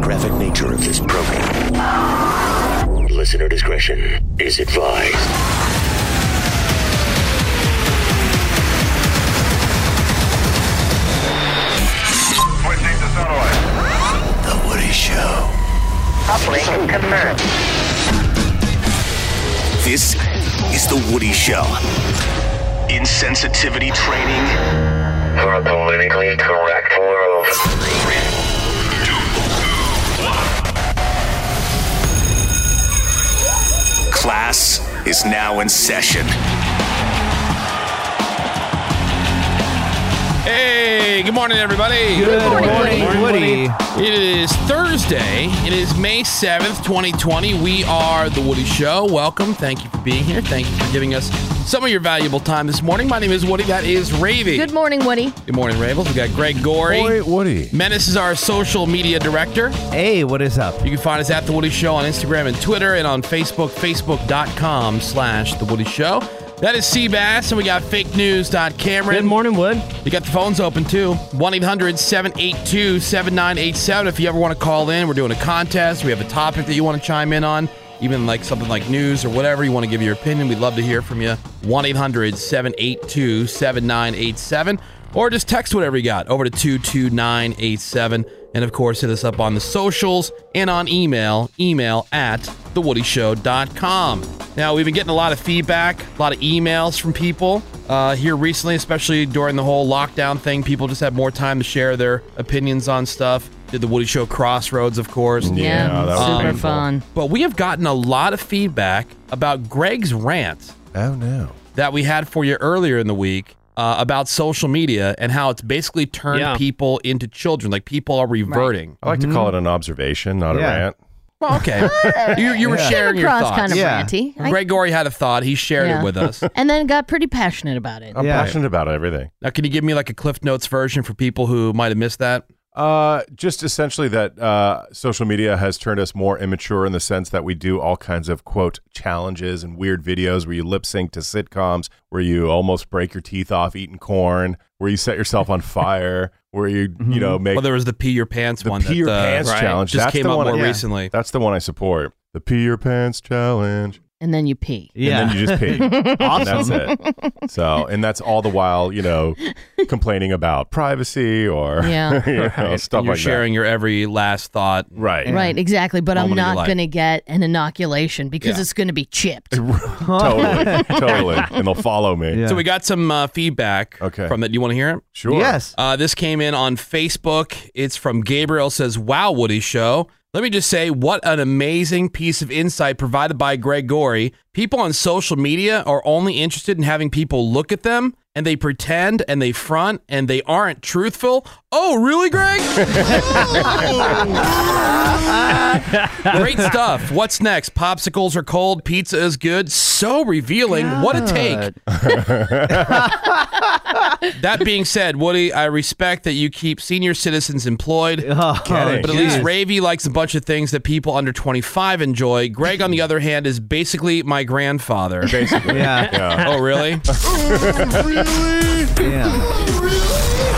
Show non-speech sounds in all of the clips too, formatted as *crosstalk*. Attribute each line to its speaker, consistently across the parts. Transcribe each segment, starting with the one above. Speaker 1: graphic nature of this program. Listener discretion is advised. The Woody Show.
Speaker 2: Uplink confirmed.
Speaker 3: This is The Woody Show. Insensitivity training
Speaker 4: for a politically correct world.
Speaker 3: class is now in session.
Speaker 5: Hey, good morning, everybody.
Speaker 6: Good morning, Good morning, Woody.
Speaker 5: It is Thursday. It is May 7th, 2020. We are The Woody Show. Welcome. Thank you for being here. Thank you for giving us some of your valuable time this morning. My name is Woody. That is Ravy.
Speaker 7: Good morning, Woody.
Speaker 5: Good morning, Ravels. We got Greg Gorey.
Speaker 6: Boy, Woody.
Speaker 5: Menace is our social media director.
Speaker 6: Hey, what is up?
Speaker 5: You can find us at The Woody Show on Instagram and Twitter and on Facebook, facebook.com slash The Woody Show. That is Seabass, and we got fake news. Cameron.
Speaker 6: Good morning, Wood.
Speaker 5: You got the phones open too. 1 800 782 7987. If you ever want to call in, we're doing a contest. We have a topic that you want to chime in on, even like something like news or whatever. You want to give your opinion. We'd love to hear from you. 1 800 782 7987. Or just text whatever you got over to 22987. And of course, hit us up on the socials and on email, email at thewoodyshow.com. Now, we've been getting a lot of feedback, a lot of emails from people uh, here recently, especially during the whole lockdown thing. People just had more time to share their opinions on stuff. Did the Woody Show Crossroads, of course. Um,
Speaker 7: Yeah, that was super
Speaker 5: painful.
Speaker 7: fun.
Speaker 5: But we have gotten a lot of feedback about Greg's rant
Speaker 8: Oh no.
Speaker 5: that we had for you earlier in the week uh, about social media and how it's basically turned
Speaker 6: Yeah.
Speaker 5: people into children. Like people are reverting.
Speaker 8: I like to call it an observation, not
Speaker 6: Yeah.
Speaker 8: a rant.
Speaker 5: Well, okay. you, you were sharing
Speaker 7: Came
Speaker 5: your
Speaker 7: across
Speaker 5: thoughts.
Speaker 7: kind of
Speaker 6: Yeah.
Speaker 7: ranty. I-
Speaker 5: Greg Gorey had a thought. He shared
Speaker 7: Yeah.
Speaker 5: it with us.
Speaker 7: and then got pretty passionate about it.
Speaker 8: I'm
Speaker 6: Yeah.
Speaker 8: passionate about everything.
Speaker 5: Now, can you give me like a Cliff Notes version for people who might have missed that?
Speaker 8: Uh, just essentially that uh, social media has turned us more immature in the sense that we do all kinds of quote challenges and weird videos where you lip sync to sitcoms, where you almost break your teeth off eating corn, where you set yourself on fire, where you you know make
Speaker 5: Well, there Mm-hmm. was the pee your pants
Speaker 8: the
Speaker 5: one.
Speaker 8: pee your
Speaker 5: that, uh,
Speaker 8: pants
Speaker 5: right,
Speaker 8: challenge.
Speaker 5: Just
Speaker 8: That's
Speaker 5: came
Speaker 8: the
Speaker 5: up
Speaker 8: one I-
Speaker 5: more
Speaker 8: Yeah. *laughs*
Speaker 5: recently.
Speaker 8: that's the one I support. The pee your pants challenge.
Speaker 7: And then you pee.
Speaker 6: Yeah.
Speaker 8: and then you just pee.
Speaker 5: *laughs*
Speaker 8: awesome. That's it. So, and that's all the while, you know, complaining about privacy or
Speaker 7: Yeah.
Speaker 8: *laughs* you know, stuff
Speaker 5: You're
Speaker 8: like
Speaker 5: sharing your every last thought.
Speaker 8: that. Right.
Speaker 7: Right, exactly. But I'm
Speaker 5: Moment of your
Speaker 7: not
Speaker 5: life.
Speaker 7: going to get an inoculation because
Speaker 5: Yeah.
Speaker 7: it's going to be
Speaker 5: *laughs*
Speaker 7: chipped.
Speaker 8: totally. *laughs* Totally. And they'll follow me.
Speaker 6: Yeah.
Speaker 5: So we got some uh, feedback
Speaker 8: Okay.
Speaker 5: from that. Do you want to hear it?
Speaker 8: Sure.
Speaker 6: Yes.
Speaker 5: Uh, this came in on Facebook. It's from Gabriel says, Wow, Woody Show. Let me just say, what an amazing piece of insight provided by Greg Gorey. People on social media are only interested in having people look at them and they pretend and they front and they aren't truthful. Oh,
Speaker 6: *laughs*
Speaker 5: really, Greg? Great stuff. What's next? Popsicles are cold. Pizza is good. So revealing. What a take. That being said, Woody, I respect that you keep senior citizens employed.
Speaker 6: *laughs* Oh,
Speaker 8: Kidding.
Speaker 5: But at least Ravy likes a bunch of things that people under 25 enjoy. Greg, on the other hand, is basically my grandfather.
Speaker 8: Basically.
Speaker 6: Yeah.
Speaker 8: Yeah.
Speaker 5: oh, really?
Speaker 6: *laughs* yeah.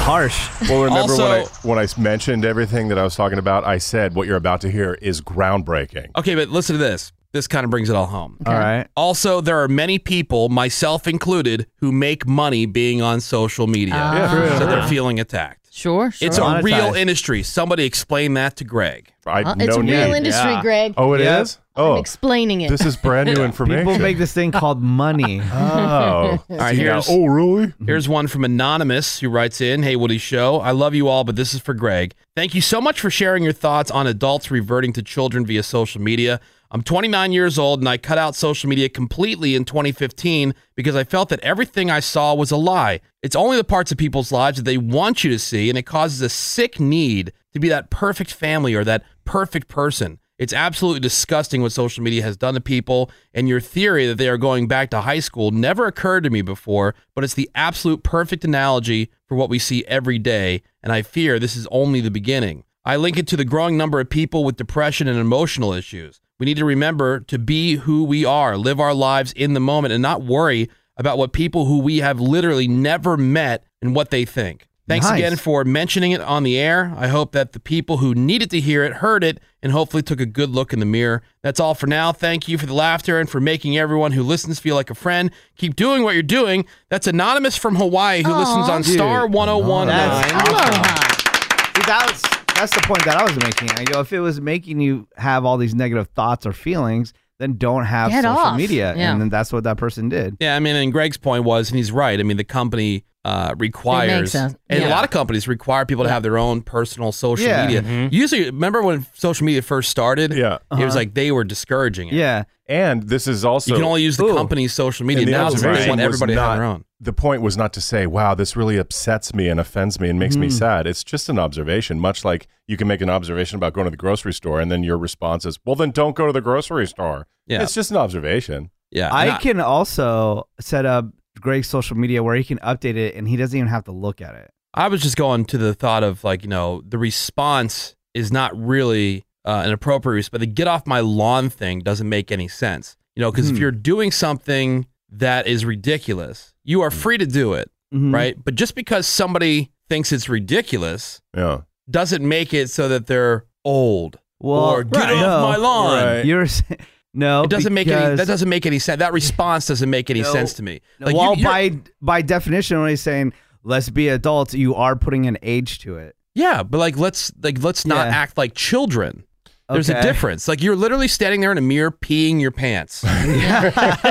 Speaker 6: Harsh.
Speaker 8: Well, remember when I
Speaker 5: Also-
Speaker 8: when I s- mentioned everything that I was talking about, I said what you're about to hear is groundbreaking.
Speaker 5: Okay, but listen to this. This kind of brings it all home.
Speaker 6: All right.
Speaker 5: Also, there are many people, myself included, who make money being on social media.
Speaker 8: Yeah.
Speaker 5: So they're feeling attacked.
Speaker 7: Sure, sure.
Speaker 5: It's a
Speaker 6: Monetized.
Speaker 5: real industry. Somebody explain that to Greg.
Speaker 8: I
Speaker 7: Uh,
Speaker 8: no
Speaker 7: it's a
Speaker 8: need.
Speaker 7: real industry,
Speaker 6: Yeah.
Speaker 7: Greg.
Speaker 8: oh, it is.
Speaker 6: Yeah.
Speaker 8: Oh,
Speaker 7: I'm explaining
Speaker 5: *laughs*
Speaker 7: it.
Speaker 8: this is brand
Speaker 7: *laughs*
Speaker 8: new information.
Speaker 6: People make this thing called money.
Speaker 8: *laughs* Oh,
Speaker 5: right,
Speaker 8: See now-
Speaker 5: here's-
Speaker 8: oh, really?
Speaker 5: Here's one from Anonymous who writes in Hey, Woody Show. I love you all, but this is for Greg. Thank you so much for sharing your thoughts on adults reverting to children via social media. I'm 29 years old and I cut out social media completely in 2015 because I felt that everything I saw was a lie. It's only the parts of people's lives that they want you to see, and it causes a sick need to be that perfect family or that perfect person. It's absolutely disgusting what social media has done to people, and your theory that they are going back to high school never occurred to me before, but it's the absolute perfect analogy for what we see every day, and I fear this is only the beginning. I link it to the growing number of people with depression and emotional issues. We need to remember to be who we are, live our lives in the moment, and not worry about what people who we have literally never met and what they think. Thanks
Speaker 6: Nice.
Speaker 5: again for mentioning it on the air. I hope that the people who needed to hear it heard it and hopefully took a good look in the mirror. That's all for now. Thank you for the laughter and for making everyone who listens feel like a friend. Keep doing what you're doing. That's Anonymous from Hawaii who listens on
Speaker 6: Dude,
Speaker 5: Star 101.
Speaker 6: That's
Speaker 5: Come on.
Speaker 7: Uh-huh.
Speaker 6: awesome. See, that was, that's the point that I was making. I go, if it was making you have all these negative thoughts or feelings, then don't have
Speaker 7: Get
Speaker 6: social
Speaker 7: off.
Speaker 6: media.
Speaker 7: Yeah.
Speaker 6: And then that's what that person did.
Speaker 5: Yeah, I mean, and Greg's point was, and he's right. I mean, the company uh, requires,
Speaker 7: sense.
Speaker 5: and a
Speaker 7: Yeah.
Speaker 5: lot of companies require people to have their own personal social
Speaker 6: Yeah.
Speaker 5: media. Usually, remember when social media first started?
Speaker 8: Mm-hmm. Yeah.
Speaker 5: It was like they were discouraging it.
Speaker 6: Yeah.
Speaker 8: Uh-huh. And this is also
Speaker 5: You can only use the
Speaker 6: Ooh.
Speaker 5: company's social media.
Speaker 8: And the
Speaker 5: Now it's
Speaker 8: observation
Speaker 5: they want
Speaker 8: was
Speaker 5: everybody to
Speaker 8: not-
Speaker 5: have their own.
Speaker 8: the point was not to say, wow, this really upsets me and offends me and makes
Speaker 5: Hmm.
Speaker 8: me sad. It's just an observation, much like you can make an observation about going to the grocery store and then your response is, well, then don't go to the grocery store.
Speaker 5: Yeah.
Speaker 8: It's just an observation.
Speaker 5: Yeah.
Speaker 6: I
Speaker 5: Not-
Speaker 6: can also set up Greg's social media where he can update it and he doesn't even have to look at it.
Speaker 5: I was just going to the thought of like, you know, the response is not really uh, an appropriate response, but the get off my lawn thing doesn't make any sense. You know, because if
Speaker 6: Hmm.
Speaker 5: you're doing something that is ridiculous, you
Speaker 6: Hmm.
Speaker 5: are free to do it,
Speaker 6: Mhm.
Speaker 5: right? But just because somebody thinks it's ridiculous
Speaker 8: Yeah.
Speaker 5: doesn't make it so that they're old
Speaker 6: Well,
Speaker 5: or get
Speaker 6: right.
Speaker 5: off
Speaker 6: no,
Speaker 5: my lawn.
Speaker 8: Right.
Speaker 6: You're s- *laughs* no.
Speaker 5: It doesn't make any.
Speaker 6: because-
Speaker 5: That doesn't make any sense. That response doesn't make any
Speaker 6: No.
Speaker 5: sense to me.
Speaker 6: No,
Speaker 5: Like, you-
Speaker 6: well,
Speaker 5: you're-
Speaker 6: by by definition, when he's saying let's be adults, you are putting an age to it.
Speaker 5: Yeah, but like let's like let's not
Speaker 6: Yeah.
Speaker 5: act like children. There's a
Speaker 6: Okay.
Speaker 5: difference. Like you're literally standing there in a mirror peeing your
Speaker 6: *laughs*
Speaker 5: pants,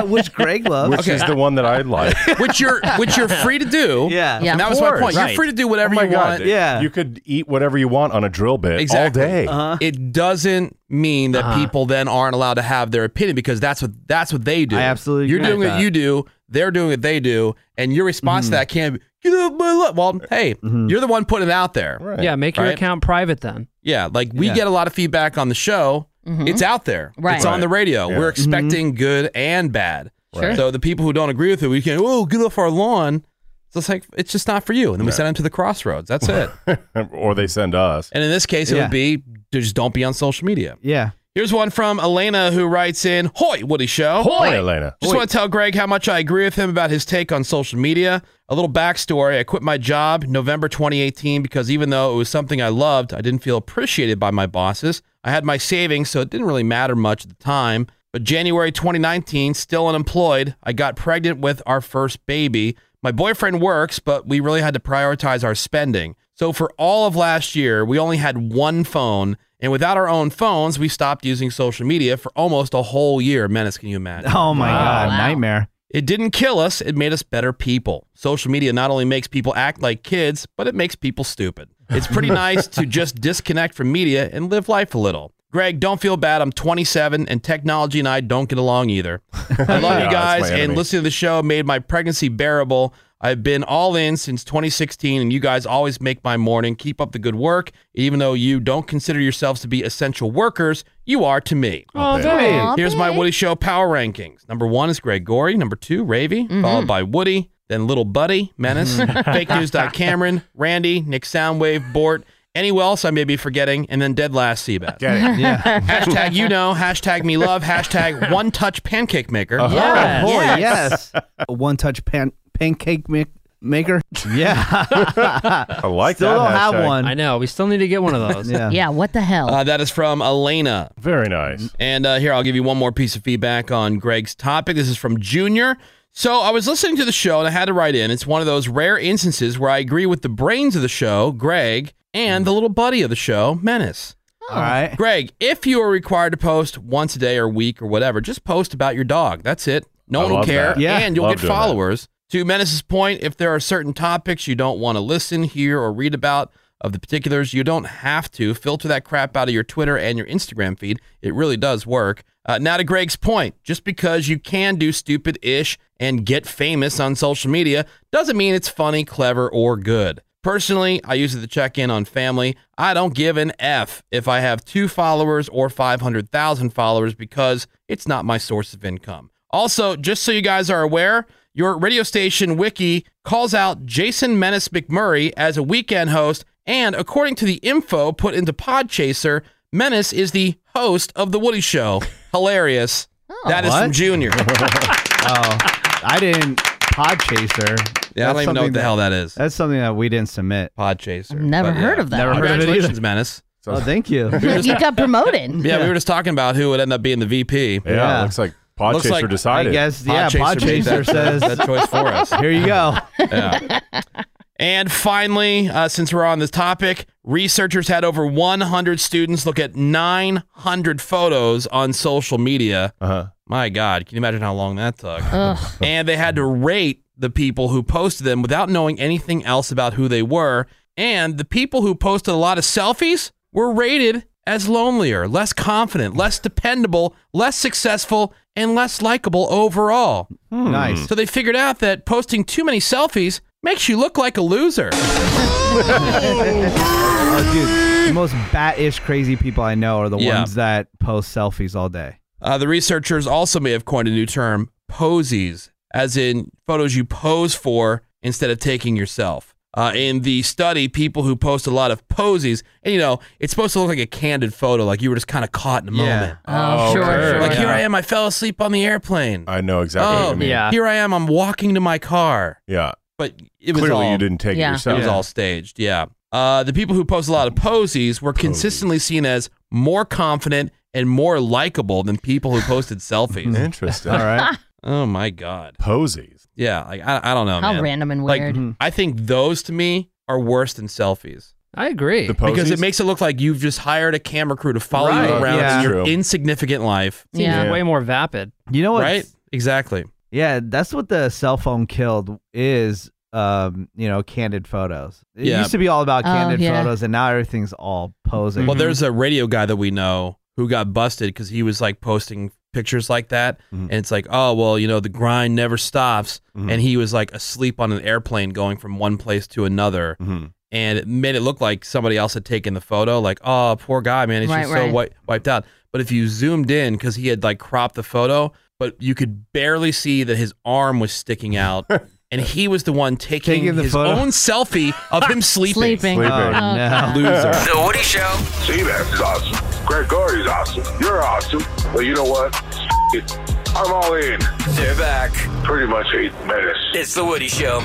Speaker 6: which Greg loves.
Speaker 8: Which is the one that I *laughs* like.
Speaker 5: which you're *laughs* which *laughs*
Speaker 6: *laughs*
Speaker 5: you're free to do.
Speaker 6: Yeah.
Speaker 7: Yeah.
Speaker 5: and that
Speaker 7: of
Speaker 5: was my
Speaker 7: course.
Speaker 5: point. You're
Speaker 7: Right.
Speaker 5: free to do whatever
Speaker 8: Oh my
Speaker 5: you
Speaker 8: God,
Speaker 5: want.
Speaker 8: dude.
Speaker 6: Yeah. Uh-huh.
Speaker 8: You could eat whatever you want on a drill bit
Speaker 5: Exactly.
Speaker 8: all day.
Speaker 5: It doesn't mean that people then aren't allowed to have their opinion because that's what that's what they do.
Speaker 6: I absolutely
Speaker 5: You're
Speaker 6: agree
Speaker 5: doing
Speaker 6: with
Speaker 5: what
Speaker 6: that. Mm-hmm.
Speaker 5: you do. They're doing what they do, and your response to that can't be get off my lawn." Well, hey, you're the one putting it out there.
Speaker 8: Right.
Speaker 9: Yeah, make your
Speaker 5: Right.
Speaker 9: account private then.
Speaker 5: Yeah, like we get a lot of feedback on the show. It's out there.
Speaker 7: Mm-hmm. Right.
Speaker 5: It's on the radio. We're expecting good and bad.
Speaker 7: Sure.
Speaker 5: So the people who don't agree with it, we can oh get off our lawn. So it's like it's just not for you. And then we send them to the crossroads. That's it.
Speaker 8: *laughs* or they send us.
Speaker 5: and in this case, it
Speaker 6: Yeah.
Speaker 5: would be just don't be on social media.
Speaker 6: yeah.
Speaker 5: Here's one from Elena who writes in, Hoy, Woody Show.
Speaker 8: Hey, Elena.
Speaker 5: Just want to tell Greg how much I agree with him about his take on social media. A little backstory I quit my job November 2018 because even though it was something I loved, I didn't feel appreciated by my bosses. I had my savings, so it didn't really matter much at the time. But January 2019, still unemployed, I got pregnant with our first baby. My boyfriend works, but we really had to prioritize our spending. So for all of last year, we only had one phone. And without our own phones, we stopped using social media for almost a whole year. Menace, can you imagine?
Speaker 6: Oh my god,
Speaker 7: Wow.
Speaker 6: nightmare.
Speaker 5: It didn't kill us, it made us better people. Social media not only makes people act like kids, but it makes people stupid. It's pretty nice to just disconnect from media and live life a little. Greg, don't feel bad. I'm 27 and technology and I don't get along either. I love
Speaker 8: Yeah,
Speaker 5: you
Speaker 8: that's
Speaker 5: guys
Speaker 8: my
Speaker 5: and
Speaker 8: enemy.
Speaker 5: listening to the show made my pregnancy bearable. I've been all in since 2016 and you guys always make my morning. Keep up the good work. Even though you don't consider yourselves to be essential workers, you are to me.
Speaker 9: Oh,
Speaker 7: Aw,
Speaker 5: Here's my
Speaker 7: babe.
Speaker 5: Woody Show power rankings. Number one is Greg Gorey. Number two, Ravy,
Speaker 8: Mm-hmm.
Speaker 5: followed by Woody, then Little Buddy, Menace,
Speaker 8: *laughs*
Speaker 5: Fake News. Cameron, Randy, Nick Soundwave, Bort, any else I may be forgetting, and then dead last Seabass.
Speaker 8: Get it.
Speaker 6: Yeah.
Speaker 5: hashtag you know, hashtag me love, hashtag one touch pancake maker.
Speaker 8: Uh-huh.
Speaker 6: Yeah. Boy, yes. A One touch pan- pancake ma- maker. Yeah.
Speaker 8: I like
Speaker 6: Still
Speaker 8: that.
Speaker 6: don't have
Speaker 8: hashtag.
Speaker 6: one.
Speaker 9: I know. We still need to get one
Speaker 6: *laughs*
Speaker 9: of those.
Speaker 6: Yeah.
Speaker 7: Yeah, what the hell?
Speaker 5: Uh, that is from Elena.
Speaker 8: Very nice.
Speaker 5: And uh, here, I'll give you one more piece of feedback on Greg's topic. This is from Junior. So I was listening to the show and I had to write in. It's one of those rare instances where I agree with the brains of the show, Greg, and the little buddy of the show, Menace.
Speaker 8: Oh.
Speaker 6: All right.
Speaker 5: Greg, if you are required to post once a day or week or whatever, just post about your dog. That's it. No
Speaker 8: I
Speaker 5: one will
Speaker 8: love
Speaker 5: care.
Speaker 8: that.
Speaker 6: Yeah.
Speaker 5: And you'll
Speaker 8: Love
Speaker 5: get
Speaker 8: doing that.
Speaker 5: followers. To Menace's point, if there are certain topics you don't want to listen, hear, or read about of the particulars, you don't have to. Filter that crap out of your Twitter and your Instagram feed. It really does work. Uh, now, to Greg's point, just because you can do stupid ish and get famous on social media doesn't mean it's funny, clever, or good. Personally, I use it to check in on family. I don't give an F if I have two followers or 500,000 followers because it's not my source of income. Also, just so you guys are aware, your radio station wiki calls out Jason Menace McMurray as a weekend host, and according to the info put into Podchaser, Menace is the host of The
Speaker 7: *laughs*
Speaker 5: Woody Show.
Speaker 7: Oh,
Speaker 5: Hilarious. that is from
Speaker 6: What?
Speaker 5: Junior.
Speaker 6: Oh, I didn't. Podchaser.
Speaker 5: Yeah, I don't
Speaker 6: That's
Speaker 5: even know
Speaker 6: something
Speaker 5: what the
Speaker 6: that-
Speaker 5: hell that is.
Speaker 6: That's something that we didn't submit.
Speaker 5: Pod chaser.
Speaker 7: Never
Speaker 5: But, yeah.
Speaker 7: heard of that.
Speaker 6: Never heard of it either.
Speaker 5: Congratulations, Menace.
Speaker 6: Oh, thank you.
Speaker 7: you got promoted.
Speaker 5: Uh, *laughs* Yeah, we were just talking about who would end up being the VP.
Speaker 8: Yeah,
Speaker 6: Yeah.
Speaker 8: looks like Podchaser
Speaker 5: Looks like- I
Speaker 6: I
Speaker 8: decided.
Speaker 6: guess, yeah, Pod
Speaker 5: made
Speaker 6: Chaser
Speaker 5: that,
Speaker 6: says,
Speaker 5: that choice for us.
Speaker 6: here you go.
Speaker 5: Yeah. and finally, uh, since we're on this topic, researchers had over 100 students look at 900 photos on social media.
Speaker 8: Uh-huh.
Speaker 5: My God, can you imagine how long that took?
Speaker 7: Ugh.
Speaker 5: *laughs* and they had to rate the people who posted them without knowing anything else about who they were. And the people who posted a lot of selfies were rated as lonelier, less confident, less dependable, less successful, and less likable overall.
Speaker 6: Nice.
Speaker 5: So they figured out that posting too many selfies makes you look like a loser.
Speaker 6: Oh, dude, the most bat-ish crazy people I know are the
Speaker 5: Yeah.
Speaker 6: ones that post selfies all day.
Speaker 5: Uh, the researchers also may have coined a new term, posies, as in photos you pose for instead of taking yourself. Uh, in the study, people who post a lot of posies, and you know, it's supposed to look like a candid photo, like you were just kind of caught in a
Speaker 6: Yeah.
Speaker 5: moment.
Speaker 7: Oh, sure,
Speaker 8: okay.
Speaker 7: sure.
Speaker 5: Like,
Speaker 9: Yeah.
Speaker 5: here I am, I fell asleep on the airplane.
Speaker 8: I know exactly what
Speaker 5: Oh,
Speaker 8: you mean.
Speaker 9: yeah.
Speaker 5: Here I am, I'm walking to my car.
Speaker 8: Yeah.
Speaker 5: But it was
Speaker 8: Clearly
Speaker 5: all,
Speaker 8: you didn't take
Speaker 7: Yeah.
Speaker 8: it
Speaker 5: It
Speaker 8: yourself.
Speaker 5: was all staged, yeah. Uh, the people who post a lot of posies were consistently seen as more confident and more likable than people who
Speaker 8: *laughs*
Speaker 5: posted selfies.
Speaker 8: Interesting.
Speaker 6: All right.
Speaker 5: *laughs* oh my god!
Speaker 8: Posies.
Speaker 5: Yeah, like I, I don't know,
Speaker 7: How
Speaker 5: man.
Speaker 7: random and
Speaker 5: Like
Speaker 7: weird.
Speaker 5: I think those to me are worse than selfies
Speaker 9: I agree.
Speaker 8: The posies.
Speaker 5: because it makes it look like you've just hired a camera crew to follow you
Speaker 9: Right.
Speaker 5: around
Speaker 6: Yeah.
Speaker 5: in your
Speaker 8: True.
Speaker 5: insignificant life,
Speaker 9: Seems
Speaker 7: yeah.
Speaker 9: way more vapid.
Speaker 6: You know what?
Speaker 5: right? Exactly.
Speaker 6: Yeah, that's what the cell phone killed is. Um, you know, candid photos. It
Speaker 5: Yeah.
Speaker 6: used to be all about
Speaker 7: Oh,
Speaker 6: candid
Speaker 7: yeah.
Speaker 6: photos, and now everything's all posing.
Speaker 5: Well, there's a radio guy that we know who got busted because he was like posting pictures like that.
Speaker 6: Mm-hmm.
Speaker 5: And it's like, oh, well, you know, the grind never stops. And he was like asleep on an airplane going from one place to another.
Speaker 6: Mm-hmm.
Speaker 8: Mhm.
Speaker 5: And it made it look like somebody else had taken the photo. Like, oh, poor guy, man. He's
Speaker 7: Right,
Speaker 5: just so
Speaker 7: right.
Speaker 5: wi- wiped out. But if you zoomed in, because he had like cropped the photo, but you could barely see that his arm was sticking
Speaker 6: *laughs*
Speaker 5: out. and he was the one taking,
Speaker 6: Taking the
Speaker 5: his
Speaker 6: photo.
Speaker 5: own selfie of
Speaker 7: *laughs*
Speaker 5: him sleeping.
Speaker 7: Sleeping.
Speaker 8: Sleeping.
Speaker 6: oh,
Speaker 7: Oh,
Speaker 6: no.
Speaker 5: Loser.
Speaker 3: The Woody Show.
Speaker 4: Seabass is awesome. Greg Gorey's awesome. You're awesome. But you know what? It. I'm all in.
Speaker 3: They're back.
Speaker 4: Pretty much hate menace.
Speaker 3: It's The Woody Show.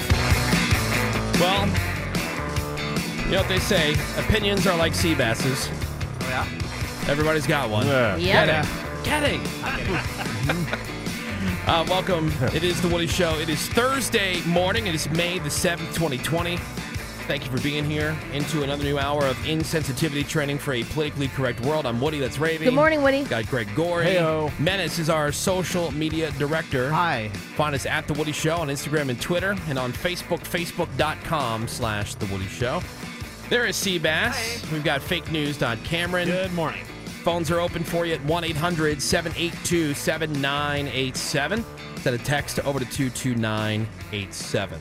Speaker 5: Well, you know what they say opinions are like sea basses. Yeah. Everybody's got one.
Speaker 8: Yeah.
Speaker 7: Yeah.
Speaker 5: Get it. uh, welcome. It is The Woody Show. It is Thursday morning. It is May the 7th, 2020. Thank you for being here into another new hour of insensitivity training for a politically correct world. I'm Woody, that's Ravy.
Speaker 7: Good morning, Woody.
Speaker 5: Got Greg Gorey.
Speaker 8: Heyo.
Speaker 5: Menace is our social media director.
Speaker 6: Hi.
Speaker 5: Find us at The Woody Show on Instagram and Twitter and on Facebook, facebook.com slash The Woody Show. There is Seabass. We've got fake news. Cameron.
Speaker 9: Good morning.
Speaker 5: Phones are open for you at 1 800 782 7987. Send a text over to 22987.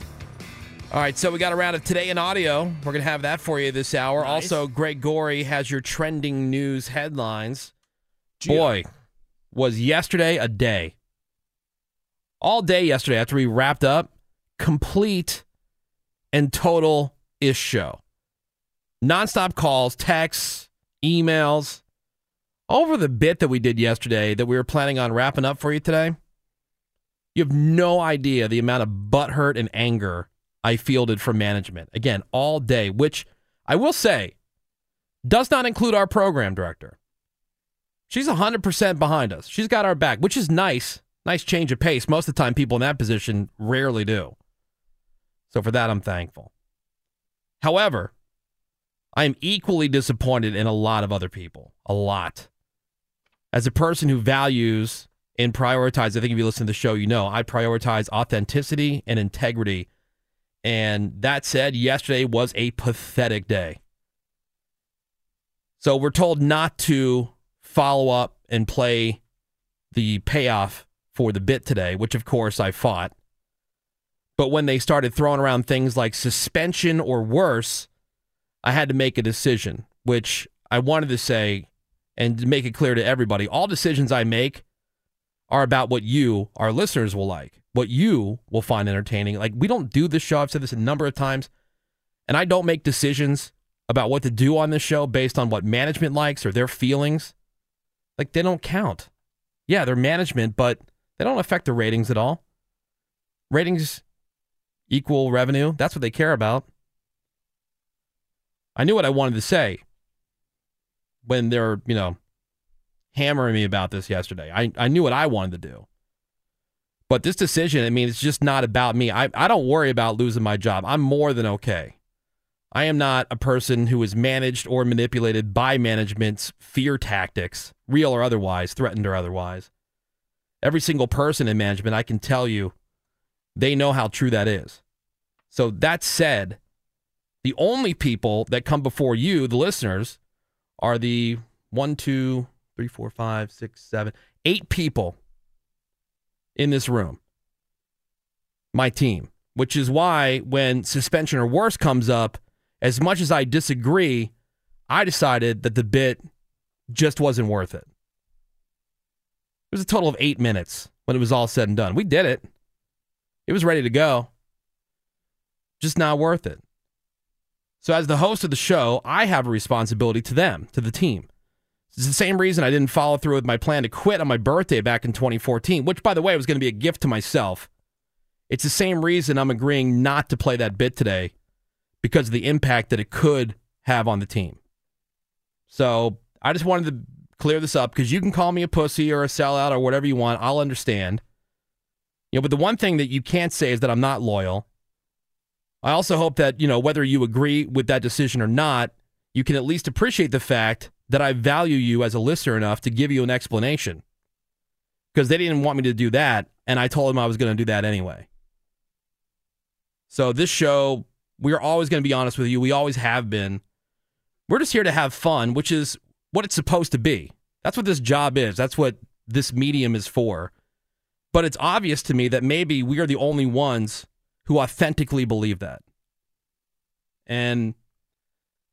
Speaker 5: All right, so we got a round of today in audio. We're going to have that for you this hour. Also, Greg Gorey has your trending news headlines. Boy, was yesterday a day. All day yesterday after we wrapped up, complete and total ish show. Nonstop calls, texts, emails over the bit that we did yesterday that we were planning on wrapping up for you today, you have no idea the amount of butthurt and anger I fielded from management. Again, all day, which I will say does not include our program director. She's 100% behind us. She's got our back, which is nice. Nice change of pace. Most of the time, people in that position rarely do. So for that, I'm thankful. However, I am equally disappointed in a lot of other people. A lot. As a person who values and prioritizes, I think if you listen to the show, you know, I prioritize authenticity and integrity. And that said, yesterday was a pathetic day. So we're told not to follow up and play the payoff for the bit today, which of course I fought. But when they started throwing around things like suspension or worse, I had to make a decision, which I wanted to say and to make it clear to everybody. All decisions I make are about what you, our listeners, will like, what you will find entertaining. Like, we don't do this show. I've said this a number of times, and I don't make decisions about what to do on this show based on what management likes or their feelings. Like, they don't count. Yeah, they're management, but they don't affect the ratings at all. Ratings equal revenue. That's what they care about. I knew what I wanted to say when they were, you know, hammering me about this yesterday. I, I knew what I wanted to do. But this decision, I mean, it's just not about me. I, I don't worry about losing my job. I'm more than okay. I am not a person who is managed or manipulated by management's fear tactics, real or otherwise, threatened or otherwise. Every single person in management, I can tell you, they know how true that is. So that said, the only people that come before you, the listeners, are the one, two, three, four, five, six, seven, eight people in this room. My team, which is why when suspension or worse comes up, as much as I disagree, I decided that the bit just wasn't worth it. It was a total of eight minutes when it was all said and done. We did it. It was ready to go. Just not worth it. So, as the host of the show, I have a responsibility to them, to the team. It's the same reason I didn't follow through with my plan to quit on my birthday back in 2014, which, by the way, was going to be a gift to myself. It's the same reason I'm agreeing not to play that bit today because of the impact that it could have on the team. So I just wanted to clear this up because you can call me a pussy or a sellout or whatever you want. I'll understand. You know, but the one thing that you can't say is that I'm not loyal. I also hope that, you know, whether you agree with that decision or not, you can at least appreciate the fact that I value you as a listener enough to give you an explanation. Because they didn't want me to do that, and I told them I was going to do that anyway. So this show, we are always going to be honest with you. We always have been. We're just here to have fun, which is what it's supposed to be. That's what this job is. That's what this medium is for. But it's obvious to me that maybe we are the only ones who authentically believe that. And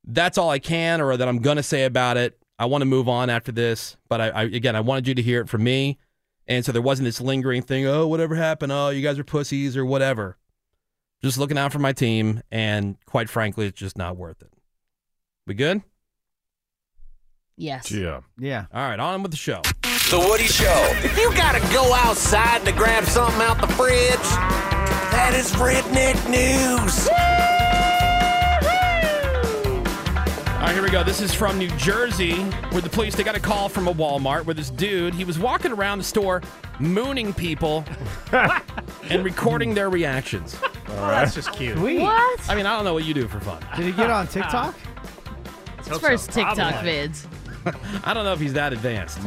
Speaker 5: that's all I can or that I'm going to say about it. I want to move on after this, but I, I again, I wanted you to hear it from me. And so there wasn't this lingering thing, oh, whatever happened, oh, you guys are pussies or whatever. Just looking out for my team, and quite frankly, it's just not worth it. We good?
Speaker 7: Yes.
Speaker 8: Yeah.
Speaker 6: Yeah.
Speaker 5: All right, on with the show.
Speaker 3: The Woody Show.
Speaker 2: If you gotta go outside to grab something out the fridge, that is redneck news.
Speaker 5: All right, here we go. This is from New Jersey, where the police they got a call from a Walmart where this dude he was walking around the store, mooning
Speaker 10: *laughs*
Speaker 5: people, and recording their reactions.
Speaker 10: Oh, That's just cute.
Speaker 6: Sweet.
Speaker 7: What?
Speaker 5: I mean, I don't know what you do for fun.
Speaker 6: Did he Mm-hmm. get on TikTok?
Speaker 7: It's first TikTok vids.
Speaker 5: *laughs* I don't know if he's that advanced. *laughs*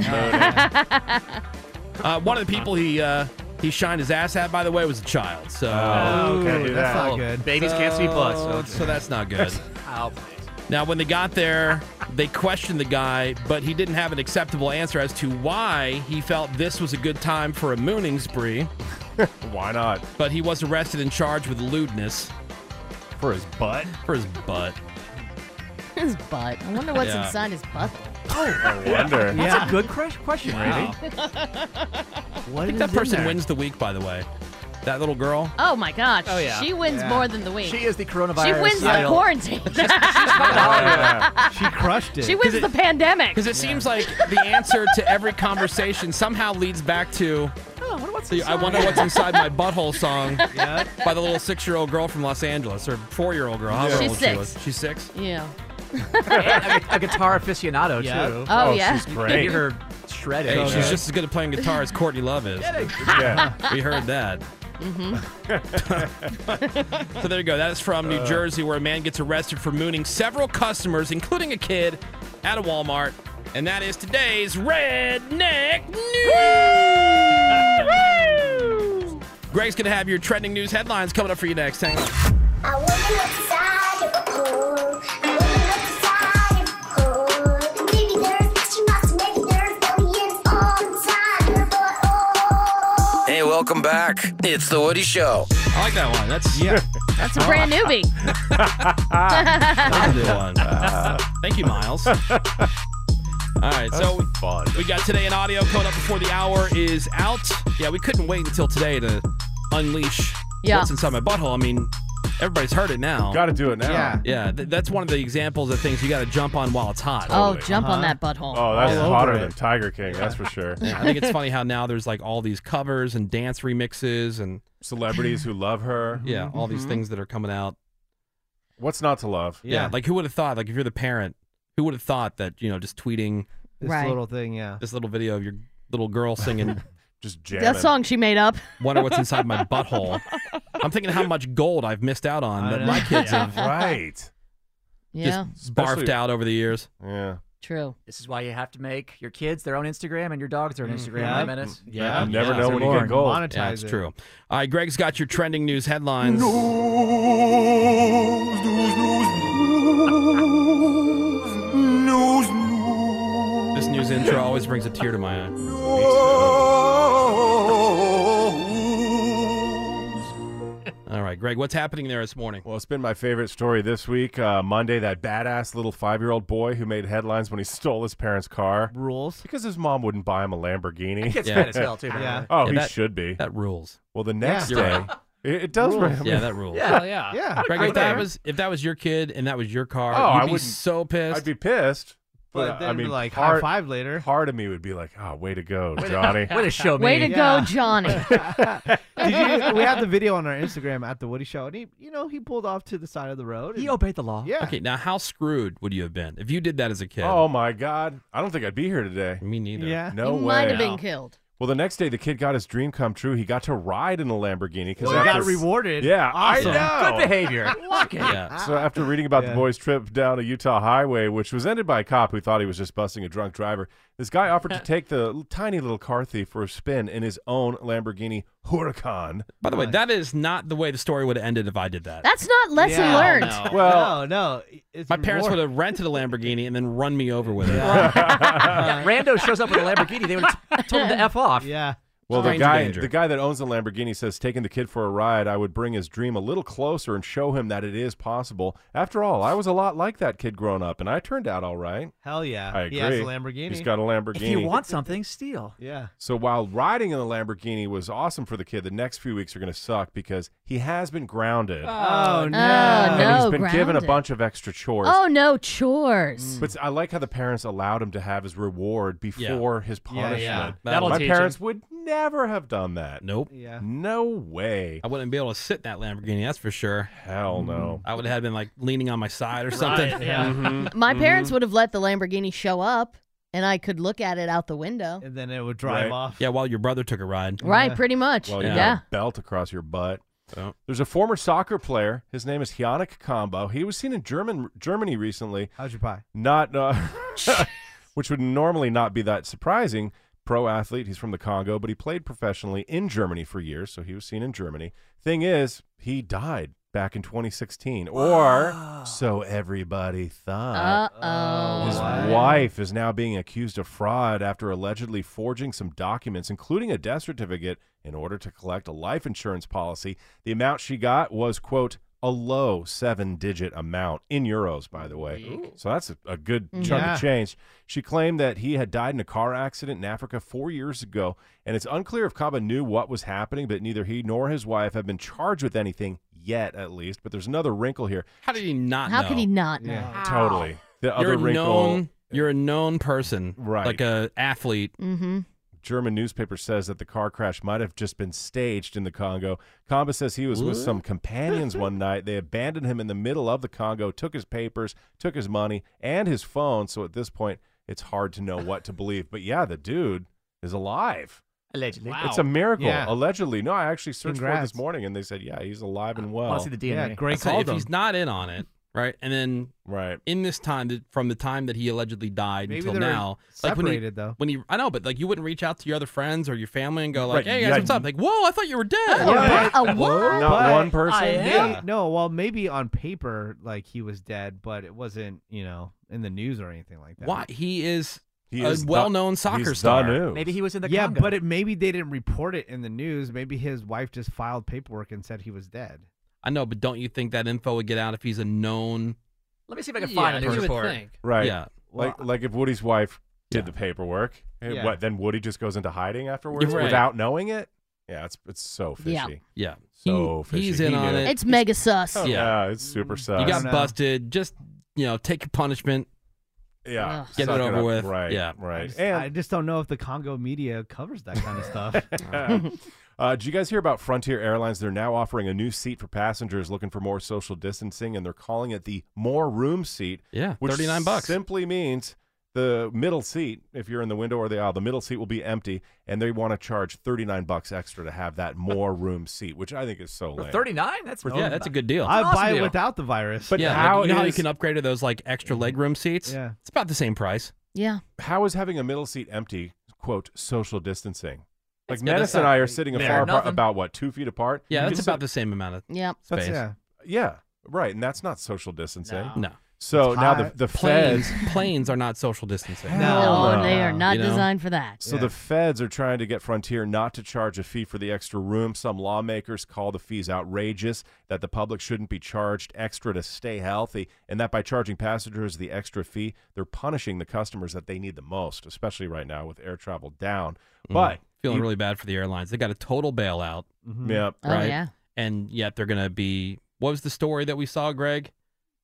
Speaker 5: uh, one of the people he uh, he shined his ass at, by the way, was a child. So
Speaker 10: Oh, can't do
Speaker 6: Ooh,
Speaker 10: that.
Speaker 6: that's not good.
Speaker 10: Babies can't see butts.
Speaker 5: so, so that's not good.
Speaker 10: *laughs* Ow, please.
Speaker 5: Now, when they got there, they questioned the guy, but he didn't have an acceptable answer as to why he felt this was a good time for a mooning spree.
Speaker 8: *laughs* Why not?
Speaker 5: But he was arrested and charged with lewdness
Speaker 10: For his butt?
Speaker 5: for his butt.
Speaker 7: *laughs* His butt. I wonder what's
Speaker 5: Yeah.
Speaker 7: inside his butt.
Speaker 8: *laughs* I wonder.
Speaker 6: Yeah.
Speaker 9: That's a good crush question, Randy.
Speaker 6: What is
Speaker 5: That
Speaker 6: in
Speaker 5: person
Speaker 6: there?
Speaker 5: wins the week, by the way. That little girl.
Speaker 7: Oh my gosh.
Speaker 10: Oh, yeah.
Speaker 7: She wins
Speaker 6: Yeah.
Speaker 7: more than the week.
Speaker 10: She is the coronavirus.
Speaker 7: She wins the
Speaker 10: idol.
Speaker 7: quarantine. *laughs*
Speaker 8: Oh,
Speaker 6: She crushed it.
Speaker 7: she wins the pandemic.
Speaker 5: Because it seems like the answer to every conversation somehow leads back to the Oh, I wonder what's inside my butthole *laughs* song
Speaker 6: Yeah.
Speaker 5: by the little six year old girl from Los Angeles or four year old girl. How
Speaker 7: She's
Speaker 5: old she
Speaker 7: six.
Speaker 5: was. She's six?
Speaker 7: yeah.
Speaker 10: And a, a guitar aficionado,
Speaker 6: Yeah.
Speaker 10: too.
Speaker 7: Oh, yeah.
Speaker 8: she's
Speaker 10: You can
Speaker 8: great.
Speaker 10: hear her shredded.
Speaker 5: Hey, she's just as good at playing guitar as Courtney Love is.
Speaker 8: yeah.
Speaker 5: We heard that.
Speaker 3: Mm-hmm.
Speaker 5: so there you go. That is from New Jersey, where a man gets arrested for mooning several customers, including a kid, at a Walmart. And that is today's Redneck News. Greg's going to have your trending news headlines coming up for you next. Hang on.
Speaker 11: I woke up inside of a pool. I woke up inside of a pool. Maybe there's astronauts, maybe there's aliens all inside of a hole.
Speaker 3: Hey, welcome back. It's The Woody Show.
Speaker 5: I like that one. That's yeah.
Speaker 7: *laughs* That's a brand
Speaker 5: *laughs*
Speaker 7: newbie.
Speaker 5: That's a good one. Thank
Speaker 8: *laughs*
Speaker 5: you, Miles. All right, so we-
Speaker 8: fun.
Speaker 5: we got today in audio coming up before the hour is out. Yeah, we couldn't wait until today to unleash
Speaker 7: Yeah.
Speaker 5: what's inside my butthole. I mean, Everybody's heard it now.
Speaker 8: Got to do it now.
Speaker 5: Yeah, yeah. th- that's one of the examples of things you got to jump on while it's hot.
Speaker 7: Oh, jump on that butthole.
Speaker 8: Oh, that's
Speaker 5: All over
Speaker 8: hotter
Speaker 5: it.
Speaker 8: than Tiger King, that's for sure.
Speaker 5: Yeah, I think it's funny how now there's like all these covers and dance remixes and
Speaker 8: Celebrities who love her.
Speaker 5: Yeah, all these
Speaker 7: Mm-hmm.
Speaker 8: Mhm.
Speaker 5: things that are coming out.
Speaker 8: What's not to love?
Speaker 5: Yeah, like who would have thought? Like if you're the parent, who would have thought that you know just tweeting
Speaker 6: This Right. little thing, yeah,
Speaker 5: this little video of your little girl singing,
Speaker 8: *laughs* just
Speaker 7: *laughs* that song she made up.
Speaker 5: Wonder
Speaker 7: *laughs*
Speaker 5: what's inside my butthole. I'm thinking how much gold I've missed out on that my
Speaker 10: *laughs*
Speaker 5: kids
Speaker 8: *laughs*
Speaker 5: have
Speaker 8: right.
Speaker 7: Yeah.
Speaker 5: just barfed
Speaker 10: Especially-
Speaker 5: out over the years.
Speaker 8: Yeah,
Speaker 7: True.
Speaker 10: This is why you have to make your kids their own Instagram and your dogs their own Instagram.
Speaker 5: Mm, Yeah.
Speaker 10: Wait a minute.
Speaker 5: Yeah,
Speaker 8: never know when you get gold. Monetize
Speaker 5: Yeah, it's
Speaker 8: it.
Speaker 5: true. All right, Greg's got your trending news headlines. This news intro always brings a tear to my eye. All right, Greg, what's happening there this morning?
Speaker 8: Well, it's been my favorite story this week. Uh, Monday, that badass little five-year-old boy who made headlines when he *laughs* stole his parents' car.
Speaker 6: Rules.
Speaker 8: Because his mom wouldn't buy him a Lamborghini.
Speaker 5: That kid's Yeah. fat as hell, too, by the Yeah. way.
Speaker 8: Oh,
Speaker 5: Yeah,
Speaker 8: he
Speaker 5: that-
Speaker 8: should be.
Speaker 5: That rules.
Speaker 8: Well, the next
Speaker 5: You're
Speaker 8: day,
Speaker 5: right.
Speaker 8: it, it does.
Speaker 5: Rules.
Speaker 8: ram-
Speaker 5: Oh, Yeah, that rules.
Speaker 8: Yeah, yeah. Yeah. What a
Speaker 5: Greg,
Speaker 8: great
Speaker 5: if that
Speaker 8: parent.
Speaker 5: was if that was your kid and that was your car,
Speaker 8: Oh,
Speaker 5: you'd
Speaker 8: I
Speaker 5: be
Speaker 8: wouldn't-
Speaker 5: so pissed.
Speaker 8: I'd be pissed.
Speaker 6: But
Speaker 8: uh,
Speaker 6: then
Speaker 8: I
Speaker 6: be
Speaker 8: mean,
Speaker 6: like, high five later.
Speaker 8: Part of me would be like, oh, way to go,
Speaker 6: to-
Speaker 8: Johnny.
Speaker 6: way
Speaker 5: *laughs*
Speaker 6: to show
Speaker 7: Way to go, Johnny.
Speaker 6: *laughs*
Speaker 5: Oh,
Speaker 6: Did you, we have the video on our Instagram at the Woody Show, and he, you know, he pulled off to the side of the road. He
Speaker 10: obeyed the law.
Speaker 6: Yeah.
Speaker 5: Okay, now how screwed would you have been if you did that as a kid?
Speaker 8: Oh my God! I don't think I'd be here today.
Speaker 5: Me neither.
Speaker 6: Yeah.
Speaker 8: No
Speaker 7: you
Speaker 8: way.
Speaker 7: might have been killed.
Speaker 8: Well, the next day, the kid got his dream come true. He got to ride in a Lamborghini because
Speaker 6: He got rewarded.
Speaker 8: Yeah,
Speaker 6: Awesome.
Speaker 8: I know.
Speaker 3: *laughs*
Speaker 6: Good behavior.
Speaker 8: Lucky.
Speaker 5: Yeah.
Speaker 8: *laughs* So after reading about the boy's trip down a Utah highway, which was ended by a cop who thought he was just busting a drunk driver, this guy
Speaker 6: *laughs*
Speaker 8: offered to take the l- tiny little car thief for a spin in his own Lamborghini Huracan.
Speaker 5: By the way, that is not the way the story would have ended if I did that.
Speaker 7: That's not lesson learned. *laughs*
Speaker 5: Well,
Speaker 6: no, it's
Speaker 5: my parents would have rented a Lamborghini and then run me over with it.
Speaker 10: *laughs* Yeah, Rando shows up with a Lamborghini. They would have told him to f off.
Speaker 6: Yeah.
Speaker 8: Well, the
Speaker 5: Stranger
Speaker 8: guy,
Speaker 5: danger.
Speaker 8: the guy that owns the Lamborghini says, taking the kid for a ride, I would bring his dream a little closer and show him that it is possible. After all, I was a lot like that kid growing up, and I turned out all right.
Speaker 6: Hell yeah.
Speaker 8: I agree.
Speaker 6: He has a Lamborghini.
Speaker 8: He's got a Lamborghini.
Speaker 10: If you want something, steal.
Speaker 6: Yeah.
Speaker 8: So while riding in the Lamborghini was awesome for the kid, the next few weeks are going to suck because he has been grounded.
Speaker 7: Oh, no.
Speaker 8: And he's
Speaker 7: no,
Speaker 8: been given a
Speaker 7: grounded.
Speaker 8: bunch of extra chores. Mm.
Speaker 7: Oh no, chores.
Speaker 8: But I like how the parents allowed him to have his reward before his
Speaker 5: Yeah, yeah.
Speaker 8: punishment.
Speaker 5: That'll
Speaker 8: My
Speaker 5: teach
Speaker 8: parents
Speaker 5: him.
Speaker 8: would never have done that.
Speaker 5: *laughs* Nope.
Speaker 6: Yeah.
Speaker 8: No way.
Speaker 5: I wouldn't be able to sit in that Lamborghini, that's for sure.
Speaker 8: Hell no.
Speaker 5: I would have been like leaning on my side or something.
Speaker 7: yeah.
Speaker 5: Mm-hmm. *laughs*
Speaker 7: My parents would have let the Lamborghini show up and I could look at it out the window.
Speaker 6: And then it would drive
Speaker 8: Right.
Speaker 6: off.
Speaker 5: Yeah, while your brother took a ride.
Speaker 7: Right, pretty much.
Speaker 8: Well, you
Speaker 7: yeah.
Speaker 8: got a belt across your butt.
Speaker 5: Oh.
Speaker 8: There's a former soccer player. His name is Yannick Combo. He was seen in German Germany recently.
Speaker 6: How's your pie?
Speaker 7: *laughs*
Speaker 8: Not, uh, *laughs* which would normally not be that surprising. Pro athlete. He's from the Congo, but he played professionally in Germany for years, so he was seen in Germany. Thing is, he died back in 2016, or so everybody thought.
Speaker 3: *laughs*
Speaker 7: Uh-oh.
Speaker 8: His wife is now being accused of fraud after allegedly forging some documents, including a death certificate, in order to collect a life insurance policy. The amount she got was, quote, a low seven digit amount in euros, by the way. So that's a, a good chunk
Speaker 6: Yeah.
Speaker 8: of change. She claimed that he had died in a car accident in Africa four years ago, and it's unclear if Kaba knew what was happening, but neither he nor his wife have been charged with anything yet, at least. But there's another wrinkle here.
Speaker 5: How did he not
Speaker 7: How
Speaker 5: know?
Speaker 7: could he not know?
Speaker 8: Totally. The
Speaker 5: Uh, you're
Speaker 8: other
Speaker 5: a
Speaker 8: wrinkle.
Speaker 5: known you're a known person.
Speaker 8: Right.
Speaker 5: Like a athlete.
Speaker 7: Mm-hmm.
Speaker 8: German newspaper says that the car crash might have just been staged in the Congo. Kamba says he was with some companions one night. They abandoned him in the middle of the Congo, took his papers, took his money, and his phone. So at this point, it's hard to know what
Speaker 5: *laughs*
Speaker 8: to believe. But yeah, the dude is alive.
Speaker 10: Allegedly.
Speaker 8: It's a miracle,
Speaker 6: Yeah.
Speaker 8: allegedly. No, I actually searched for it
Speaker 6: Congrats.
Speaker 8: this morning, and they said, yeah, he's alive and well.
Speaker 10: see the DNA.
Speaker 6: Yeah, great
Speaker 5: So
Speaker 6: call.
Speaker 5: if he's not in on it, right? And then
Speaker 8: right.
Speaker 5: in this time that- from the time that he allegedly died
Speaker 6: Maybe
Speaker 5: until
Speaker 6: they're
Speaker 5: now. when he,
Speaker 6: separated, though.
Speaker 5: When he I know, but like you wouldn't reach out to your other friends or your family and go
Speaker 8: Right,
Speaker 5: like, Hey guys,
Speaker 8: yeah.
Speaker 5: what's up? Like, whoa, I thought you were dead.
Speaker 7: A what?
Speaker 8: Not
Speaker 6: But
Speaker 8: one person.
Speaker 10: I am-
Speaker 8: Yeah.
Speaker 6: No, well, maybe on paper, like he was dead, but it wasn't, you know, in the news or anything like that.
Speaker 5: Why he is
Speaker 8: He
Speaker 5: a
Speaker 8: is the-
Speaker 5: well-known soccer
Speaker 8: he's the
Speaker 5: star.
Speaker 8: news.
Speaker 10: Maybe he was in the
Speaker 6: yeah,
Speaker 10: Congo.
Speaker 6: but it, maybe they didn't report it in the news. Maybe his wife just filed paperwork and said he was dead.
Speaker 5: I know, but don't you think that info would get out if he's a known?
Speaker 10: Let me see if I can find a news report.
Speaker 8: Right.
Speaker 5: Yeah.
Speaker 8: Like like if Woody's wife did the paperwork, eh,
Speaker 6: Yeah.
Speaker 8: what then Woody just goes into hiding afterwards
Speaker 5: You're right.
Speaker 8: without knowing it? Yeah, it's it's so fishy.
Speaker 7: Yeah.
Speaker 5: Yeah.
Speaker 8: So fishy.
Speaker 5: he's in
Speaker 8: He
Speaker 5: on
Speaker 8: knew.
Speaker 5: it.
Speaker 7: It's mega sus. Mm.
Speaker 8: Oh, yeah. it's super sus.
Speaker 5: You got busted. Just you know, take your punishment.
Speaker 8: Yeah.
Speaker 5: Get
Speaker 8: Suck
Speaker 5: it
Speaker 8: it
Speaker 5: over
Speaker 8: up.
Speaker 5: with.
Speaker 8: Right,
Speaker 5: Yeah.
Speaker 8: right.
Speaker 6: I just, I just don't know if the Congo media covers that kind
Speaker 8: *laughs*
Speaker 5: *laughs*
Speaker 6: of stuff.
Speaker 8: uh, did you guys hear about Frontier Airlines? They're now offering a new seat for passengers looking for more social distancing, and they're calling it the more room seat.
Speaker 5: Yeah,
Speaker 8: which
Speaker 5: 39 bucks.
Speaker 8: Simply means the middle seat, if you're in the window or the aisle, the middle seat will be empty, and they want to charge 39 bucks extra to have that more room seat, which I think is so lame.
Speaker 10: 39? That's
Speaker 5: Yeah, that's a good deal.
Speaker 6: I'd buy it without the virus.
Speaker 8: But
Speaker 5: yeah,
Speaker 8: how
Speaker 5: like, you know how you
Speaker 8: is-
Speaker 5: can upgrade to those like extra legroom seats?
Speaker 8: Yeah.
Speaker 5: It's about the same price.
Speaker 7: Yeah.
Speaker 8: How is having a middle seat empty, quote, social distancing? Like,
Speaker 5: yeah,
Speaker 8: Menace
Speaker 5: that's
Speaker 8: and
Speaker 5: not-
Speaker 8: I are sitting
Speaker 5: Yeah.
Speaker 8: afar apart,
Speaker 5: Nothing.
Speaker 8: about what, two feet apart?
Speaker 5: Yeah,
Speaker 8: You
Speaker 5: that's
Speaker 8: can sit-
Speaker 5: about the same amount of
Speaker 7: Yep.
Speaker 5: space.
Speaker 8: Yeah, right. And that's not social distancing.
Speaker 5: No.
Speaker 8: So
Speaker 5: It's
Speaker 8: now the,
Speaker 5: hot.
Speaker 8: the
Speaker 5: planes
Speaker 8: feds.
Speaker 5: planes are not social distancing.
Speaker 7: No,
Speaker 8: no.
Speaker 7: they are not
Speaker 8: You know?
Speaker 7: designed for that.
Speaker 8: So the feds are trying to get Frontier not to charge a fee for the extra room. Some lawmakers call the fees outrageous, that the public shouldn't be charged extra to stay healthy, and that by charging passengers the extra fee, they're punishing the customers that they need the most, especially right now with air travel down.
Speaker 5: Mhm.
Speaker 8: But
Speaker 5: feeling
Speaker 8: you-
Speaker 5: really bad for the airlines. They got a total bailout.
Speaker 8: Mhm. Yep.
Speaker 7: Oh,
Speaker 5: Right.
Speaker 7: yeah.
Speaker 5: And yet they're going to be. What was the story that we saw, Greg?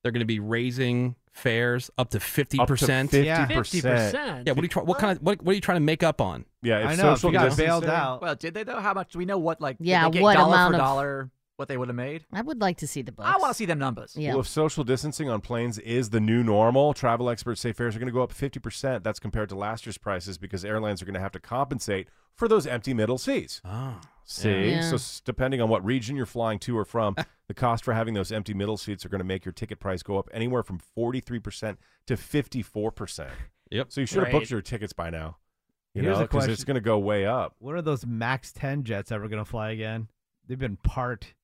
Speaker 5: They're going to be raising fares up to fifty percent.
Speaker 8: 50%. Yeah. 50%?
Speaker 5: Yeah. What are you try, What kind of? What, what are you trying to make up on?
Speaker 8: Yeah.
Speaker 6: I know, if you got bailed out.
Speaker 10: Well, did they though? How much do we know? What like? did
Speaker 7: Yeah,
Speaker 10: They get
Speaker 7: what
Speaker 10: dollar
Speaker 7: amount
Speaker 10: for
Speaker 7: of-
Speaker 10: dollar? What they would have made?
Speaker 7: I would like to see the books.
Speaker 10: I want to see them numbers.
Speaker 8: Well, if social distancing on planes is the new normal, travel experts say fares are going to go up 50%. That's compared to last year's prices because airlines are going to have to compensate for those empty middle seats.
Speaker 5: Ah.
Speaker 8: See?
Speaker 5: Yeah.
Speaker 8: So, s- depending on what region you're flying to or
Speaker 6: *laughs*
Speaker 8: from, the cost for having those empty middle seats are going to make your ticket price go up anywhere from 43% to 54%.
Speaker 5: Yep.
Speaker 8: So, you should have
Speaker 6: Right.
Speaker 8: booked your tickets by now. You
Speaker 6: Here's
Speaker 8: know,
Speaker 6: a
Speaker 8: because it's
Speaker 6: question.
Speaker 8: going to go way up.
Speaker 6: When are those Max 10 jets ever going to fly again? They've been parked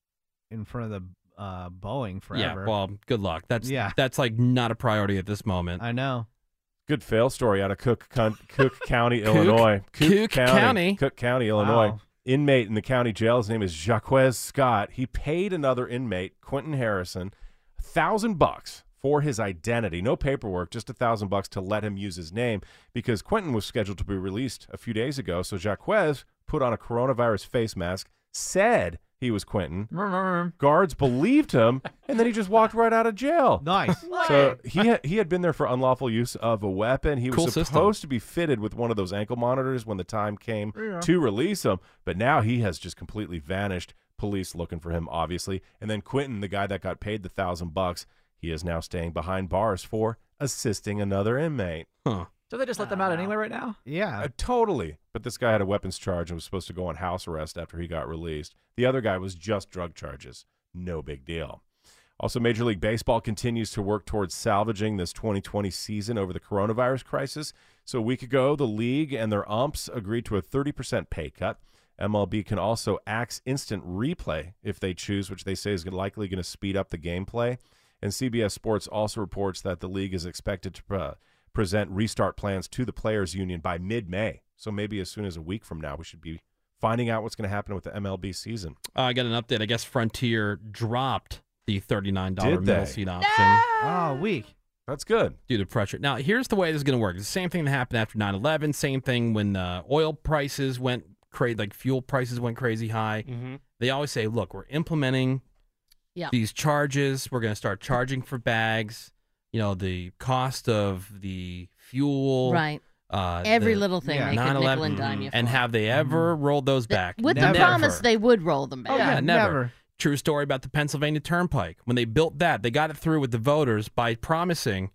Speaker 6: in front of the uh, Boeing forever.
Speaker 5: Yeah. Well, good luck. That's
Speaker 6: Yeah.
Speaker 5: That's like not a priority at this moment.
Speaker 6: I know.
Speaker 8: Good fail story out of Cook, Con- Cook County, Illinois.
Speaker 5: Cook County.
Speaker 8: Cook County, Illinois.
Speaker 6: Wow.
Speaker 8: Inmate in the county jail. His name is Jacques Scott. He paid another inmate, Quentin Harrison, a thousand bucks for his identity. No paperwork, just a thousand bucks to let him use his name because Quentin was scheduled to be released a few days ago. So Jacques put on a coronavirus face mask, said he was Quentin.
Speaker 3: Oh.
Speaker 8: Guards believed him, and then he just walked right out of jail.
Speaker 6: Nice.
Speaker 8: So he had, he had been there for unlawful use of a weapon. He
Speaker 5: Cool
Speaker 8: was
Speaker 5: system.
Speaker 8: supposed to be fitted with one of those ankle monitors when the time came
Speaker 5: Yeah.
Speaker 8: to release him, but now he has just completely vanished. Police looking for him, obviously. And then Quentin, the guy that got paid the thousand bucks, he is now staying behind bars for assisting another inmate.
Speaker 5: Huh.
Speaker 10: So they just let them out anyway right now?
Speaker 6: Yeah.
Speaker 8: Uh, totally. But this guy had a weapons charge and was supposed to go on house arrest after he got released. The other guy was just drug charges. No big deal. Also, Major League Baseball continues to work towards salvaging this 2020 season over the coronavirus crisis. So, a week ago, the league and their umps agreed to a 30% pay cut. MLB can also axe instant replay if they choose, which they say is likely going to speed up the gameplay. And CBS Sports also reports that the league is expected to uh, present restart plans to the players' union by mid May. So, maybe as soon as a week from now, we should be finding out what's going to happen with the MLB season.
Speaker 5: Uh, I got an update. I guess Frontier dropped the thirty-nine dollar
Speaker 8: Did
Speaker 5: middle
Speaker 8: they?
Speaker 5: seat option.
Speaker 6: Oh, weak.
Speaker 8: That's good.
Speaker 5: Due to pressure. Now, here's the way this is going to work. It's the same thing that happened after 9/11. Same thing when uh, oil prices went crazy, like fuel prices went crazy high.
Speaker 8: Mm-hmm.
Speaker 5: They always say, "Look, we're implementing
Speaker 7: Yeah.
Speaker 5: these charges. We're going to start charging for bags. You know, the cost of the fuel,
Speaker 7: Right.
Speaker 5: Uh,
Speaker 7: Every
Speaker 5: the
Speaker 7: little thing they could nickel
Speaker 5: 9/11
Speaker 7: and dime you
Speaker 5: And have they
Speaker 8: Mm-hmm.
Speaker 5: ever rolled those back?
Speaker 7: With the promise they would roll them back.
Speaker 5: Oh, yeah, never. True story about the Pennsylvania Turnpike. When they built that, they got it through with the voters by promising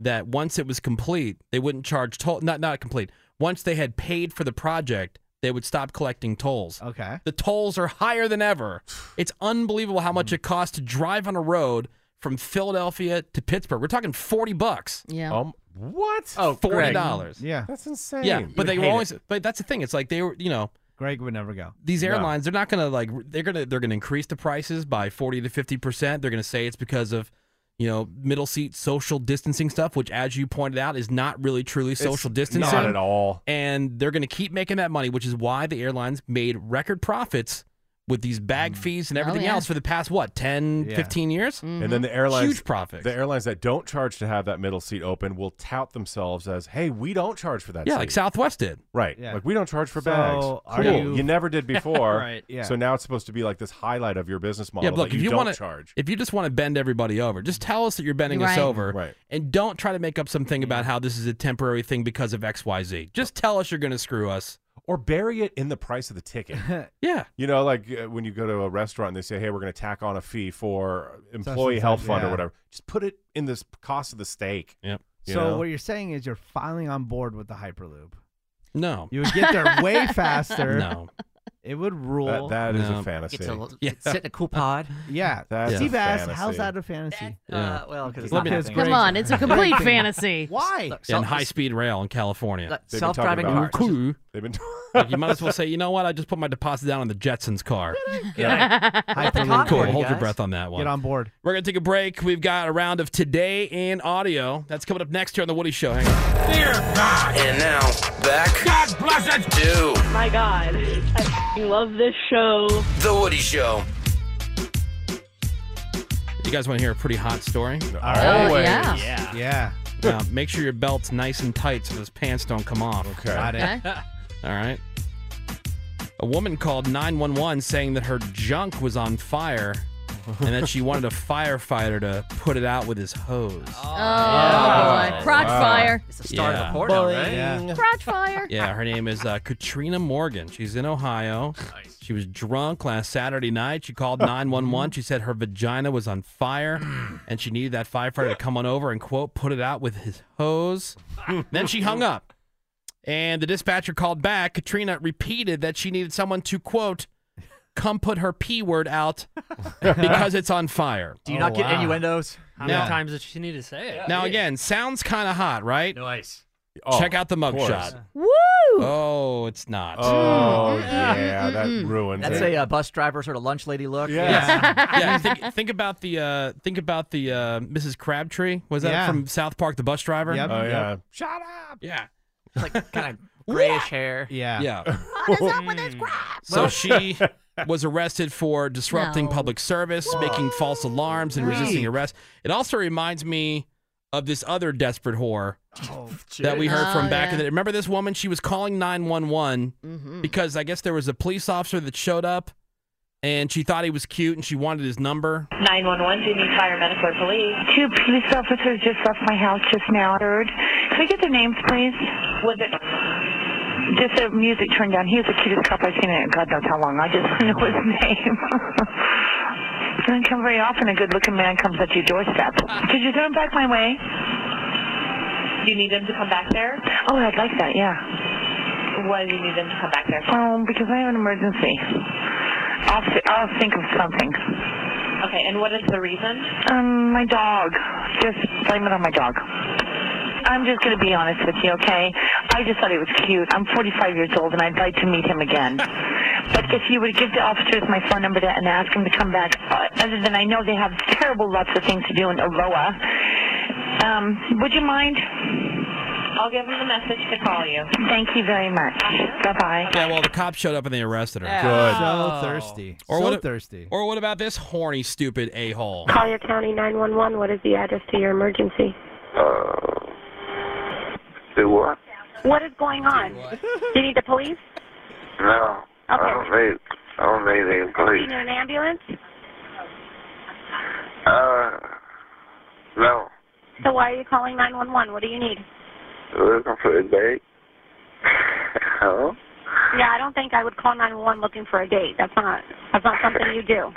Speaker 5: that once it was complete, they wouldn't charge toll. Not not complete. Once they had paid for the project, they would stop collecting tolls.
Speaker 6: Okay.
Speaker 5: The tolls are higher than ever. It's unbelievable how much it costs to drive on a road from Philadelphia to Pittsburgh. We're talking forty bucks.
Speaker 7: Yeah.
Speaker 8: Um, what?
Speaker 5: Oh, forty dollars.
Speaker 6: Yeah.
Speaker 8: That's insane.
Speaker 5: Yeah,
Speaker 8: You
Speaker 5: but they
Speaker 8: hate
Speaker 5: were
Speaker 8: it.
Speaker 5: always. But that's the thing. It's like they were, you know,
Speaker 6: Greg would never go.
Speaker 5: these
Speaker 6: No.
Speaker 5: airlines they're not gonna like they're gonna they're gonna increase the prices by 40 to 50 percent they're gonna say it's because of you know middle seat social distancing stuff which as you pointed out is not really truly
Speaker 8: It's
Speaker 5: social distancing
Speaker 8: not at all.
Speaker 5: and they're gonna keep making that money which is why the airlines made record profits with these bag fees and everything
Speaker 12: yeah.
Speaker 5: else for the past what 10
Speaker 8: Mm. Yeah.
Speaker 5: 15 years
Speaker 8: And then the airlines,
Speaker 5: Mm-hmm. huge profit
Speaker 8: The airlines that don't charge to have that middle seat open will tout themselves as, "Hey, we don't charge for that."
Speaker 5: yeah
Speaker 8: seat.
Speaker 5: like southwest did
Speaker 8: Right.
Speaker 5: Yeah.
Speaker 8: Like we don't charge for
Speaker 5: So,
Speaker 8: bags.
Speaker 5: are
Speaker 8: Cool.
Speaker 5: you-
Speaker 8: You, never
Speaker 5: *laughs*
Speaker 8: did before.
Speaker 5: Right, yeah.
Speaker 8: So now it's supposed to be like this highlight of your business model.
Speaker 5: yeah but look
Speaker 8: that
Speaker 5: if
Speaker 8: you,
Speaker 5: you,
Speaker 8: don't
Speaker 5: want to
Speaker 8: charge.
Speaker 5: if you just want to bend everybody over just tell us that you're bending us
Speaker 8: Right.
Speaker 5: over
Speaker 8: Right. Mm-hmm.
Speaker 5: and don't try to make up something about how this is a temporary thing because of xyz just tell us you're going to screw us
Speaker 8: or bury it in the price of the ticket
Speaker 5: yeah.
Speaker 8: You know, like uh, when you go to a restaurant and they say, "Hey, we're going to tack on a fee for employee
Speaker 6: Such and
Speaker 8: health
Speaker 6: such,
Speaker 8: fund
Speaker 6: yeah.
Speaker 8: or whatever." Just put it in this cost of the steak.
Speaker 5: Yep.
Speaker 8: You
Speaker 6: so
Speaker 8: know?
Speaker 6: what you're saying is you're finally on board with the Hyperloop.
Speaker 5: No.
Speaker 6: You would get there way faster.
Speaker 5: No.
Speaker 6: It would rule.
Speaker 8: That- that is a No. fantasy. It's a-
Speaker 10: Yeah. sit in a cool pod.
Speaker 3: *laughs*
Speaker 6: Yeah.
Speaker 8: That's a
Speaker 6: Steve asked,
Speaker 8: fantasy.
Speaker 6: how's that a fantasy?
Speaker 10: Yeah. uh, well, 'cause it's
Speaker 5: Let
Speaker 10: not
Speaker 5: me-
Speaker 10: happening.
Speaker 7: Come on, it's a complete fantasy.
Speaker 6: *laughs* Why?
Speaker 5: and high speed rail in California.
Speaker 10: Like They've been talking self-driving about- cars.
Speaker 5: Cool.
Speaker 8: They've been.
Speaker 5: *laughs* like you
Speaker 8: *laughs*
Speaker 5: might as well say, you know what? I just put my deposit down on the Jetsons car.
Speaker 6: Hyperloop.
Speaker 5: Cool. Hold your breath on that one.
Speaker 6: Get on board.
Speaker 5: We're gonna take a break. We've got a round of today in audio. That's coming up next here on the Woody Show. Hang on.
Speaker 3: And now, back. God bless it. To
Speaker 13: My God, I f***ing love this show.
Speaker 3: The Woody Show.
Speaker 5: You guys want to hear a pretty hot story?
Speaker 3: Oh, Always. yeah. Yeah.
Speaker 6: Yeah.
Speaker 5: Now make sure your belt's nice and tight so those pants don't come off. Okay.
Speaker 6: Got it. Okay.
Speaker 5: All right. A woman called 911 saying that her junk was on fire and that she wanted a firefighter to put it out with his hose.
Speaker 7: Oh,
Speaker 5: Yeah.
Speaker 7: boy. Crotch
Speaker 5: Wow.
Speaker 7: fire.
Speaker 5: It's
Speaker 10: the start of
Speaker 5: *laughs* Yeah.
Speaker 10: the porno, right?
Speaker 5: Boing.
Speaker 7: Crotch
Speaker 5: *laughs*
Speaker 7: fire.
Speaker 5: Yeah, her name is uh, Katrina Morgan. She's in Ohio. Nice. She was drunk last Saturday night. She called
Speaker 9: Oh.
Speaker 5: 911. She said her vagina was on
Speaker 9: *clears throat*
Speaker 5: fire and she needed that firefighter to come on over and, quote, put it out with his
Speaker 9: *laughs*
Speaker 5: hose. then she hung up. And the dispatcher called back. Katrina repeated that she needed someone to, quote, come put her P word
Speaker 9: *laughs*
Speaker 5: out because it's on fire.
Speaker 10: Do you
Speaker 9: Oh,
Speaker 10: not get innuendos?
Speaker 9: How
Speaker 5: No.
Speaker 9: many times did she need to say it?
Speaker 5: Now, again, sounds kind of hot, right?
Speaker 9: Nice. Oh,
Speaker 5: Check out the
Speaker 9: of course.
Speaker 5: mugshot.
Speaker 7: Woo!
Speaker 5: Oh, it's not.
Speaker 8: Oh, yeah, that ruins
Speaker 10: That's
Speaker 8: it.
Speaker 10: a uh, bus driver sort of lunch lady look.
Speaker 6: *laughs*
Speaker 5: Yeah. yeah. Think, think about the uh, think about the uh, Mrs. Crabtree. Was that
Speaker 10: Yeah.
Speaker 5: from South Park, the bus driver?
Speaker 10: Yep.
Speaker 8: Oh, yeah.
Speaker 10: Shut
Speaker 5: up. Yeah. *laughs*
Speaker 10: like kind of grayish hair.
Speaker 6: Yeah.
Speaker 5: Yeah.
Speaker 11: What is up with this crap?
Speaker 3: *laughs*
Speaker 5: So she was arrested for disrupting public service, making false alarms, and resisting
Speaker 11: Right.
Speaker 5: arrest. It also reminds me of this other desperate whore that we heard
Speaker 11: Oh,
Speaker 5: from back in
Speaker 11: yeah.
Speaker 5: the Remember this woman? She was calling 911 because I guess there was a police officer that showed up and she thought he was cute and she wanted his number.
Speaker 14: 911, do you need fire, medical, or police? Two police officers just left my house just now. Third. Can we get their names, please? Was it... Just the music turned down. He was the cutest cop I've seen in God knows how long. I just don't know his name. *laughs* Doesn't come very often a good-looking man comes at your doorstep. Could you throw him back my way? Do you need them to come back there? Oh, I'd like that, yeah. Why do you need them to come back there? Um, because I have an emergency. I'll, th- I'll think of something. Okay, and what is the reason? Um, my dog. Just blame it on my dog. I'm just going to be honest with you, okay? I just thought he was cute. I'm 45 years old, and I'd like to meet him *laughs* again. But if you would give the officers my phone number to, and ask them to come back, uh, other than I know they have terrible lots of things to do in Aloha, um, would you mind? I'll give them the message to call you. Thank you very much. Bye-bye.
Speaker 5: Yeah, well, the cops showed up and they arrested her.
Speaker 6: So thirsty.
Speaker 5: Or
Speaker 6: so
Speaker 5: what?
Speaker 6: thirsty.
Speaker 5: Or what about this horny, stupid a hole?
Speaker 15: Call your county 911. What is the address to your emergency?
Speaker 16: Do what?
Speaker 15: What is going on? Do you need the police?
Speaker 16: No. I don't need I don't need any
Speaker 15: Do you
Speaker 16: police.
Speaker 15: need an ambulance?
Speaker 16: Uh no.
Speaker 15: So why are you calling 911? What do you need?
Speaker 16: Looking for a date. *laughs* Huh?
Speaker 15: Yeah, I don't think I would call 911 looking for a date. That's not that's not something you do.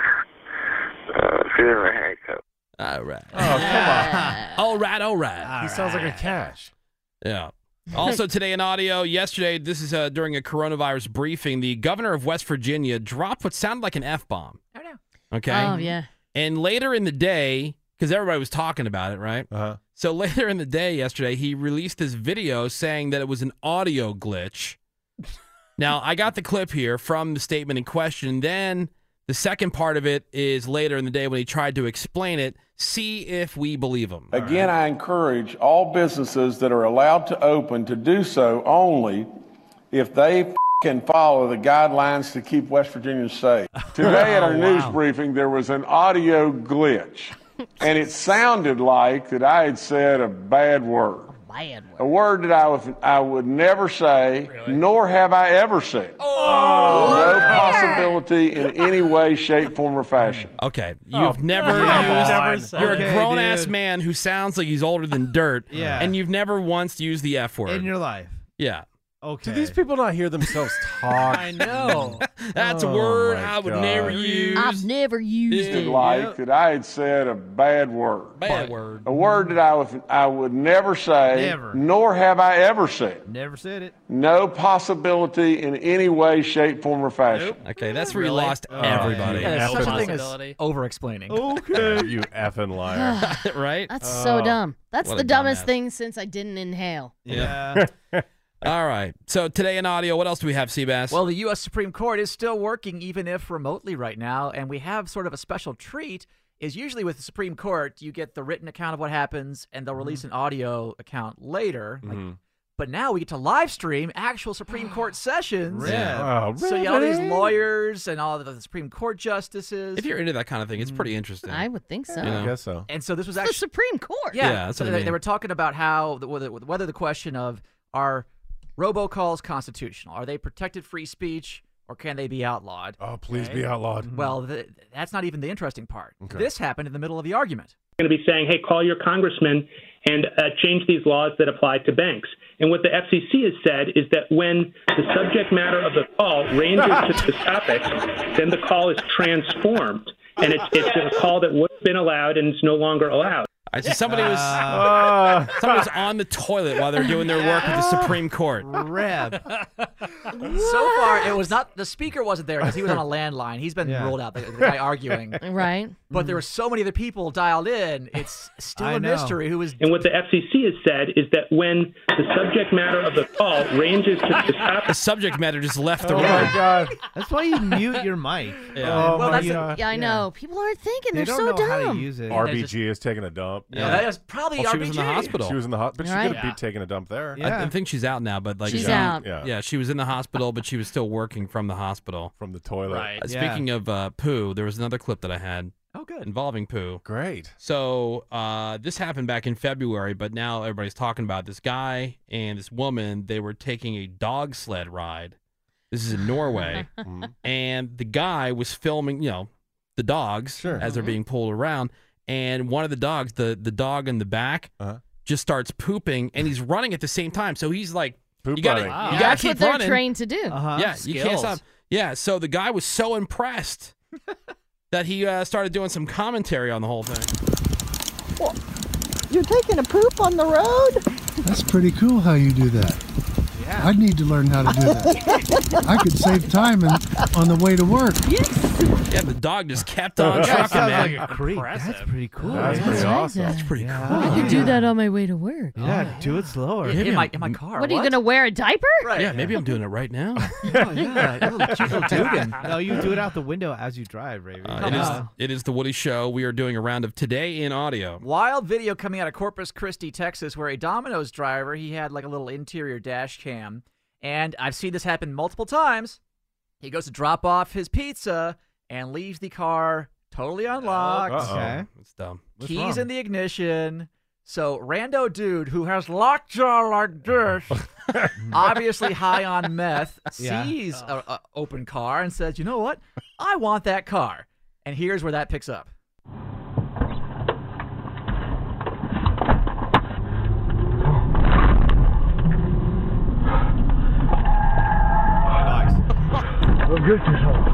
Speaker 16: Uh she's in a handcuff.
Speaker 5: All right. Oh, come on. all right, all right.
Speaker 8: he sounds like a cash.
Speaker 5: Yeah. Also, today in audio, yesterday, this is uh, during a coronavirus briefing, the governor of West Virginia dropped what sounded like an F bomb. Oh, no. Okay.
Speaker 7: Oh, yeah.
Speaker 5: And later in the day, because everybody was talking about it, right? Uh-huh. So *laughs* later in the day yesterday, he released this video saying that it was an audio glitch. now, I got the clip here from the statement in question. Then the second part of it is later in the day when he tried to explain it. See if we believe him.
Speaker 17: Again, I encourage all businesses that are allowed to open to do so only if they
Speaker 12: can follow the guidelines to keep West Virginians
Speaker 5: *laughs*
Speaker 12: safe. Today at our
Speaker 17: Oh,
Speaker 12: news
Speaker 17: wow.
Speaker 12: briefing, there was an audio glitch, and it sounded like that I had said a bad word.
Speaker 7: Bad
Speaker 12: A word that I would, I would never say, nor have I ever said.
Speaker 5: Oh.
Speaker 12: no possibility in any way, shape, form, or fashion.
Speaker 5: Okay, You've never used. You're a grown ass man who sounds like he's older than dirt.
Speaker 6: Yeah.
Speaker 5: and you've never once used the f word
Speaker 6: in your life.
Speaker 5: Yeah.
Speaker 6: Okay.
Speaker 8: Do these people not hear
Speaker 5: *laughs*
Speaker 8: themselves talk? I know.
Speaker 5: That's
Speaker 12: Oh
Speaker 5: a word
Speaker 12: my
Speaker 5: I would
Speaker 12: God.
Speaker 5: never use.
Speaker 7: I've never used
Speaker 12: Sounded
Speaker 7: it.
Speaker 12: like that I had said a bad word.
Speaker 5: Bad word.
Speaker 12: A word that I would, I would never say,
Speaker 6: Never.
Speaker 12: nor have I ever said.
Speaker 6: Never said it.
Speaker 12: No possibility in any way, shape, form, or fashion.
Speaker 5: Okay, that's
Speaker 12: where you Really? lost Oh, everybody.
Speaker 10: Yeah, there's
Speaker 12: Effing
Speaker 10: such a thing
Speaker 12: possibility.
Speaker 10: as over explaining.
Speaker 8: Okay. you effing liar.
Speaker 7: *sighs*
Speaker 5: *laughs* right?
Speaker 7: That's so dumb. That's
Speaker 5: Oh, what
Speaker 7: the
Speaker 5: a
Speaker 7: dumbest
Speaker 5: dumbass.
Speaker 7: thing since I didn't inhale.
Speaker 5: Yeah. *laughs* All right. So today in audio, what else do we have, Seabass?
Speaker 10: Well, the U.S. Supreme Court is still working, even if remotely right now, and we have sort of a special treat. Is usually with the Supreme Court, you get the written account of what happens, and they'll release an audio account later. Like, But now we get to live stream
Speaker 7: *gasps*
Speaker 10: actual Supreme Court sessions.
Speaker 5: Really? Wow,
Speaker 10: So you got all these
Speaker 5: really?
Speaker 10: lawyers and all the Supreme Court justices.
Speaker 5: if you're into that kind of thing, it's pretty interesting.
Speaker 10: I
Speaker 7: would think
Speaker 10: so.
Speaker 8: I guess so.
Speaker 10: And so this was
Speaker 7: It's
Speaker 10: actually
Speaker 7: the Supreme Court.
Speaker 10: Yeah,
Speaker 5: Yeah, that's
Speaker 10: so
Speaker 5: what I
Speaker 10: they, they
Speaker 5: mean.
Speaker 10: were talking about how the, whether, whether the question of are robocalls constitutional? Are they protected free speech, or can they be outlawed?
Speaker 8: Oh, please be outlawed.
Speaker 10: Well, th- that's not even the interesting part.
Speaker 8: Okay.
Speaker 10: This happened in the middle of the argument.
Speaker 18: going to be saying, hey, call your congressman and uh, change these laws that apply to banks. And what the FCC has said is that when the subject matter of the call ranges to this topic, then the call is transformed. And it's, it's a call that would have been allowed and is no longer allowed.
Speaker 5: I see somebody
Speaker 9: Uh. *laughs*
Speaker 5: was *laughs* somebody was on the toilet while they're doing their work at the Supreme Court.
Speaker 6: Reb.
Speaker 10: so far, it was not the speaker wasn't there because he was on a landline. He's been
Speaker 5: Yeah.
Speaker 10: ruled out. The, the
Speaker 5: *laughs*
Speaker 10: guy arguing,
Speaker 7: right?
Speaker 10: But there were so many other people dialed in. It's still a mystery who was
Speaker 18: And what the FCC has said is that when the subject matter of the call ranges to
Speaker 5: *laughs*
Speaker 18: this topic,
Speaker 5: the subject matter just left the *laughs*
Speaker 6: Oh,
Speaker 5: room.
Speaker 6: my
Speaker 8: God.
Speaker 6: That's why you mute your mic.
Speaker 5: Yeah.
Speaker 6: Oh,
Speaker 7: well,
Speaker 6: my
Speaker 7: that's
Speaker 6: God.
Speaker 7: yeah, I know. People aren't thinking.
Speaker 6: They
Speaker 7: are
Speaker 6: don't
Speaker 7: so
Speaker 6: know how to
Speaker 7: dumb.
Speaker 6: use it.
Speaker 8: RBG is taking a dump.
Speaker 5: Yeah, Yeah. that is
Speaker 10: probably
Speaker 5: Well, she was in the RBG. hospital.
Speaker 8: She was in the hospital, but she
Speaker 5: Right.
Speaker 8: could have be taking a dump there.
Speaker 5: I, I think she's out now, but like
Speaker 8: She's
Speaker 5: yeah.
Speaker 8: out.
Speaker 5: Yeah.
Speaker 8: Yeah.
Speaker 5: she was in the hospital, but she was still working from the hospital,
Speaker 8: from the toilet. Right.
Speaker 5: Uh, speaking of uh, poo, there was another clip that I had.
Speaker 10: Oh, good.
Speaker 5: Involving poo.
Speaker 8: Great.
Speaker 5: So uh, this happened back in February, but now everybody's talking about it. this guy and this woman. They were taking a dog sled ride. This is in Norway, and the guy was filming. You know, the dogs as they're being pulled around, and one of the dogs, the the dog in the back, just starts pooping, and he's running at the same time. So he's like, you gotta,
Speaker 7: Wow.
Speaker 5: you gotta
Speaker 7: That's
Speaker 5: keep
Speaker 7: what they're
Speaker 5: running.
Speaker 7: trained to do.
Speaker 5: Yeah, you can't
Speaker 7: Uh-huh. Skills.
Speaker 5: stop. Yeah, so the guy was so impressed that he uh, started doing some commentary on the whole thing.
Speaker 19: You're taking a poop on the road?
Speaker 20: That's pretty cool how you do that. I'd need to learn how to do that. I could save time and, on the way to work.
Speaker 5: Yeah, the dog just kept on
Speaker 20: That
Speaker 5: trucking,
Speaker 20: sounds
Speaker 5: man.
Speaker 20: like a
Speaker 6: creep. That's pretty cool.
Speaker 5: That's
Speaker 6: man.
Speaker 5: pretty That's right,
Speaker 7: awesome. That's
Speaker 5: pretty
Speaker 6: yeah.
Speaker 7: I could do that on my way to work.
Speaker 6: Yeah, do it slower.
Speaker 7: In- in my- in
Speaker 10: my car.
Speaker 7: What are you gonna wear a diaper?
Speaker 5: Yeah, maybe I'm doing it right now. Uh,
Speaker 6: No, you do it out the window as you drive, Raven.
Speaker 5: Uh, it
Speaker 6: Uh-huh.
Speaker 5: is it is the Woody Show. We are doing a round of today in audio.
Speaker 10: Wild video coming out of Corpus Christi, Texas, where a Domino's driver he had like a little interior dash cam, and I've seen this happen multiple times. He goes to drop off his pizza and leaves the car totally unlocked.
Speaker 5: Uh-oh. it's dumb.
Speaker 10: Keys in the ignition. So rando dude who has lockjaw like
Speaker 5: *laughs*
Speaker 10: this, obviously high on meth,
Speaker 6: Yeah.
Speaker 10: sees
Speaker 5: Oh.
Speaker 10: a, a open car and says, "You know what? I want that car." And here's where that picks up.
Speaker 21: Go get yourself.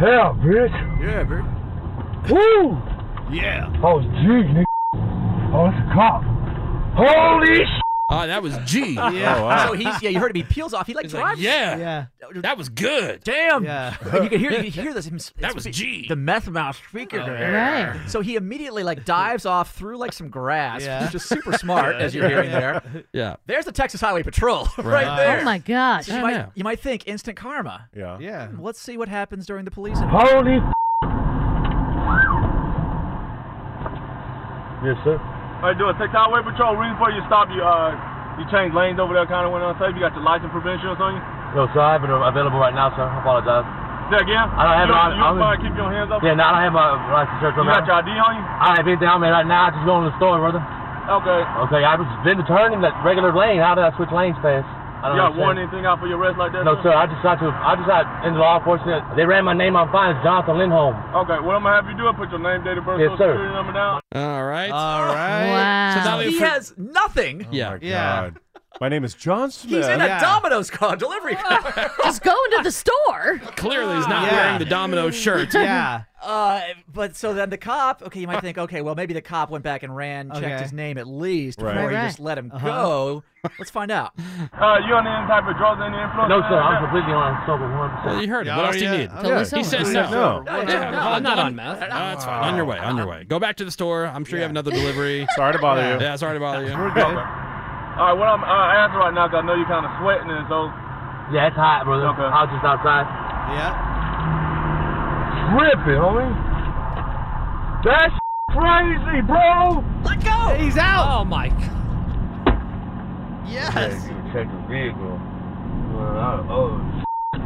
Speaker 21: Hell, bitch.
Speaker 10: Yeah, bro.
Speaker 21: Woo!
Speaker 5: Yeah.
Speaker 21: Oh, jig, nigga. Oh, it's a cop. Holy sh!
Speaker 5: Ah, that was
Speaker 10: *laughs*
Speaker 5: G.
Speaker 10: Yeah. Oh, So he's yeah, you heard him. He peels off. He like
Speaker 5: He's like,
Speaker 10: drives. *laughs*
Speaker 5: "Yeah.
Speaker 10: yeah.
Speaker 5: That was good. *laughs*
Speaker 10: Damn.
Speaker 5: Yeah.
Speaker 10: And *laughs* you can hear
Speaker 5: *laughs*
Speaker 10: you can hear this. Him, that
Speaker 5: was G.
Speaker 10: The meth mouth speaker.
Speaker 5: Oh,
Speaker 10: there.
Speaker 5: yeah.
Speaker 10: *laughs*
Speaker 5: Right.
Speaker 10: So he immediately like dives off through like some grass,
Speaker 5: *laughs* Yeah.
Speaker 10: which is super smart as you're hearing there.
Speaker 5: Yeah.
Speaker 10: There's the Texas Highway Patrol *laughs* right,
Speaker 5: Right.
Speaker 10: there.
Speaker 7: Oh my gosh.
Speaker 10: So you,
Speaker 7: I
Speaker 10: might,
Speaker 7: know.
Speaker 10: you might think instant karma.
Speaker 8: Yeah.
Speaker 10: Yeah. Let's see what happens during the police.
Speaker 21: Holy f- Yes, sir.
Speaker 22: How you doing? Texas Highway Patrol, reason for you to stop you, uh,
Speaker 17: You changed lanes over there, kind of went unsafe. You got your license provisionals on you?
Speaker 22: No, sir, I have it available right now, sir. I apologize.
Speaker 17: Say again?
Speaker 22: I don't have
Speaker 17: you
Speaker 22: it on-
Speaker 17: You don't
Speaker 22: I'm-
Speaker 17: mind keep your hands up?
Speaker 22: Yeah, no, I don't have my license, sir.
Speaker 17: You got your ID on you?
Speaker 22: I have it down, man, right now. I just going to the store, brother.
Speaker 17: Okay.
Speaker 22: Okay, I was been turning that regular lane. How did I switch lanes fast? I
Speaker 17: You
Speaker 22: don't
Speaker 17: got
Speaker 22: understand.
Speaker 17: warning anything out for your arrest like that?
Speaker 22: No, sir, I just tried to, I just tried in the law enforcement. They ran my name on fine. It's Jonathan Lindholm.
Speaker 17: Okay, what I'm gonna have Oh, you do is put your name, date of birth,
Speaker 22: Yes,
Speaker 17: social
Speaker 22: sir.
Speaker 17: security number down.
Speaker 5: All right.
Speaker 17: All
Speaker 5: right. Wow. So now we
Speaker 10: he
Speaker 5: have-
Speaker 10: has nothing.
Speaker 5: yeah.
Speaker 10: God.
Speaker 8: Oh My name is John
Speaker 10: He's
Speaker 8: Smith.
Speaker 10: in a Domino's
Speaker 7: *laughs*
Speaker 10: car delivery car.
Speaker 7: Just going to the store.
Speaker 5: Clearly, he's not
Speaker 10: Yeah.
Speaker 5: wearing the domino shirt. *laughs*
Speaker 10: Uh, but so then the cop. Okay, you might think, okay, well maybe the cop went back and ran, checked
Speaker 17: Okay.
Speaker 10: his name at least
Speaker 22: Right.
Speaker 10: before
Speaker 22: Right,
Speaker 10: he
Speaker 22: right.
Speaker 10: just let him
Speaker 22: Uh-huh.
Speaker 10: go. Let's find
Speaker 17: *laughs*
Speaker 10: out.
Speaker 17: Uh, you on any type of drugs, any influence?
Speaker 22: No, sir, I'm completely on sober 100%.
Speaker 5: Well, you heard him. What else do you need?
Speaker 22: Yeah.
Speaker 5: He said
Speaker 22: Yeah.
Speaker 5: no.
Speaker 22: No.
Speaker 5: Yeah,
Speaker 22: No,
Speaker 5: well,
Speaker 22: I'm not on
Speaker 5: done.
Speaker 22: meth.
Speaker 5: No, that's fine. On your way. On your way. Go back to the store. I'm sure you have another delivery.
Speaker 8: sorry to bother
Speaker 5: yeah.
Speaker 8: you.
Speaker 5: Yeah, sorry to bother you.
Speaker 8: We're
Speaker 17: All
Speaker 8: good.
Speaker 17: right, what I'm uh, asking right now, 'cause I know you're kind of sweating and so.
Speaker 22: Yeah, it's hot, brother. I was just outside.
Speaker 6: Yeah.
Speaker 22: Tripping, homie.
Speaker 21: That's crazy, bro.
Speaker 10: Let go.
Speaker 6: He's out.
Speaker 22: Oh my god.
Speaker 10: Yes.
Speaker 22: Check the vehicle.
Speaker 10: So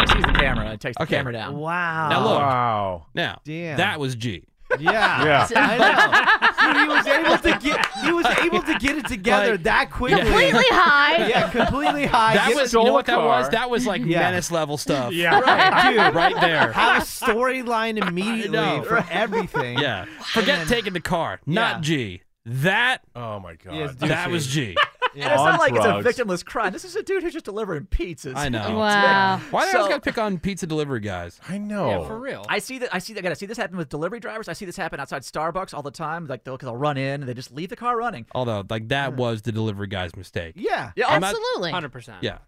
Speaker 10: he sees the camera and takes the
Speaker 5: Okay.
Speaker 10: camera down.
Speaker 6: Wow.
Speaker 5: Now look.
Speaker 8: Wow.
Speaker 5: Now,
Speaker 6: Damn.
Speaker 5: that was G.
Speaker 3: *laughs*
Speaker 6: Yeah.
Speaker 5: Yeah.
Speaker 6: Ah, I know. Dude, he was able to get he was able to get it *laughs* together
Speaker 5: Like,
Speaker 6: that quickly.
Speaker 5: Completely
Speaker 7: high.
Speaker 6: Yeah, completely high.
Speaker 5: That
Speaker 6: Get
Speaker 5: was,
Speaker 6: the
Speaker 5: you know
Speaker 6: door
Speaker 5: what that was?
Speaker 6: car.
Speaker 5: That was like
Speaker 6: Yeah.
Speaker 5: menace level stuff.
Speaker 6: Right, dude.
Speaker 5: right there. *laughs*
Speaker 6: Have a storyline immediately for everything.
Speaker 5: Yeah. Forget taking the car. Not G. That.
Speaker 8: Oh my god.
Speaker 6: Yes, dude.
Speaker 5: that was G.
Speaker 10: And it's not like it's a victimless crime. This is a dude who's just delivering pizzas.
Speaker 5: I know. Why do I
Speaker 10: So-
Speaker 5: always gotta pick on pizza delivery guys?
Speaker 8: I know.
Speaker 10: real. I see that. I see that. I see this happen with delivery drivers. I see this happen outside Starbucks all the time. Like they'll, 'cause they'll run in and they just leave the car running.
Speaker 5: Although, like that was the delivery guy's mistake.
Speaker 6: Yeah.
Speaker 10: Yeah.
Speaker 5: I'm not-
Speaker 7: Absolutely.
Speaker 9: 100%.
Speaker 5: Yeah.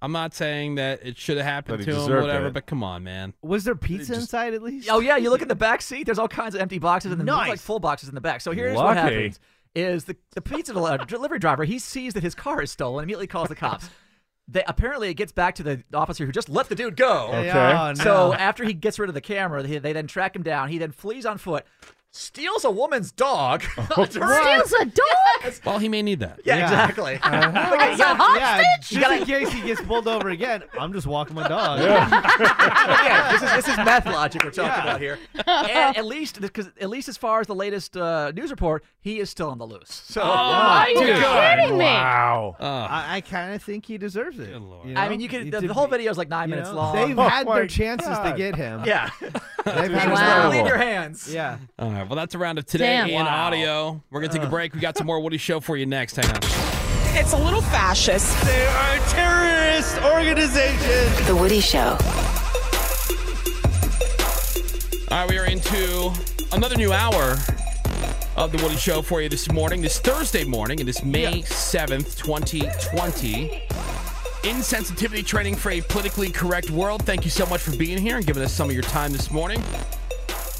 Speaker 5: I'm not saying that it should have happened
Speaker 8: That
Speaker 5: to
Speaker 8: he
Speaker 5: him,
Speaker 8: deserved
Speaker 5: whatever.
Speaker 8: it.
Speaker 5: But come on, man.
Speaker 6: Was there pizza inside at least?
Speaker 10: Oh yeah, you
Speaker 6: *laughs*
Speaker 10: look in the back seat. There's all kinds of empty boxes and then there's like full boxes in the back. So here's what
Speaker 8: Lucky.
Speaker 10: happens: is the, the pizza del- uh, delivery driver he sees that his car is stolen, immediately calls the
Speaker 6: *laughs*
Speaker 10: cops. They, apparently, it gets back to the officer who just let the dude go.
Speaker 8: Okay. Oh,
Speaker 10: So
Speaker 8: no.
Speaker 10: after he gets rid of the camera, they, they then track him down. He then flees on foot, steals a woman's
Speaker 5: *laughs*
Speaker 10: dog. *laughs*
Speaker 7: Steals a dog.
Speaker 5: Well, he may need that.
Speaker 10: Yeah, *laughs* exactly.
Speaker 6: Uh-huh.
Speaker 10: Like, yeah,
Speaker 6: Yeah,
Speaker 10: You
Speaker 6: just
Speaker 10: gotta-
Speaker 6: in case he gets pulled over again, I'm just walking my dog. *laughs*
Speaker 10: Again, this is this is meth logic we're talking about here. And at least because at least as far as the latest uh, news report, he is still on the loose. So
Speaker 5: Oh, Are you
Speaker 10: Dude.
Speaker 5: kidding me?
Speaker 8: Wow.
Speaker 6: I, I kind of think he deserves it. you
Speaker 10: I
Speaker 6: know?
Speaker 10: mean, you can.
Speaker 6: He
Speaker 10: The,
Speaker 6: did-
Speaker 10: the whole video is like nine
Speaker 6: you
Speaker 10: minutes
Speaker 6: know,
Speaker 10: long.
Speaker 6: They've
Speaker 5: Oh
Speaker 6: had their chances to get him.
Speaker 10: Yeah.
Speaker 6: They've
Speaker 5: Dude,
Speaker 6: had
Speaker 5: it's
Speaker 6: their-
Speaker 5: terrible.
Speaker 10: Leave your hands.
Speaker 6: Yeah.
Speaker 5: All right. Well, that's a round of today
Speaker 6: Damn.
Speaker 5: in
Speaker 6: Wow.
Speaker 5: audio. We're gonna take a break. We got some more Woody Show for you next. Hang on.
Speaker 23: It's a little fascist. They are a terrorist organization. The Woody Show.
Speaker 5: All right, we are into another new hour of the Woody Show for you this morning, this Thursday morning, and this May 7th, 2020. Insensitivity training for a politically correct world. Thank you so much for being here and giving us some of your time this morning.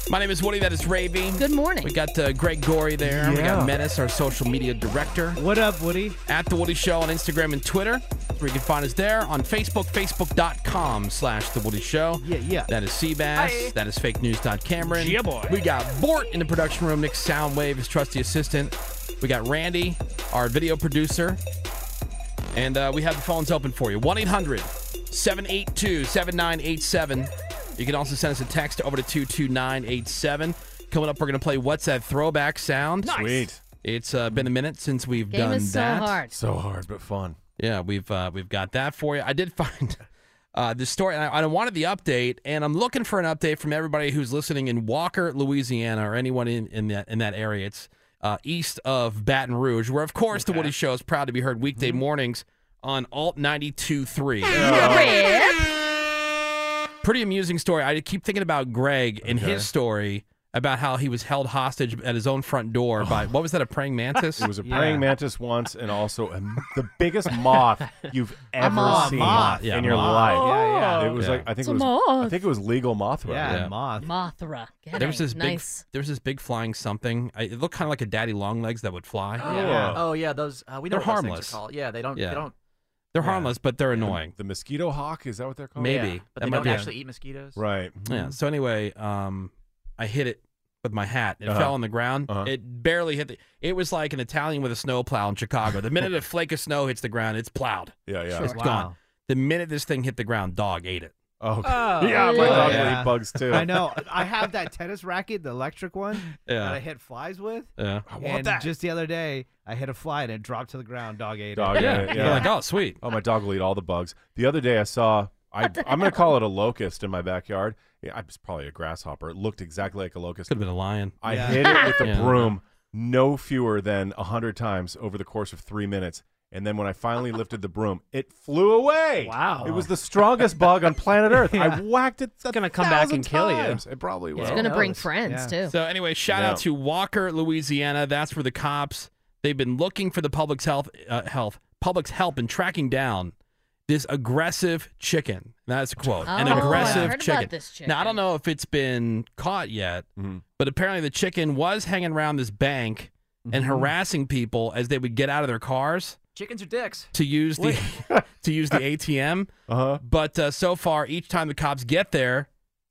Speaker 5: My name is Woody. That is Ravy. Good morning. We got uh, Greg Gorey there. We
Speaker 6: Yeah.
Speaker 5: got Menace, our social media director.
Speaker 6: What up, Woody?
Speaker 5: At The Woody Show on Instagram and Twitter. Where you can find us there on Facebook, facebook.com slash The Woody Show. Yeah, yeah. That is
Speaker 6: Hi.
Speaker 5: Seabass. That is fake news.cameron.
Speaker 6: Yeah, boy.
Speaker 5: We got Bort in the production room, Nick Soundwave, his trusty assistant. We got Randy, our video producer. And uh, we have the phones open for you 1 800 782 7987. You can also send us a text over to 22987. Coming up, we're going to play What's That Throwback Sound.
Speaker 8: Nice. Sweet.
Speaker 5: It's uh, been a minute since we've
Speaker 7: Game
Speaker 5: done
Speaker 7: is so
Speaker 5: that.
Speaker 7: hard.
Speaker 8: So hard, but fun.
Speaker 5: Yeah, we've uh, we've got that for you. I did *laughs* find uh, the story, and I, I wanted the update, and I'm looking for an update from everybody who's listening in Walker, Louisiana, or anyone in, in that in that area. It's uh, east of Baton Rouge, where of course the Woody Show is proud to be heard weekday
Speaker 8: Mm-hmm.
Speaker 5: mornings on Alt 92.3. Pretty amusing story. I keep thinking about Greg and
Speaker 8: Okay.
Speaker 5: his story about how he was held hostage at his own front door by what was that a praying mantis?
Speaker 8: Oh. It was a praying mantis once, and also a, the biggest moth you've
Speaker 5: A
Speaker 8: ever
Speaker 5: moth.
Speaker 8: seen
Speaker 5: Moth.
Speaker 8: in
Speaker 5: Yeah,
Speaker 8: your
Speaker 5: moth.
Speaker 8: life.
Speaker 5: Yeah, yeah.
Speaker 8: It was
Speaker 5: Yeah.
Speaker 8: like I think
Speaker 7: It's
Speaker 8: it
Speaker 7: a
Speaker 8: was I
Speaker 7: moth.
Speaker 8: think it was legal moth.
Speaker 6: moth.
Speaker 7: Mothra. Get
Speaker 5: There was
Speaker 7: it.
Speaker 5: this big,
Speaker 7: nice.
Speaker 5: there was this big flying something. I, it looked kind of like a daddy long legs that would fly.
Speaker 10: Yeah. Oh yeah, those uh, we know
Speaker 5: They're
Speaker 10: what those things
Speaker 5: harmless.
Speaker 10: Are called. Yeah, they don't.
Speaker 5: Yeah.
Speaker 10: They don't.
Speaker 5: They're harmless, but they're annoying.
Speaker 8: The mosquito hawk is that what they're called?
Speaker 5: Maybe
Speaker 10: Yeah, but they
Speaker 5: might
Speaker 10: don't
Speaker 5: be it.
Speaker 10: Mm-hmm. actually eat mosquitoes.
Speaker 8: Right.
Speaker 5: Yeah. So anyway, um, I hit it with my hat. It
Speaker 1: Uh-huh.
Speaker 5: fell on the ground.
Speaker 1: Uh-huh.
Speaker 5: It barely hit the. It was like an Italian with a snow plow in Chicago.
Speaker 8: *laughs*
Speaker 5: The minute a flake of snow hits the ground, it's plowed.
Speaker 8: Yeah, yeah.
Speaker 5: It's
Speaker 8: Sure.
Speaker 5: gone.
Speaker 8: Wow.
Speaker 5: The minute this thing hit the ground, dog ate it.
Speaker 8: Oh, *laughs*
Speaker 6: Oh.
Speaker 8: yeah, my dog will
Speaker 6: Yeah.
Speaker 8: eat bugs too.
Speaker 6: I know. I have that tennis racket, the electric one
Speaker 5: Yeah.
Speaker 6: that I hit flies with.
Speaker 5: Yeah. I want
Speaker 6: and
Speaker 5: that.
Speaker 6: Just the other day, I hit a fly and it dropped to the ground. Dog *laughs* ate
Speaker 8: Dog
Speaker 6: it.
Speaker 8: ate it, yeah.
Speaker 5: oh, sweet.
Speaker 8: Oh, my dog will eat all the bugs. The other day I saw, I,
Speaker 6: What the
Speaker 8: I'm going to call it a locust in my backyard. Yeah, it was probably a grasshopper. It looked exactly like a locust. Could
Speaker 5: have been a lion.
Speaker 8: I
Speaker 5: Yeah.
Speaker 8: hit it with a
Speaker 5: *laughs* Yeah.
Speaker 8: broom no fewer than 100 times over the course of three minutes. And then when I finally lifted the broom, it flew away. Wow. It was the strongest bug on planet
Speaker 5: *laughs*
Speaker 8: Earth. I whacked it. It's going to
Speaker 9: come back and kill you.
Speaker 8: It probably will.
Speaker 7: It's gonna bring friends too.
Speaker 5: So anyway, shout
Speaker 8: Yeah.
Speaker 5: out to Walker, Louisiana. That's where the cops they've been looking for the public's health uh, health public's help in tracking down this aggressive chicken. That's a quote. An
Speaker 7: Oh, I've
Speaker 5: aggressive
Speaker 7: heard about
Speaker 5: chicken.
Speaker 7: this
Speaker 5: Now I don't know if it's been caught yet,
Speaker 8: Mm-hmm.
Speaker 5: but apparently the chicken was hanging around this bank
Speaker 8: Mm-hmm.
Speaker 5: and harassing people as they would get out of their cars
Speaker 10: Chickens are dicks.
Speaker 5: to use the *laughs* to use the ATM.
Speaker 8: Uh-huh.
Speaker 5: But uh, so far, each time the cops get there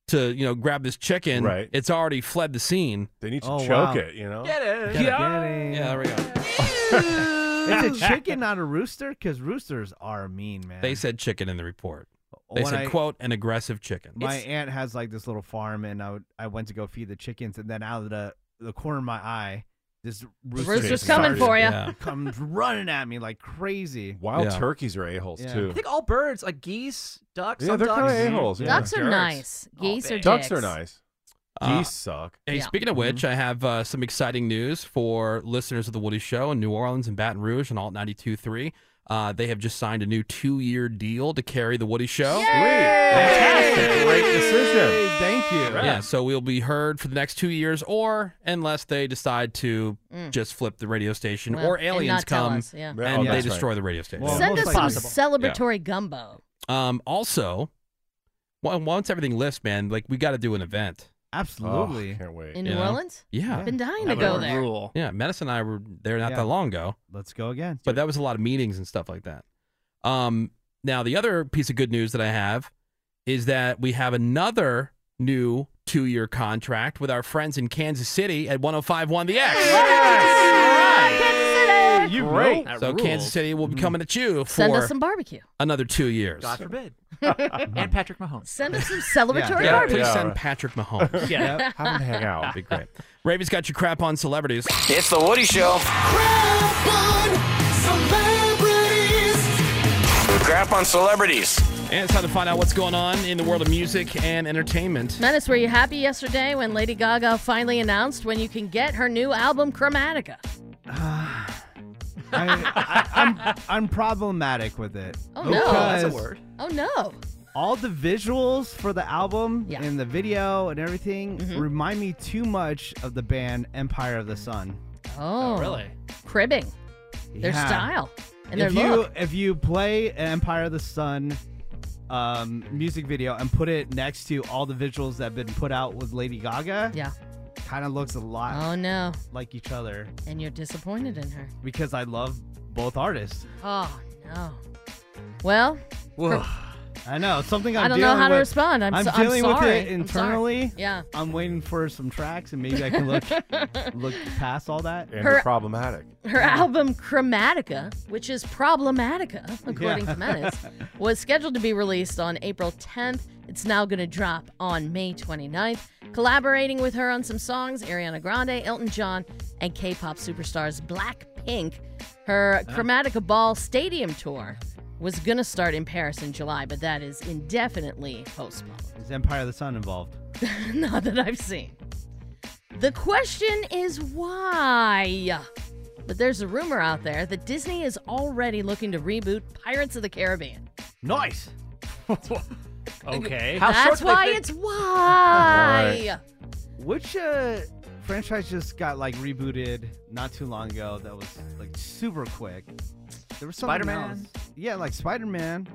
Speaker 5: to you know grab this chicken,
Speaker 8: Right.
Speaker 5: it's already fled the scene.
Speaker 8: They need
Speaker 6: to *laughs* Oh, choke wow. it,
Speaker 8: you know.
Speaker 10: Get it.
Speaker 5: Yeah, there we go.
Speaker 6: it's a chicken, not a rooster, because roosters are mean, man.
Speaker 5: They said chicken in the report. They
Speaker 6: When
Speaker 5: said,
Speaker 6: I-
Speaker 5: "quote an aggressive chicken."
Speaker 6: My aunt has like this little farm, and I would, I went to go feed the chickens, and then out of the the corner of my eye, this rooster
Speaker 7: rooster's
Speaker 6: just
Speaker 7: coming
Speaker 6: started-
Speaker 7: for ya. Yeah.
Speaker 6: comes running at me like crazy.
Speaker 8: Wild Yeah. turkeys are a holes
Speaker 10: I think all birds, like geese, ducks,
Speaker 6: Yeah,
Speaker 10: some
Speaker 6: they're
Speaker 10: ducks. Oh,
Speaker 6: kinda a-holes,
Speaker 5: yeah.
Speaker 7: Ducks are
Speaker 5: Jerks.
Speaker 7: nice. Geese are
Speaker 8: Ducks
Speaker 7: dicks.
Speaker 8: are nice.
Speaker 5: Uh,
Speaker 8: Geese suck.
Speaker 5: Hey,
Speaker 7: Yeah.
Speaker 5: speaking of
Speaker 6: Mm-hmm.
Speaker 5: which, I have uh, some exciting news for listeners of the Woody Show in New Orleans and Baton Rouge and Alt 92.3. Uh, they have just signed a new two-year deal to carry the Woody Show. Sweet,
Speaker 8: fantastic, great decision.
Speaker 6: Thank you.
Speaker 5: Yeah, so we'll be heard for the next two years, or unless they decide to
Speaker 7: Mm.
Speaker 5: just flip the radio station,
Speaker 7: Well,
Speaker 5: or
Speaker 7: and
Speaker 5: aliens
Speaker 7: not tell
Speaker 5: come
Speaker 7: us, yeah.
Speaker 5: and
Speaker 7: Yeah,
Speaker 5: they
Speaker 7: that's right.
Speaker 5: destroy the radio station.
Speaker 7: Send us some celebratory gumbo.
Speaker 5: Um, also, wa- once everything lifts, man, like we got to do an event.
Speaker 6: Absolutely.
Speaker 8: Oh, can't wait.
Speaker 7: In New Orleans?
Speaker 5: Yeah.
Speaker 7: Been dying to go there.
Speaker 5: Yeah, Madison and I were there not
Speaker 6: Yeah.
Speaker 5: that long ago.
Speaker 6: Let's go again.
Speaker 5: But that was a lot of meetings and stuff like that. Um, now the other piece of good news that I have is that we have another new two-year contract with our friends in Kansas City at 105.1 The X.
Speaker 7: Kansas City.
Speaker 5: You
Speaker 7: Great.
Speaker 5: So
Speaker 7: That
Speaker 5: Kansas
Speaker 7: rules.
Speaker 5: City will
Speaker 8: Mm-hmm.
Speaker 5: be coming at you for
Speaker 7: Send us some
Speaker 5: *laughs*
Speaker 7: barbecue.
Speaker 5: another two years.
Speaker 7: *laughs*
Speaker 10: God forbid. and Patrick Mahomes.
Speaker 7: Send us some celebratory
Speaker 5: Yeah,
Speaker 7: barbecue.
Speaker 5: please send Patrick Mahomes.
Speaker 7: Yeah. Yep. Have him hang
Speaker 5: out. That'd be great. Raven's got your crap on celebrities.
Speaker 3: It's the Woody Show. Crap on celebrities.
Speaker 5: And it's time to find out what's going on in the world of music and entertainment.
Speaker 7: Menace, were you happy yesterday when Lady Gaga finally announced when you can get her new album, Chromatica?
Speaker 6: I, I, I'm I'm problematic with it.
Speaker 7: Oh, no. Oh, that's a
Speaker 6: Because
Speaker 7: word. Oh, no.
Speaker 6: All the visuals for the album and the video and everything
Speaker 7: Mm-hmm.
Speaker 6: remind me too much of the band Empire of the Sun.
Speaker 7: Oh.
Speaker 6: really?
Speaker 7: Cribbing. Their
Speaker 6: Yeah.
Speaker 7: style and
Speaker 6: if
Speaker 7: their
Speaker 6: you
Speaker 7: look.
Speaker 6: if you play an Empire of the Sun um, music video and put it next to all the visuals that have been put out with Lady Gaga,
Speaker 7: yeah,
Speaker 6: kind of looks a lot.
Speaker 7: Oh no,
Speaker 6: like each other
Speaker 7: And you're disappointed in her.
Speaker 6: because I love both artists.
Speaker 7: Oh, no. Well,
Speaker 6: Whoa. I know something. I'm
Speaker 7: I don't know
Speaker 6: dealing
Speaker 7: how to
Speaker 6: with-
Speaker 7: respond. I'm
Speaker 6: I'm
Speaker 7: so- I'm
Speaker 6: dealing
Speaker 7: sorry.
Speaker 6: with it
Speaker 7: I'm sorry.
Speaker 6: internally.
Speaker 7: Yeah.
Speaker 6: I'm waiting for some tracks, and maybe I can
Speaker 7: *laughs*
Speaker 6: look look past all that.
Speaker 7: And they're Her-
Speaker 8: problematic.
Speaker 7: her album Chromatica, which is Problematica, according
Speaker 6: Yeah.
Speaker 7: to Menace,
Speaker 5: *laughs*
Speaker 6: *laughs*
Speaker 7: was scheduled to be released on April 10th. It's now going to drop on May 29th. Collaborating with her on some songs, Ariana Grande, Elton John, and K pop superstars Blackpink. Her Chromatica Ball Stadium Tour was going to start in Paris in July, but that is indefinitely postponed. *laughs*
Speaker 6: Is Empire of the Sun involved?
Speaker 7: Not that I've seen. The question is why? But there's a rumor out there that Disney is already looking to reboot Pirates of the Caribbean.
Speaker 6: Nice. okay.
Speaker 7: That's why it's why.
Speaker 6: Which uh, franchise just got like rebooted not too long ago? That was like super quick. There was something
Speaker 7: Spider-Man?
Speaker 6: else. Yeah, like Spider Man.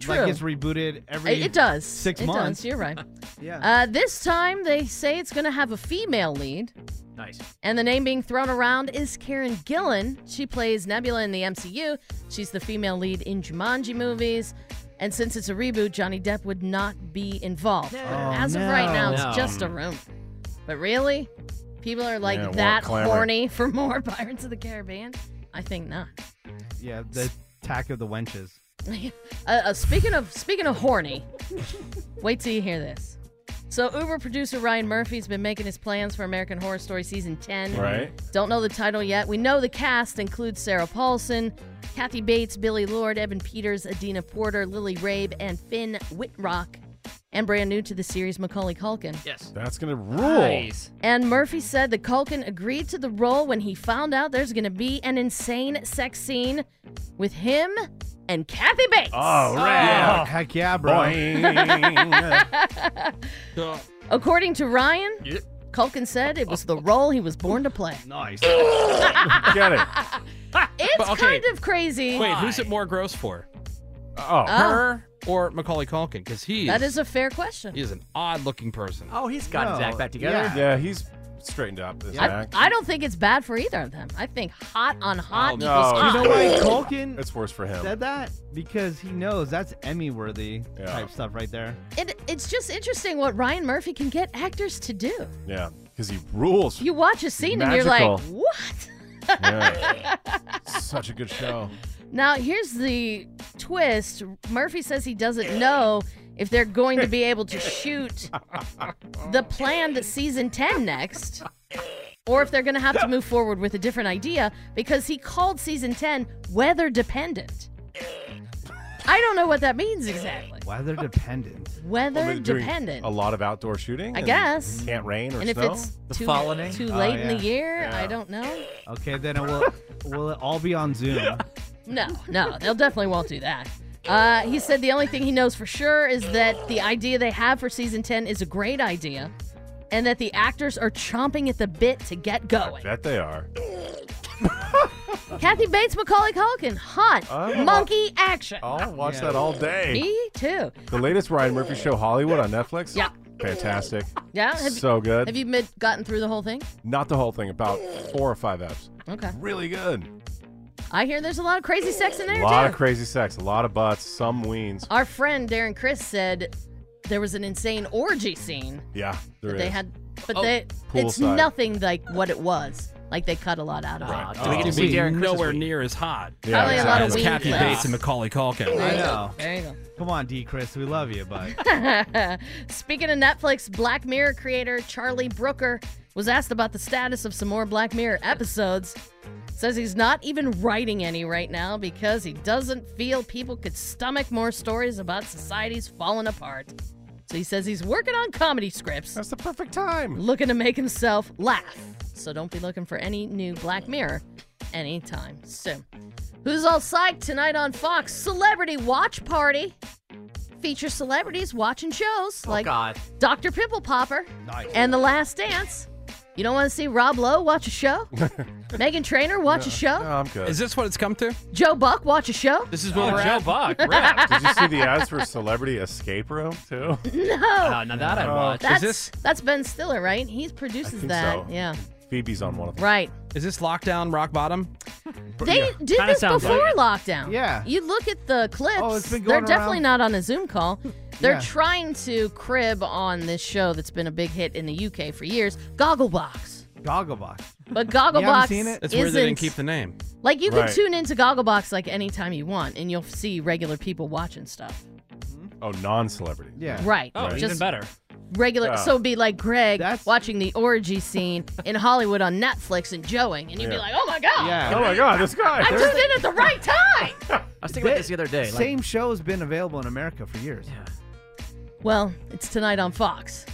Speaker 7: True.
Speaker 6: Like gets rebooted every.
Speaker 7: It- it does.
Speaker 6: Six
Speaker 7: it
Speaker 6: months.
Speaker 7: Does. You're right.
Speaker 6: *laughs* yeah.
Speaker 7: Uh, this time they say it's going to have a female lead,
Speaker 10: Nice.
Speaker 7: and the name being thrown around is Karen Gillan. She plays Nebula in the MCU. She's the female lead in Jumanji movies. And since it's a reboot, Johnny Depp would not be involved. But
Speaker 6: Oh,
Speaker 7: As of right
Speaker 6: no.
Speaker 7: now,
Speaker 6: No.
Speaker 7: it's just a rumor. But really, people are like
Speaker 6: Yeah, want
Speaker 7: that
Speaker 6: clamor.
Speaker 7: horny for more *laughs* Pirates of the Caribbean? I think not.
Speaker 6: Yeah, the attack of the wenches.
Speaker 7: *laughs* uh, uh, speaking of speaking of horny, wait till you hear this. So Uber producer Ryan Murphy's been making his plans for American Horror Story season 10.
Speaker 1: Right.
Speaker 7: Don't know the title yet. We know the cast includes Sarah Paulson, Kathy Bates, Billy Lord, Evan Peters, Adina Porter, Lily Rabe, and Finn Whitrock. And brand new to the series, Macaulay Culkin.
Speaker 10: Yes.
Speaker 8: That's gonna rule.
Speaker 10: Nice.
Speaker 7: And Murphy said that Culkin agreed to the role when he found out there's going to be an insane sex scene with him and Kathy Bates.
Speaker 6: Oh,
Speaker 7: *laughs*
Speaker 8: Yeah.
Speaker 6: Heck yeah, bro. *laughs*
Speaker 7: According to Ryan, Culkin said it was the role he was born to play. *laughs*
Speaker 6: Nice.
Speaker 8: Get it.
Speaker 7: It's
Speaker 5: But, okay.
Speaker 7: kind of crazy.
Speaker 5: Wait, who's it more gross for?
Speaker 8: Oh,
Speaker 5: her or Macaulay Culkin? Because he
Speaker 7: That is a fair question.
Speaker 5: he is an odd looking person.
Speaker 10: Oh, he's
Speaker 7: gotten his No, act back together. yeah.
Speaker 8: Yeah, he's straightened up. His
Speaker 7: I,
Speaker 8: act.
Speaker 7: I don't think it's bad for either of them. I think hot on hot
Speaker 6: Oh,
Speaker 7: equals
Speaker 8: no,
Speaker 10: Ah.
Speaker 7: hot.
Speaker 6: You know why Culkin
Speaker 8: It's worse for him.
Speaker 6: said that? Because he knows that's Emmy worthy type stuff right there.
Speaker 7: It, it's just interesting what Ryan Murphy can get actors to do.
Speaker 8: Yeah, because he rules.
Speaker 7: You watch a scene and you're like,
Speaker 8: Magical.
Speaker 7: what?
Speaker 8: *laughs* Yeah. Such a good show.
Speaker 7: Now, here's the twist Murphy says he doesn't know if they're going to be able to shoot the planned season 10 next or if they're going to have to move forward with a different idea because he called season 10 weather dependent. I don't know what that means exactly.
Speaker 6: Weather dependent.
Speaker 7: Weather
Speaker 8: Well, they're doing
Speaker 7: dependent.
Speaker 8: A lot of outdoor shooting.
Speaker 7: I
Speaker 8: and
Speaker 7: guess.
Speaker 8: Can't rain or Oh,
Speaker 7: and if
Speaker 8: snow.
Speaker 7: it's too, too late in the year, I don't know.
Speaker 6: Oh, Okay, then it will will it all be on Zoom?
Speaker 7: No,
Speaker 8: *laughs*
Speaker 7: no, *laughs* they'll definitely won't do that. Uh, he said the only thing he knows for sure is that the idea they have for season 10 is a great idea and that the actors are chomping at the bit to get going.
Speaker 8: Bet they are.
Speaker 7: Kathy Bates, Macaulay Culkin, hot
Speaker 8: I'm-
Speaker 7: monkey action.
Speaker 8: I'll Oh. watch that all day.
Speaker 7: Me too.
Speaker 8: The latest Ryan Murphy show, Hollywood, on Netflix.
Speaker 7: Yeah.
Speaker 8: Fantastic.
Speaker 7: Yeah. Have you-
Speaker 8: so good.
Speaker 7: Have you mid- gotten through the whole thing?
Speaker 8: Not the whole thing. About four or five eps.
Speaker 7: Okay.
Speaker 8: Really good.
Speaker 7: I hear there's a lot of crazy sex in
Speaker 8: A
Speaker 7: there
Speaker 8: lot
Speaker 7: too.
Speaker 8: of crazy sex. A lot of butts. Some weens.
Speaker 7: Our friend Darren Chris said there was an insane orgy scene
Speaker 8: Yeah. There
Speaker 7: that
Speaker 8: is. Oh,
Speaker 7: they had, but they it's
Speaker 8: Poolside.
Speaker 7: nothing like what it was. Like they cut a lot out of it.
Speaker 10: do we get to
Speaker 5: Oh.
Speaker 10: see Darren Criss
Speaker 5: nowhere
Speaker 10: this week?
Speaker 5: near as hot.
Speaker 7: Yeah, Probably a lot of
Speaker 5: as
Speaker 7: wing
Speaker 5: Kathy
Speaker 7: clips.
Speaker 5: Bates and Macaulay Culkin.
Speaker 6: I know.
Speaker 7: There you go.
Speaker 6: Come on, D. Chris, we love you, but
Speaker 7: *laughs* Speaking of Netflix, Black Mirror creator Charlie Brooker was asked about the status of some more Black Mirror episodes. Says he's not even writing any right now because he doesn't feel people could stomach more stories about societies falling apart. So he says he's working on comedy scripts. That's
Speaker 8: the perfect time.
Speaker 7: Looking to make himself laugh. So don't be looking for any new Black Mirror anytime soon. Who's all psyched tonight on Fox? Celebrity Watch Party feature celebrities watching shows like
Speaker 10: God.
Speaker 7: Dr. Pimple Popper
Speaker 10: Nice.
Speaker 7: and The Last Dance. You don't want to see Rob Lowe watch a
Speaker 8: *laughs*
Speaker 7: show? Megan Trainor watch a show?
Speaker 8: I'm good.
Speaker 5: Is this what it's come to?
Speaker 7: Joe Buck watch a show?
Speaker 5: This is
Speaker 7: what
Speaker 5: what we're
Speaker 7: *laughs*
Speaker 8: *laughs*
Speaker 5: at?
Speaker 8: Did you see the ads for Celebrity Escape Room
Speaker 7: *laughs*
Speaker 8: too?
Speaker 7: No.
Speaker 8: Oh, now that I'd Oh. watch.
Speaker 7: That's,
Speaker 8: Is this-
Speaker 7: that's Ben Stiller, right? He
Speaker 8: I
Speaker 7: produces
Speaker 8: think
Speaker 7: that.
Speaker 8: so.
Speaker 7: Yeah.
Speaker 8: Phoebe's on one of them.
Speaker 7: Right.
Speaker 5: Is this lockdown rock bottom?
Speaker 7: They
Speaker 5: Yeah.
Speaker 7: did
Speaker 5: Kinda
Speaker 7: this
Speaker 5: sounds
Speaker 7: before
Speaker 5: like it.
Speaker 7: lockdown.
Speaker 5: Yeah.
Speaker 7: You look at the clips.
Speaker 5: Oh, it's been
Speaker 7: They're
Speaker 5: going
Speaker 7: definitely
Speaker 5: around.
Speaker 7: not on a Zoom call. They're
Speaker 5: Yeah.
Speaker 7: trying to crib on this show that's been a big hit in the UK for years, Gogglebox.
Speaker 6: Gogglebox.
Speaker 7: But
Speaker 6: haven't
Speaker 7: Gogglebox
Speaker 6: seen it?
Speaker 5: It's
Speaker 7: isn't
Speaker 5: weird they didn't keep the name.
Speaker 7: Like you can
Speaker 5: Right.
Speaker 7: tune into Gogglebox like anytime you want, and you'll see regular people watching stuff.
Speaker 8: Oh, non-celebrity.
Speaker 6: Yeah.
Speaker 7: Right. Oh, Right. even Just-
Speaker 9: better.
Speaker 7: Regular,
Speaker 8: Yeah.
Speaker 7: so it'd be like Greg watching the orgy scene in Hollywood on Netflix and Joeing, and you'd be
Speaker 6: Yeah.
Speaker 7: like, "Oh my god,
Speaker 6: Yeah.
Speaker 8: *laughs* Oh my God, this guy.
Speaker 7: I tuned in at the right time."
Speaker 10: I was thinking about this the other day. Like,
Speaker 6: Same show's been available in America for years. Yeah.
Speaker 7: Well, it's tonight on Fox.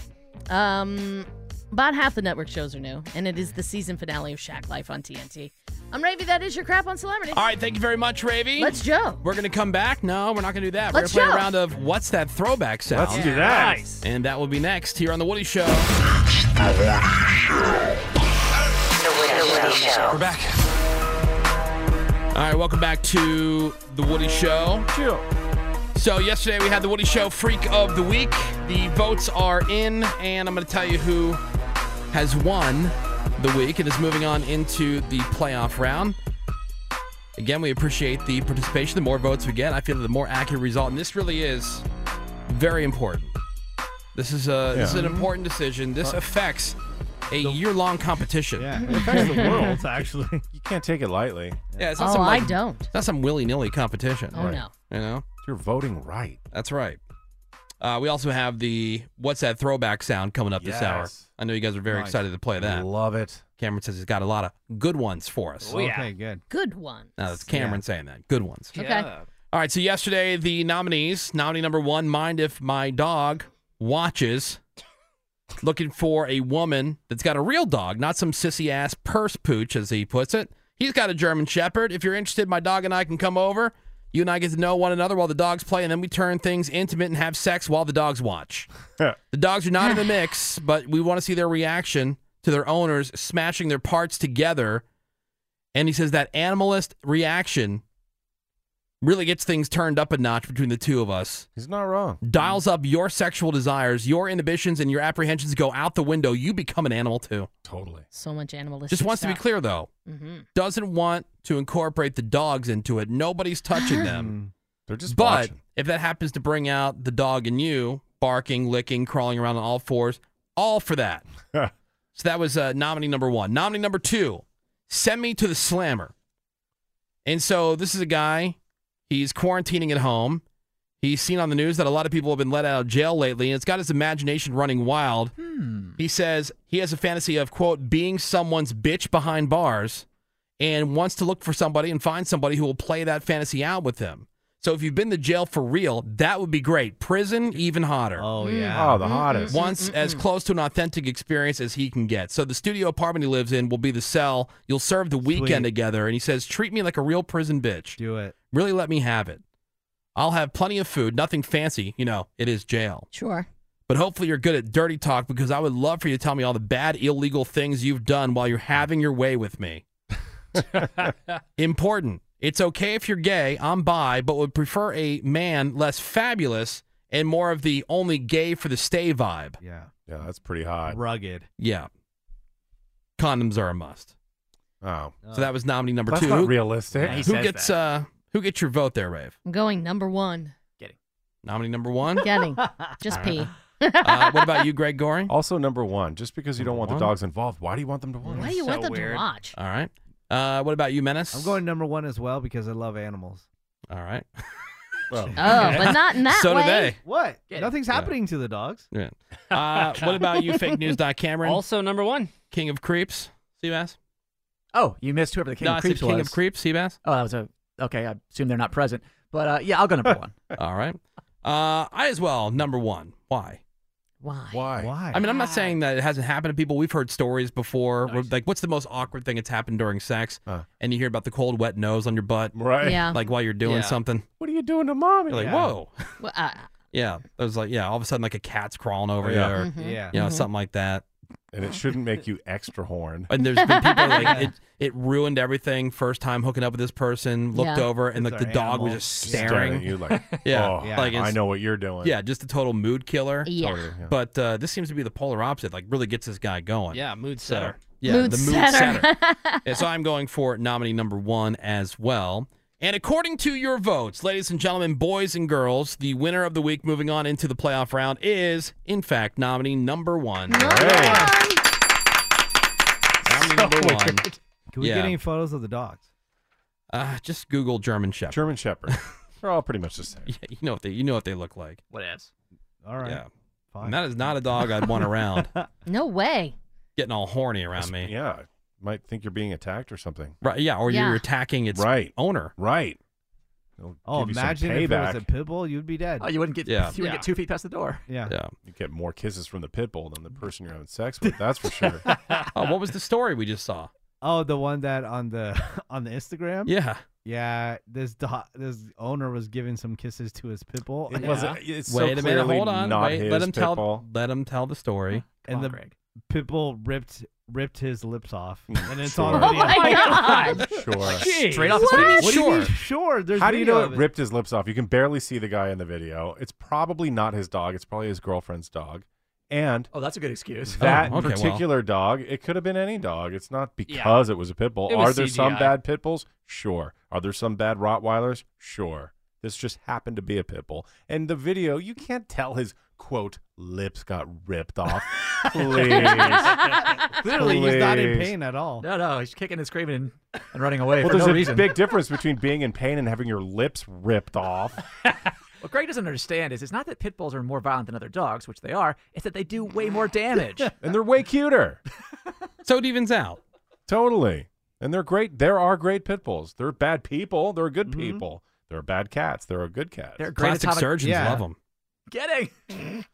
Speaker 7: Um, about half the network shows are new, and it is the season finale of Shack Life on TNT. I'm Ravy. That is your crap on celebrities.
Speaker 5: All right, thank you very much, Ravy.
Speaker 7: Let's Joe.
Speaker 5: We're gonna come back. No, we're not gonna do that.
Speaker 7: Let's
Speaker 5: we're gonna
Speaker 7: Joe.
Speaker 5: play a round of what's that throwback sound.
Speaker 8: Let's do that.
Speaker 5: Nice. And that will be next here on the Woody Show. We're back. All right, welcome back to the Woody Show. So yesterday we had the Woody Show Freak of the Week. The votes are in, and I'm going to tell you who has won the week and is moving on into the playoff round. Again, we appreciate the participation. The more votes we get, I feel that the more accurate result, and this really is very important. This is a this is an
Speaker 8: Yeah.
Speaker 5: important decision. This affects a year long competition. Yeah,
Speaker 8: It affects
Speaker 5: *laughs*
Speaker 8: the world,
Speaker 5: actually.
Speaker 8: You can't take it lightly.
Speaker 5: Yeah, it's not some, like- It's not some willy nilly competition.
Speaker 7: Oh, Right. no.
Speaker 5: You know? You're voting right. That's right. Uh, we also have the What's That Throwback sound coming up this hour.
Speaker 6: Yes.
Speaker 5: I know you guys are very
Speaker 6: Nice.
Speaker 5: excited to play that. Love it. Cameron says he's got a lot of good ones for us.
Speaker 6: Okay, good.
Speaker 7: Oh, Good one.
Speaker 5: No, that's Cameron saying that. Good ones.
Speaker 7: Okay. Yeah.
Speaker 5: All right. So yesterday, the nominees. Nominee number one, mind if my dog watches. Looking for a woman that's got a real dog, not some sissy ass purse pooch, as he puts it. He's got a German Shepherd. If you're interested, my dog and I can come over. You and I get to know one another while the dogs play, and then we turn things intimate and have sex while the dogs watch. the dogs are not in the mix, but we want to see their reaction to their owners smashing their parts together. And he says that animalist reaction really gets things turned up a notch between the two of us. He's not wrong. Dials up your sexual desires, your inhibitions, and your apprehensions go out the window. You become an animal too. Totally.
Speaker 7: So much animalistic.
Speaker 5: Just wants to be
Speaker 7: stuff.
Speaker 5: clear though.
Speaker 7: Mhm.
Speaker 5: Doesn't want to incorporate the dogs into it. Nobody's *clears throat* touching them. They're just But if that happens to bring out the dog in you, barking, licking, crawling around on all fours, all for *laughs* that. so that was uh, nominee number one. Nominee number two, send me to the slammer. And so this is a guy, he's quarantining at home. He's seen on the news that a lot of people have been let out of jail lately, and it's got his imagination running wild.
Speaker 8: Hmm.
Speaker 5: He says he has a fantasy of, quote, being someone's bitch behind bars and wants to look for somebody and find somebody who will play that fantasy out with him. So if you've been to jail for real, that would be great. Prison, even hotter. Oh,
Speaker 8: yeah. Oh, the hottest.
Speaker 5: Once as close to an authentic experience as he can get. So the studio apartment he lives in will be the cell. You'll serve the weekend together. And he says, treat me like a real prison bitch. Do it. Really let me have it. I'll have plenty of food, nothing fancy. You know, it is jail.
Speaker 7: Sure.
Speaker 5: But hopefully you're good at dirty talk because I would love for you to tell me all the bad, illegal things you've done while you're having your way with *laughs* me. Important. It's okay if you're gay. I'm bi, but would prefer a man less fabulous and more of the only gay for the stay vibe.
Speaker 6: Yeah.
Speaker 5: Yeah, that's pretty hot.
Speaker 6: Rugged.
Speaker 5: Yeah. Condoms are a must. Oh. So that was nominee number
Speaker 8: That's
Speaker 5: two.
Speaker 8: not
Speaker 5: Who-
Speaker 8: realistic. Yeah, he
Speaker 5: who
Speaker 8: says
Speaker 5: gets
Speaker 8: that.
Speaker 5: uh who gets your vote there, Rave?
Speaker 7: I'm going number one.
Speaker 5: Nominee number one? *laughs*
Speaker 7: Getting. Just pee.
Speaker 5: uh, what about you, Greg Goring?
Speaker 8: Also, number one, just because you don't want the dogs involved, why do you want them to watch?
Speaker 7: Why do you want them to watch?
Speaker 5: All right. Uh, what about you, Menace?
Speaker 6: I'm going number one as well because I love animals.
Speaker 5: All right. *laughs* well,
Speaker 7: Oh, but not in that
Speaker 5: So do
Speaker 7: way.
Speaker 5: they.
Speaker 6: What? Nothing's happening to the dogs.
Speaker 5: Yeah. *laughs* Uh, what about you, fake news. Doc Cameron?
Speaker 9: Also number one.
Speaker 5: King of Creeps, Seabass.
Speaker 10: Oh, you missed whoever the king
Speaker 5: No, I
Speaker 10: of
Speaker 5: said
Speaker 10: creeps
Speaker 5: King
Speaker 10: was.
Speaker 5: of Creeps, Seabass.
Speaker 10: Oh, that was a okay. I assume they're not present, but uh, yeah, I'll go
Speaker 5: *laughs*
Speaker 10: number one.
Speaker 5: All right. Uh, I as well. Number one. Why?
Speaker 7: Why?
Speaker 5: Why?
Speaker 6: Why?
Speaker 5: I mean, I'm not saying that it hasn't happened to people. We've heard stories before. where, Like, what's the most awkward thing that's happened during sex? And you hear about the cold, wet nose on your butt,
Speaker 8: right?
Speaker 7: Yeah.
Speaker 5: Like while you're doing
Speaker 8: Yeah.
Speaker 5: something.
Speaker 8: What are you doing to mommy?
Speaker 5: You're like, whoa.
Speaker 7: Well, uh,
Speaker 5: Yeah. It was like, yeah. All of a sudden, like a cat's crawling over
Speaker 8: Yeah.
Speaker 5: you, or
Speaker 8: Mhm. Yeah.
Speaker 5: you know,
Speaker 8: Mhm.
Speaker 5: something like that.
Speaker 8: And it shouldn't make you extra horn.
Speaker 5: And there's been people like it, it ruined everything. First time hooking up with this person, looked
Speaker 8: Yeah.
Speaker 5: over, and
Speaker 8: It's
Speaker 5: like the
Speaker 8: our
Speaker 5: dog was
Speaker 8: animal.
Speaker 5: just
Speaker 8: Staring
Speaker 5: staring.
Speaker 8: at you like,
Speaker 5: *laughs* yeah,
Speaker 8: "Oh, I
Speaker 5: it's-
Speaker 8: know what you're doing."
Speaker 5: Yeah, just a total mood killer.
Speaker 7: Yeah. Totally, yeah.
Speaker 5: But uh, this seems to be the polar opposite. Like really gets this guy going.
Speaker 9: Yeah, mood
Speaker 5: So,
Speaker 9: setter.
Speaker 5: yeah,
Speaker 9: Mood
Speaker 5: the mood
Speaker 9: setter.
Speaker 5: setter.
Speaker 9: *laughs*
Speaker 5: Yeah, so I'm going for nominee number one as well. And according to your votes, ladies and gentlemen, boys and girls, the winner of the week moving on into the playoff round is, in fact, nominee number one.
Speaker 6: *laughs*
Speaker 5: Nominee number
Speaker 6: So
Speaker 5: one.
Speaker 6: weird. Oh Can we
Speaker 5: Yeah.
Speaker 6: get any photos of the dogs?
Speaker 5: Uh, just Google German Shepherd. German *laughs* Shepherd. They're all pretty much the same. Yeah, you know what they you know what they look like.
Speaker 10: What else?
Speaker 6: All right.
Speaker 5: Yeah. And that is not a dog I'd want around.
Speaker 7: *laughs* No way.
Speaker 5: Getting all horny around me.
Speaker 8: Yeah, might think you're being attacked or something.
Speaker 5: Right. Yeah. Or
Speaker 7: Yeah.
Speaker 5: you're attacking its
Speaker 8: Right.
Speaker 5: owner.
Speaker 8: Right.
Speaker 6: Oh, imagine if it was a pit bull, you'd be dead.
Speaker 10: Oh, you wouldn't get
Speaker 8: Yeah.
Speaker 10: you wouldn't
Speaker 8: Yeah.
Speaker 10: get two feet past the door.
Speaker 6: Yeah.
Speaker 5: Yeah.
Speaker 8: You get more kisses from the pit bull than the person you're having sex with. That's for
Speaker 6: *laughs*
Speaker 8: sure.
Speaker 5: oh, what was the story we just saw?
Speaker 6: Oh, the one that on the *laughs* on the Instagram.
Speaker 5: Yeah.
Speaker 6: Yeah, this do- this owner was giving some kisses to his pit bull.
Speaker 8: It wasn't- Yeah. it's so
Speaker 5: Wait a minute.
Speaker 8: clearly
Speaker 5: Hold on.
Speaker 8: not
Speaker 5: Wait. let
Speaker 8: his
Speaker 5: him tell.
Speaker 8: pit bull.
Speaker 5: Let him tell the story.
Speaker 6: and the pit bull ripped ripped his lips off, and it's
Speaker 8: Sure.
Speaker 6: on
Speaker 8: Oh
Speaker 6: video.
Speaker 8: my
Speaker 6: *laughs*
Speaker 8: God. Sure.
Speaker 6: Jeez.
Speaker 8: Straight off his What? face.
Speaker 6: What do you mean
Speaker 8: Sure.
Speaker 6: sure? There's
Speaker 8: How do you know
Speaker 6: video
Speaker 8: it
Speaker 6: of
Speaker 8: ripped his lips off? You can barely see the guy in the video. It's probably not his dog. It's probably his girlfriend's dog. And
Speaker 10: oh, that's a good *laughs* excuse.
Speaker 8: That
Speaker 10: Oh, okay, well.
Speaker 8: particular dog, it could have been any dog. It's not because it was a pit bull.
Speaker 10: It
Speaker 8: Are
Speaker 10: was
Speaker 8: there some
Speaker 10: CGI.
Speaker 8: bad pit bulls? Sure. Are there some bad Rottweilers? Sure. This just happened to be a pit bull. And the video, you can't tell his quote, lips got ripped off.
Speaker 10: *laughs*
Speaker 8: Please.
Speaker 6: Clearly, he's not in
Speaker 8: Please.
Speaker 6: pain at all.
Speaker 10: No, no, he's kicking and screaming and, and running away
Speaker 8: well,
Speaker 10: for
Speaker 8: there's
Speaker 10: no
Speaker 8: a
Speaker 10: reason.
Speaker 8: big difference between being in pain and having your lips ripped off.
Speaker 10: What Greg doesn't understand is it's not that pit bulls are more violent than other dogs, which they are. It's that they do way more
Speaker 8: *laughs*
Speaker 10: damage.
Speaker 8: and they're way cuter.
Speaker 5: *laughs* so it evens out.
Speaker 8: Totally. And they're great. There are great pit bulls. They're bad people. They're good people. There are bad cats. There are good cats.
Speaker 10: They're great
Speaker 5: Mm-hmm. Plastic
Speaker 10: atomic-
Speaker 5: surgeons
Speaker 10: Yeah.
Speaker 5: love them.
Speaker 10: Getting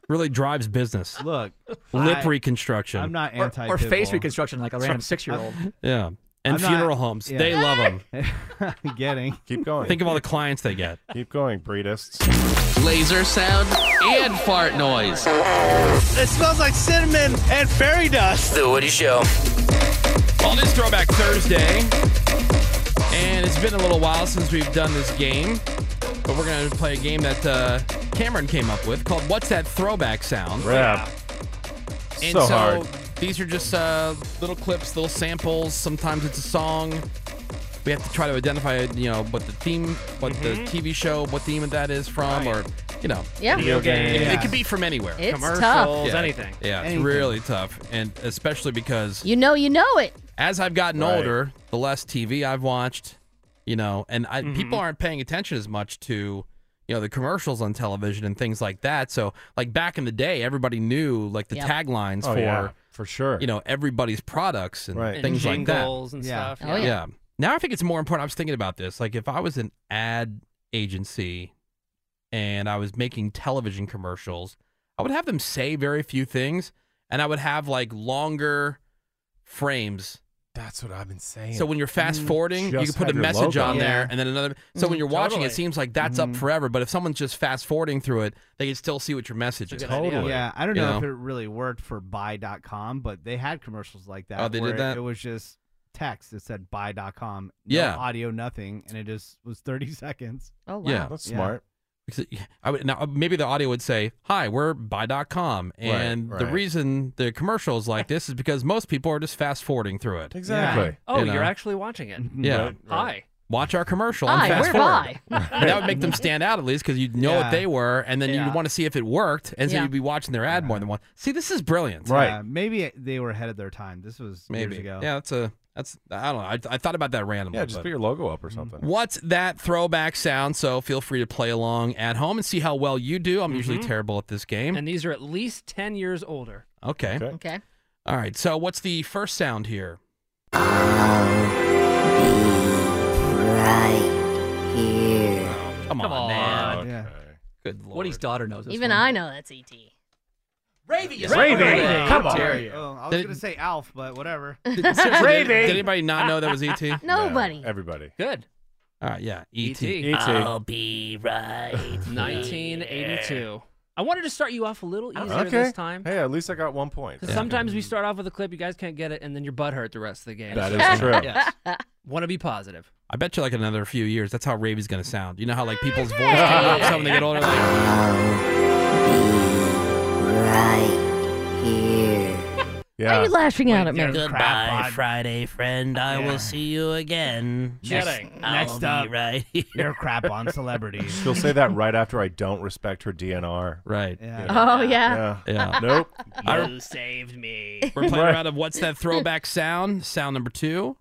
Speaker 5: Really drives business.
Speaker 6: Look,
Speaker 5: lip
Speaker 6: I-
Speaker 5: reconstruction.
Speaker 6: I'm not
Speaker 10: Or-
Speaker 6: anti
Speaker 10: or face reconstruction like a random six-year-old.
Speaker 5: Yeah. And
Speaker 6: I'm not-
Speaker 5: funeral homes.
Speaker 6: yeah.
Speaker 5: They love
Speaker 8: *laughs*
Speaker 6: *laughs*
Speaker 5: them.
Speaker 6: Getting.
Speaker 8: Keep going.
Speaker 5: Think of all the clients they get.
Speaker 8: Keep going, breedists.
Speaker 1: Laser sound and fart noise.
Speaker 2: It smells like cinnamon and fairy dust.
Speaker 1: The Woody Show.
Speaker 5: On this Throwback Thursday, and it's been a little while since we've done this game, but we're going to play a game that uh, Cameron came up with called What's That Throwback Sound?
Speaker 8: Rap.
Speaker 5: And
Speaker 8: So hard.
Speaker 5: these are just uh, little clips, little samples. Sometimes it's a song. We have to try to identify, you know, what the theme, what
Speaker 6: Mm-hmm.
Speaker 7: Mhm.
Speaker 5: the TV show, what theme that is from, or you know,
Speaker 7: Yeah. Video
Speaker 5: It, it
Speaker 7: games.
Speaker 5: could be from anywhere.
Speaker 7: It's tough.
Speaker 5: Commercials,
Speaker 7: Yeah.
Speaker 5: anything. Yeah,
Speaker 7: Anything.
Speaker 5: it's really tough, and especially because
Speaker 7: You know, you know it.
Speaker 5: as I've gotten
Speaker 7: Right.
Speaker 5: older, the less TV I've watched, you know, and I,
Speaker 8: Mm-hmm.
Speaker 5: people aren't paying attention as much to, you know, the commercials on television and things like that. So, like back in the day, everybody knew like the
Speaker 9: Yep.
Speaker 5: taglines
Speaker 8: Oh,
Speaker 5: for
Speaker 8: yeah, for sure,
Speaker 5: you know, everybody's products and
Speaker 9: Right. And
Speaker 5: things like that,
Speaker 9: jingles and Yeah. stuff, Oh, yeah.
Speaker 5: yeah. Now I think it's more important. I was thinking about this. Like if I was an ad agency and I was making television commercials, I would have them say very few things, and I would have like longer frames
Speaker 8: That's what I've been saying. Mm.
Speaker 5: so when you're fast forwarding, you can
Speaker 8: Just
Speaker 5: put a
Speaker 8: have your
Speaker 5: message
Speaker 8: logo.
Speaker 5: on there
Speaker 8: Yeah.
Speaker 5: and then another. So when
Speaker 8: Mhm.
Speaker 5: you're watching, it
Speaker 8: Totally.
Speaker 5: seems like that's up forever. But if someone's just fast forwarding through it, they can still see what your message is.
Speaker 6: Yeah, I don't
Speaker 5: You
Speaker 6: know, if it really worked for buy.com, but they had commercials like that.
Speaker 5: Oh, they did
Speaker 6: where
Speaker 5: that?
Speaker 6: It was just text that said buy.com, no
Speaker 5: Yeah.
Speaker 6: audio, nothing, and it just was 30 *laughs* seconds.
Speaker 7: Oh,
Speaker 5: Yeah, Because it- I would, now, maybe the audio would say, "Hi, we're buy.com," and the
Speaker 9: right.
Speaker 5: reason the commercial is like this is because most people are just fast forwarding through it.
Speaker 9: Yeah. Oh,
Speaker 5: You
Speaker 9: you
Speaker 5: know?
Speaker 9: are
Speaker 5: Mm-hmm.
Speaker 9: actually watching it.
Speaker 5: Yeah.
Speaker 9: Hi.
Speaker 5: Watch our commercial.
Speaker 9: Hi,
Speaker 5: and fast
Speaker 9: we're *laughs*
Speaker 5: forward.
Speaker 9: Hi.
Speaker 5: that would make them stand out at least because you'd know
Speaker 6: Yeah.
Speaker 5: what they were, and then
Speaker 6: Yeah.
Speaker 5: you'd want to see if it worked, and so
Speaker 6: Yeah.
Speaker 5: you'd be watching their ad more than one. See, this is brilliant.
Speaker 6: Yeah, maybe it- they were ahead of their time. This was
Speaker 5: Maybe.
Speaker 6: years ago.
Speaker 5: Yeah, that's a that's I don't know. I, I thought about that randomly.
Speaker 8: yeah, just
Speaker 5: but-
Speaker 8: put your logo up
Speaker 6: Mm-hmm.
Speaker 8: or something.
Speaker 5: What's that throwback sound? So feel free to play along at home and see how well you do. I'm usually
Speaker 9: Mhm.
Speaker 5: terrible at this game.
Speaker 9: And these are at least 10 years older.
Speaker 5: okay.
Speaker 7: Okay.
Speaker 5: All right. So what's the first sound here? Come on,
Speaker 10: Come on.
Speaker 5: man.
Speaker 10: Yeah.
Speaker 5: Good lord.
Speaker 10: Woody's daughter knows this.
Speaker 7: Even
Speaker 10: one.
Speaker 7: I know that's E ET.
Speaker 10: Ravy,
Speaker 6: Oh,
Speaker 10: Dare you.
Speaker 6: I was
Speaker 5: Did-
Speaker 6: going to say Alf, but whatever.
Speaker 5: *laughs* Seriously, did, did anybody not know that was ET?
Speaker 3: *laughs*
Speaker 6: Nobody.
Speaker 8: Everybody.
Speaker 9: Good.
Speaker 5: All right. Yeah. E ET.
Speaker 3: E
Speaker 9: E.T..
Speaker 1: I'll be right.
Speaker 9: 1982. I wanted to start you off a little easier
Speaker 8: Okay.
Speaker 9: this time.
Speaker 8: Hey, at least I got one point.
Speaker 9: 'cause Sometimes we start off with a clip, you guys can't get it, and then you're butthurt the rest of the game.
Speaker 5: Mm-hmm. That is true.
Speaker 9: *laughs*
Speaker 7: *laughs*
Speaker 9: Yes. Want to be positive.
Speaker 5: I bet you like another few years. That's how Ravy's gonna sound. You know how like
Speaker 7: *laughs*
Speaker 5: people's voice change up some when they get older. Like,
Speaker 3: *laughs*
Speaker 1: *laughs* Yeah.
Speaker 7: Why are you laughing out at me?
Speaker 1: Goodbye, Friday friend. I
Speaker 7: Yeah.
Speaker 1: will see you again.
Speaker 7: Kidding.
Speaker 1: I'll
Speaker 7: Next
Speaker 1: be
Speaker 7: up,
Speaker 1: right *laughs*
Speaker 6: your crap on celebrities.
Speaker 8: She'll say that right after I don't respect her DNR.
Speaker 5: Right.
Speaker 6: Yeah.
Speaker 7: Oh, yeah.
Speaker 8: *laughs*
Speaker 5: Yeah.
Speaker 8: Nope.
Speaker 5: *laughs* I-
Speaker 1: saved me.
Speaker 5: We're playing
Speaker 8: Right.
Speaker 5: around of what's that throwback sound? Sound number two.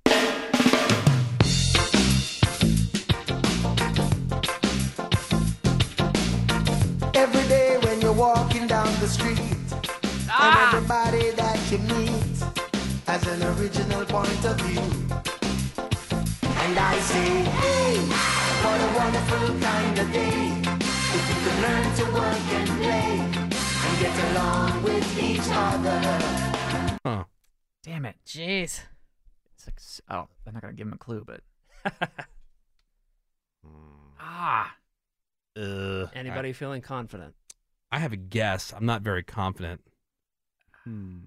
Speaker 21: Every day when you're walking down the street, and everybody that you meet has an original point of view. And I say, hey, what a wonderful kind of day. If you can learn to work and play and get along with each other.
Speaker 5: Huh.
Speaker 10: Damn it.
Speaker 7: Jeez.
Speaker 10: It's like, s- oh, I'm not going to give him a clue, but. ah.
Speaker 9: Anybody feeling confident?
Speaker 5: I have a guess. I'm not very confident.
Speaker 8: Hmm.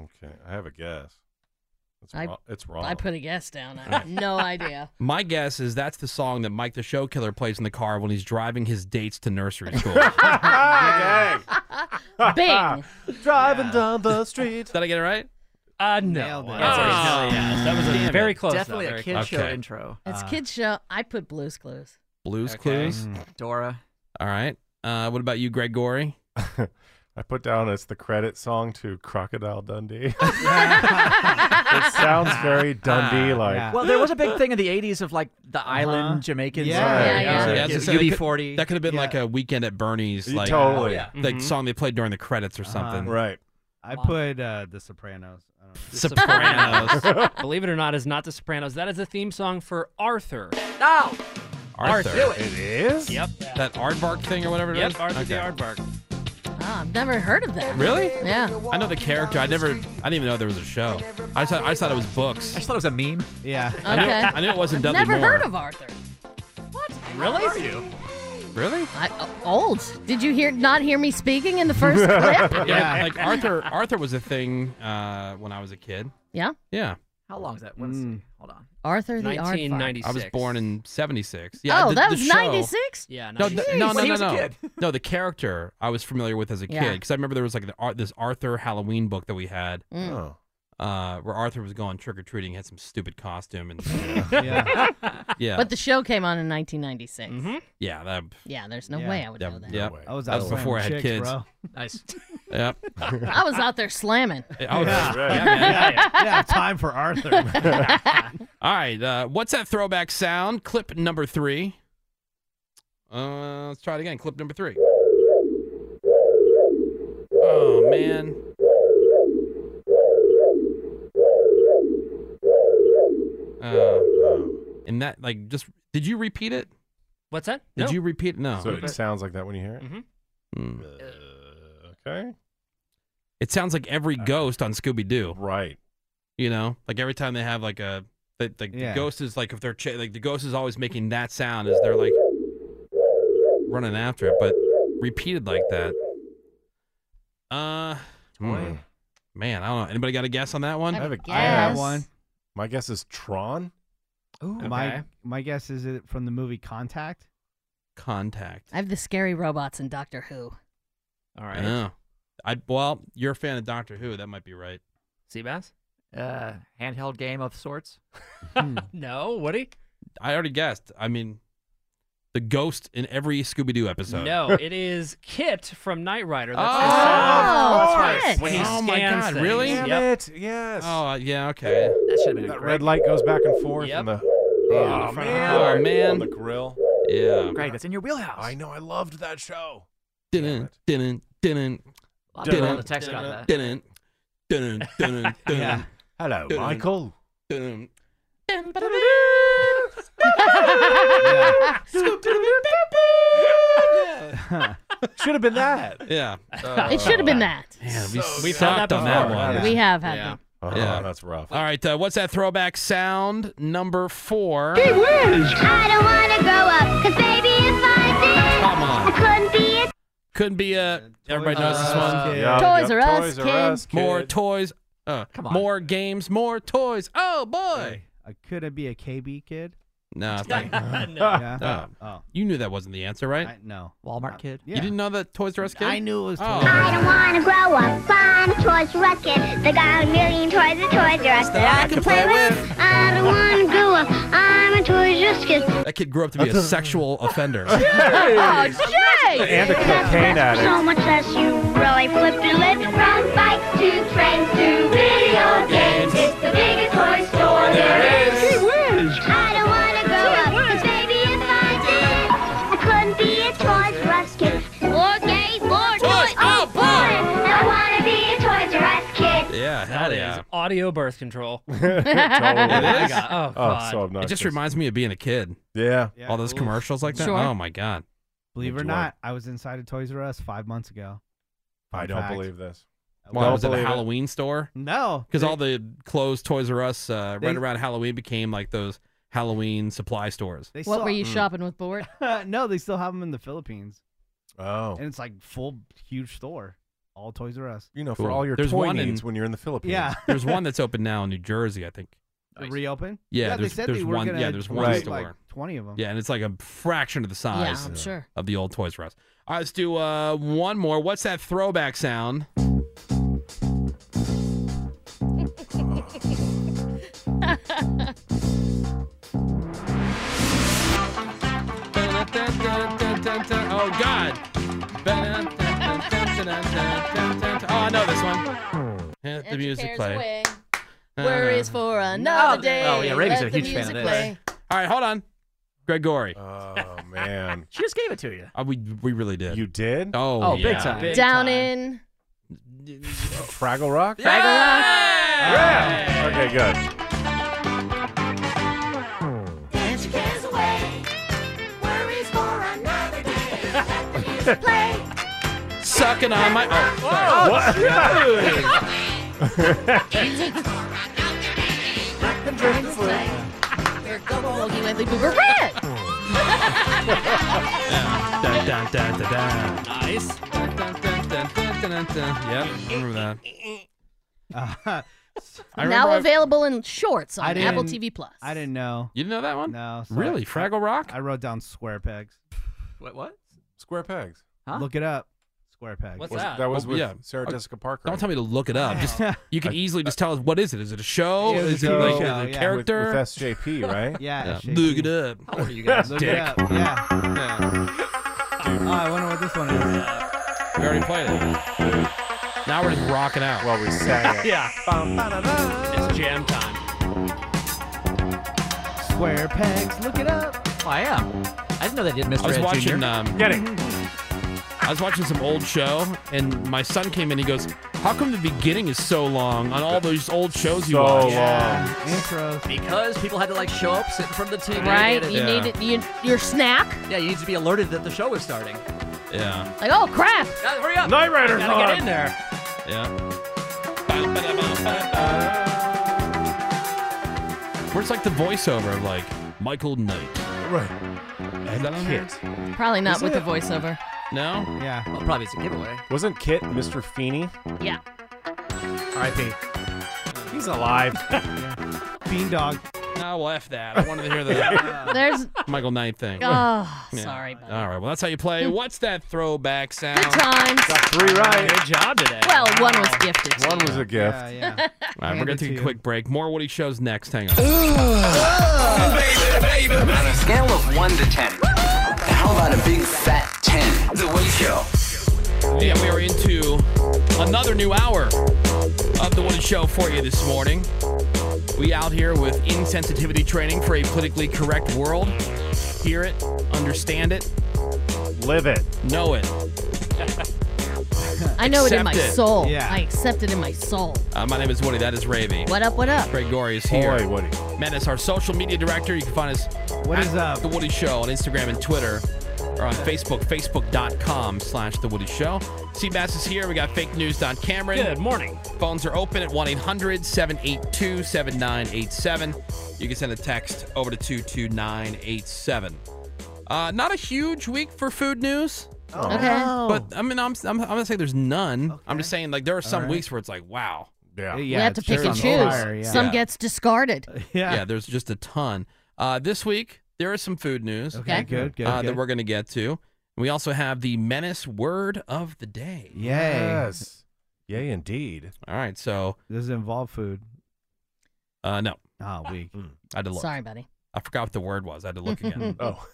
Speaker 8: Okay, I have a guess. It's,
Speaker 7: I-
Speaker 8: wrong. it's wrong.
Speaker 7: I put a guess down. I
Speaker 5: *laughs*
Speaker 7: have no idea. *laughs*
Speaker 5: My guess is that's the song that Mike the Show Killer plays in the car when he's driving his dates
Speaker 7: *laughs*
Speaker 5: to nursery school.
Speaker 7: Bing.
Speaker 8: *laughs* Driving down the street.
Speaker 5: Did I get it right?
Speaker 9: Uh, no.
Speaker 7: it.
Speaker 9: That's
Speaker 7: Oh.
Speaker 9: a hell yes. That was a
Speaker 5: Damn it.
Speaker 9: very close.
Speaker 10: Definitely
Speaker 9: though,
Speaker 10: a
Speaker 9: very
Speaker 10: kid
Speaker 9: close.
Speaker 10: show
Speaker 5: Okay.
Speaker 10: intro.
Speaker 7: It's
Speaker 5: Uh,
Speaker 7: kids show. I put Blue's Clues.
Speaker 5: Blues
Speaker 9: Okay.
Speaker 8: Mm.
Speaker 5: Clues.
Speaker 10: Dora.
Speaker 5: All right. Uh, what about you, Greg Gorey?
Speaker 8: *laughs* I put down as the credit song to Crocodile Dundee. *laughs* it sounds very Dundee like.
Speaker 10: Well, there was a big thing in the 80s of like the
Speaker 6: Uh-huh.
Speaker 10: island Jamaicans.
Speaker 5: that's what I said. That could-
Speaker 10: UB40.
Speaker 5: That could have been like a weekend at Bernie's,
Speaker 8: Yeah,
Speaker 5: like
Speaker 8: totally. Oh, yeah.
Speaker 5: like
Speaker 8: Mhm.
Speaker 5: song they played during the credits
Speaker 9: Uh-huh.
Speaker 5: or something.
Speaker 8: right.
Speaker 6: Uh-huh. I put uh, The Sopranos. I don't know.
Speaker 5: The Sopranos. *laughs*
Speaker 9: Believe it or not, is not The Sopranos. That is the theme song for Arthur.
Speaker 10: No.
Speaker 5: Arthur.
Speaker 9: Arthur.
Speaker 5: It is.
Speaker 9: Yep.
Speaker 5: That aardvark thing or whatever. it
Speaker 9: Yep,
Speaker 5: is?
Speaker 9: Arthur the
Speaker 5: aardvark.
Speaker 7: Ah, I've never heard of that.
Speaker 5: Really?
Speaker 7: Yeah.
Speaker 5: I know the character. I never. I didn't even know there was a show. I just thought. I just thought it was books. I just
Speaker 10: thought it was a meme.
Speaker 6: Yeah.
Speaker 5: I knew,
Speaker 7: Okay.
Speaker 5: I knew it wasn't
Speaker 7: I've
Speaker 5: Dudley
Speaker 7: never
Speaker 5: Moore.
Speaker 7: heard of Arthur.
Speaker 9: Really? Are you?
Speaker 5: Really?
Speaker 7: I, uh, old. Did you hear not hear me speaking in the *laughs*
Speaker 5: *laughs*
Speaker 7: first clip?
Speaker 5: yeah. Like Arthur. Arthur was a thing uh, when I was a kid.
Speaker 7: Yeah.
Speaker 5: Yeah.
Speaker 10: How long is that? Let's see. Hold on.
Speaker 7: Arthur the Aardvark.
Speaker 5: Mm. I was born in 76. Yeah,
Speaker 7: Oh,
Speaker 5: the-
Speaker 7: that
Speaker 5: the
Speaker 7: was
Speaker 5: show-
Speaker 7: 96?
Speaker 9: Yeah,
Speaker 5: no, th-
Speaker 9: 96.
Speaker 5: no,
Speaker 9: Jeez.
Speaker 5: no,
Speaker 9: He
Speaker 5: no,
Speaker 9: was a
Speaker 5: no.
Speaker 9: kid.
Speaker 5: *laughs* no, the character I was familiar with as a
Speaker 9: Yeah.
Speaker 5: kid because I remember there was like an, Ar- this Arthur Halloween book that we had.
Speaker 9: Mm. Oh.
Speaker 5: Uh, where Arthur was going trick or treating, had some stupid costume, and *laughs*
Speaker 7: Yeah.
Speaker 5: yeah, Mm-hmm.
Speaker 7: But the show came on in 1996.
Speaker 5: yeah, that,
Speaker 7: Yeah, there's no way I would know that.
Speaker 5: Yeah,
Speaker 6: I was
Speaker 5: that
Speaker 6: out
Speaker 5: was before I had
Speaker 6: slamming
Speaker 5: kids.
Speaker 6: chicks,
Speaker 5: *laughs*
Speaker 6: bro.
Speaker 10: Nice.
Speaker 5: Yep. *laughs*
Speaker 7: I was out there slamming.
Speaker 5: I was-
Speaker 6: Yeah.
Speaker 5: Right.
Speaker 6: Yeah, man. Yeah, yeah. You don't have time
Speaker 7: *laughs*
Speaker 5: *laughs*
Speaker 6: for Arthur.
Speaker 5: All right. Uh, what's that throwback sound? Clip number three. Uh, let's try it again. Clip number three. Oh, man. Uh, and that, like, just did you repeat it?
Speaker 9: What's that?
Speaker 5: Did
Speaker 9: No.
Speaker 5: you repeat? No.
Speaker 8: So it sounds like that when you hear it?
Speaker 7: Mm-hmm.
Speaker 9: Mhm.
Speaker 5: Hmm.
Speaker 8: Okay.
Speaker 5: It sounds like every ghost on Scooby Doo. Right. You know, like every time they have like a like, like
Speaker 6: Yeah.
Speaker 5: the ghost is like if they're cha- like the ghost is always making that sound as they're like running after it, but repeated like that. Uh, hmm. man, I don't know. Anybody got a guess on that one?
Speaker 7: I have a
Speaker 6: I have guess. one.
Speaker 5: My guess is Tron.
Speaker 6: Ooh,
Speaker 5: Okay.
Speaker 6: my my guess is it from the movie Contact.
Speaker 5: Contact.
Speaker 7: I have the scary robots in Doctor Who.
Speaker 9: All
Speaker 5: I know. I well, you're a fan of Doctor Who. That might be right.
Speaker 9: Seabass?
Speaker 10: Uh, handheld game of sorts.
Speaker 9: *laughs* no, Woody?
Speaker 5: I already guessed. I mean, the ghost in every Scooby Doo episode. *laughs*
Speaker 9: No, *laughs* it is Kit from Knight Rider. That's
Speaker 5: Oh,
Speaker 9: the sound.
Speaker 5: of
Speaker 9: That's right.
Speaker 5: course.
Speaker 9: When he
Speaker 5: Oh my
Speaker 9: scans
Speaker 5: God,
Speaker 9: things.
Speaker 5: really?
Speaker 9: Yep.
Speaker 5: Damn
Speaker 8: it. Yes.
Speaker 5: Oh uh, yeah, okay.
Speaker 10: That should have been
Speaker 8: That red light goes back and forth.
Speaker 9: Yep.
Speaker 8: And the,
Speaker 5: Yeah,
Speaker 8: oh,
Speaker 5: in front of the
Speaker 8: man.
Speaker 5: car. Oh, man.
Speaker 8: On the grill.
Speaker 5: Yeah.
Speaker 10: Greg, that's in your wheelhouse.
Speaker 8: I know. I loved that show.
Speaker 5: Didn't, didn't, didn't,
Speaker 10: Lots of people in the
Speaker 5: didn't,
Speaker 10: text got that.
Speaker 5: didn't, didn't, *laughs* didn't,
Speaker 8: Yeah.
Speaker 5: didn't.
Speaker 8: Hello,
Speaker 5: didn't,
Speaker 8: Michael.
Speaker 5: Didn't.
Speaker 8: *laughs* Should have been that.
Speaker 5: Oh,
Speaker 3: *laughs*
Speaker 8: Uh,
Speaker 5: *laughs* Yeah.
Speaker 7: it should
Speaker 5: *laughs*
Speaker 7: have been that.
Speaker 5: Man, we
Speaker 8: So
Speaker 5: we
Speaker 8: good.
Speaker 5: sucked on that
Speaker 8: before.
Speaker 5: one.
Speaker 7: We have had them.
Speaker 8: Oh,
Speaker 5: Yeah.
Speaker 8: that's rough.
Speaker 5: All right, uh, what's that throwback sound? Number four.
Speaker 4: I don't want to grow up, because baby, if I did,
Speaker 5: Come
Speaker 4: I
Speaker 5: on.
Speaker 4: couldn't be a
Speaker 5: Couldn't be a. Everybody knows this one.
Speaker 4: Yeah, Toys yeah, R Us, Toys R kid. Us, kid.
Speaker 5: More toys. Uh, Come on. More games. More toys. Oh boy.
Speaker 6: Uh, could it be a KB kid?
Speaker 5: No. *laughs* thank-
Speaker 6: *laughs* Yeah.
Speaker 5: No.
Speaker 6: Oh.
Speaker 5: You knew that wasn't the answer, right?
Speaker 6: no.
Speaker 10: Walmart kid.
Speaker 5: You didn't know that Toys R Us kid?
Speaker 6: I knew it was
Speaker 5: Oh.
Speaker 6: Toys R Us.
Speaker 4: I don't want to grow up. I'm a Toys R Us kid. They got a million toys at Toys R Us that I can play with. I don't want to grow up. I'm a Toys R Us kid.
Speaker 5: That kid grew up to
Speaker 6: *laughs*
Speaker 5: be a sexual offender.
Speaker 4: Oh,
Speaker 7: Jay!
Speaker 5: And a cocaine addict.
Speaker 4: So much less you really flip your lid. From bikes to trains to video games, it's the biggest toy store there is.
Speaker 5: *laughs*
Speaker 4: I don't want to grow up, 'cause baby, if I did, I couldn't be a Toys R Us kid. More games, more toys, oh boy! I want to be a Toys R Us kid.
Speaker 5: Yeah, hell
Speaker 9: That is
Speaker 5: yeah.
Speaker 9: audio birth
Speaker 8: *laughs*
Speaker 9: control.
Speaker 5: It
Speaker 9: I
Speaker 5: is?
Speaker 9: got- oh, God.
Speaker 5: It just reminds me of being a kid.
Speaker 8: Yeah.
Speaker 5: All those commercials like that.
Speaker 6: Sure.
Speaker 5: Oh my god.
Speaker 6: Believe it or
Speaker 5: Enjoy.
Speaker 6: not, I was inside a Toys R Us five months ago.
Speaker 8: I
Speaker 6: Fun
Speaker 8: don't
Speaker 6: fact.
Speaker 8: believe this.
Speaker 5: Why
Speaker 8: Don't
Speaker 5: was it a
Speaker 8: believe it.
Speaker 5: Halloween store?
Speaker 6: No,
Speaker 5: Because all the closed Toys R Us uh, right
Speaker 6: They-
Speaker 5: around Halloween became like those Halloween supply stores.
Speaker 6: They
Speaker 7: What
Speaker 6: saw-
Speaker 7: were you
Speaker 8: Hmm.
Speaker 5: Mm.
Speaker 7: shopping with, Board?
Speaker 6: *laughs* no, they still have them in the Philippines,
Speaker 8: Oh.
Speaker 6: and it's like full huge store, all Toys R Us.
Speaker 8: You know, for
Speaker 5: Cool.
Speaker 8: all your
Speaker 5: There's
Speaker 8: toy
Speaker 5: one in-
Speaker 8: needs when you're in the Philippines.
Speaker 6: Yeah.
Speaker 5: there's
Speaker 6: *laughs*
Speaker 5: one that's open now in New Jersey, I think.
Speaker 6: They reopen.
Speaker 5: Yeah,
Speaker 6: they
Speaker 5: there's,
Speaker 6: said
Speaker 5: there's
Speaker 6: they were
Speaker 5: one.
Speaker 6: gonna
Speaker 5: Yeah, there's one
Speaker 6: do,
Speaker 5: store.
Speaker 6: Like *laughs* Twenty of them.
Speaker 5: Yeah, and it's like a fraction of the size.
Speaker 6: I'm sure.
Speaker 5: Of the old Toys R Us. All right, let's do uh, one more. What's that throwback sound?
Speaker 7: oh
Speaker 5: Oh, God. Oh, I know this one. Hit the
Speaker 7: And she
Speaker 5: music
Speaker 7: cares
Speaker 5: play. Uh-huh. Uh,
Speaker 7: away. Worries for another day.
Speaker 5: Oh, yeah, Reagan's
Speaker 7: Let
Speaker 5: a
Speaker 7: the
Speaker 5: huge fan of
Speaker 7: music
Speaker 5: this.
Speaker 7: play.
Speaker 5: All right, hold on. Gregory.
Speaker 8: Oh
Speaker 5: *laughs*
Speaker 8: man.
Speaker 10: She just gave it to you.
Speaker 5: Uh, we we really did. You
Speaker 8: did?
Speaker 5: Oh,
Speaker 10: Oh, big
Speaker 5: yeah.
Speaker 10: time.
Speaker 7: Down in.
Speaker 8: Fraggle Rock?
Speaker 7: Yeah!
Speaker 8: Okay, good.
Speaker 4: And she cares away. Worries for another day. Let the
Speaker 5: *laughs*
Speaker 4: music play.
Speaker 5: Sucking on my. Oh,
Speaker 4: Whoa,
Speaker 5: *laughs* dude.
Speaker 7: Here go Boogie Wiggly *laughs* Boober Red.
Speaker 5: Dun, dun, dun, dun, dun. Nice. Dun, dun, dun, dun, dun, dun, dun. Yep, I remember
Speaker 6: *laughs*
Speaker 5: that. I remember
Speaker 7: now
Speaker 5: I-
Speaker 7: available in shorts
Speaker 6: I
Speaker 7: on Apple
Speaker 6: didn't-
Speaker 7: TV Plus.
Speaker 6: I didn't know.
Speaker 5: You didn't know that one?
Speaker 6: No.
Speaker 5: Really? Fraggle Rock?
Speaker 6: I wrote down Square Pegs.
Speaker 10: What? What?
Speaker 8: Square Pegs.
Speaker 10: Huh?
Speaker 6: Look it up. Square Pegs.
Speaker 10: What's
Speaker 8: Was- that? that was with Sarah
Speaker 5: Oh,
Speaker 8: Jessica Parker.
Speaker 5: Don't tell me to look it up. Just
Speaker 8: *laughs*
Speaker 5: you can easily just tell us what is it? Is it a show?
Speaker 8: It was
Speaker 5: Is
Speaker 8: a
Speaker 5: it like
Speaker 8: show,
Speaker 5: a
Speaker 8: yeah.
Speaker 5: character?
Speaker 8: With- with
Speaker 5: *laughs*
Speaker 8: SJP, right? Yeah, SJP.
Speaker 5: Look it up.
Speaker 8: How old are you guys? Look it
Speaker 5: Dick.
Speaker 8: up,
Speaker 6: yeah. Oh, I wonder what this one is.
Speaker 5: We already played it. Now we're just rocking out.
Speaker 8: Well, we
Speaker 5: sang it.
Speaker 9: *laughs* yeah. It's jam time.
Speaker 6: Square Pegs. Look it up.
Speaker 10: Oh, I am. I didn't know they did Mr.
Speaker 5: I was
Speaker 10: Ed
Speaker 5: watching.
Speaker 10: Jr.
Speaker 5: Um, I was watching some old show, and my son came in. He goes, "How come the beginning is so long on all those old shows you
Speaker 8: So
Speaker 5: watch?"
Speaker 8: long.
Speaker 6: Intros.
Speaker 10: Because people had to like show up, sit in front of the TV.
Speaker 7: Right?
Speaker 10: and-
Speaker 7: You need it, you, your snack.
Speaker 10: Yeah, you need to be alerted that the show is starting.
Speaker 5: Yeah.
Speaker 7: Like, oh crap!
Speaker 10: Guys, hurry up!
Speaker 5: Knight Rider's
Speaker 10: Gotta
Speaker 5: on.
Speaker 10: get in there.
Speaker 5: Yeah. Where's like the voiceover of like Michael Knight? Right. Is that on here?
Speaker 7: Probably not
Speaker 5: Is
Speaker 7: with
Speaker 5: it?
Speaker 7: the voiceover.
Speaker 5: No.
Speaker 6: Yeah.
Speaker 10: Well, probably it's a giveaway.
Speaker 8: Wasn't Kit Mr. Feeney?
Speaker 5: *laughs*
Speaker 7: Yeah.
Speaker 8: R.I.P. He's *laughs* alive.
Speaker 6: Bean Dog.
Speaker 5: No, well, F that. I wanted to *laughs* hear the
Speaker 7: *laughs* There's
Speaker 5: Michael Knight thing.
Speaker 7: Oh, sorry, buddy. Hmm.
Speaker 5: All right. Well, that's how you play. What's that throwback sound?
Speaker 7: Good times. Got
Speaker 8: three right.
Speaker 9: Good job today.
Speaker 7: Well, one was gifted.
Speaker 8: One was a gift.
Speaker 7: Yeah,
Speaker 6: yeah.
Speaker 5: All right, we're going to take a quick break. More Woody shows next. Hang on.
Speaker 11: On a scale of 1 to 10, how about a big fat 10? The Woody Show.
Speaker 5: Yeah, we are into another new hour of The Woody Show for you this morning. We out here with insensitivity training for a politically correct world. Hear it, understand it,
Speaker 8: live it,
Speaker 5: know it.
Speaker 7: *laughs* I know it in my
Speaker 5: Accept it.
Speaker 7: soul.
Speaker 5: Yeah.
Speaker 7: I accept it in my soul.
Speaker 5: Uh, my name is Woody. That is Ravy.
Speaker 7: What up, what up?
Speaker 5: Greg Gorey is here.
Speaker 8: Oi, Woody.
Speaker 5: Menace, our social media director. You can find us
Speaker 6: What
Speaker 5: at
Speaker 6: is up?
Speaker 5: The Woody Show on Instagram and Twitter or on Facebook, facebook.com slash The Woody Show. Seabass is here. We got fake news. Don Cameron.
Speaker 9: Good morning.
Speaker 5: Phones are open at 1 800 782 7987. You can send a text over to 22987. Uh, not a huge week for food news.
Speaker 4: Oh. Okay.
Speaker 5: But I mean, I'm, I'm, I'm not saying there's none. I'm just saying, like, there are some
Speaker 6: right.
Speaker 5: weeks where it's like, wow.
Speaker 8: Yeah.
Speaker 7: you have to pick and choose. Some
Speaker 6: *laughs*
Speaker 7: gets discarded.
Speaker 5: Yeah. there's just a ton. Uh, this week, there is some food news.
Speaker 6: Okay, Okay. good, good,
Speaker 5: uh, That
Speaker 6: good.
Speaker 5: we're going to get to. We also have the menace word of the day.
Speaker 6: Yay. Yes.
Speaker 8: Yay, indeed.
Speaker 5: All right, so.
Speaker 6: Does it involve food?
Speaker 5: Uh, no.
Speaker 6: Oh, weak.
Speaker 5: I had to look.
Speaker 7: Sorry, buddy.
Speaker 5: I forgot what the word was. I had to look
Speaker 6: *laughs*
Speaker 5: again.
Speaker 8: oh.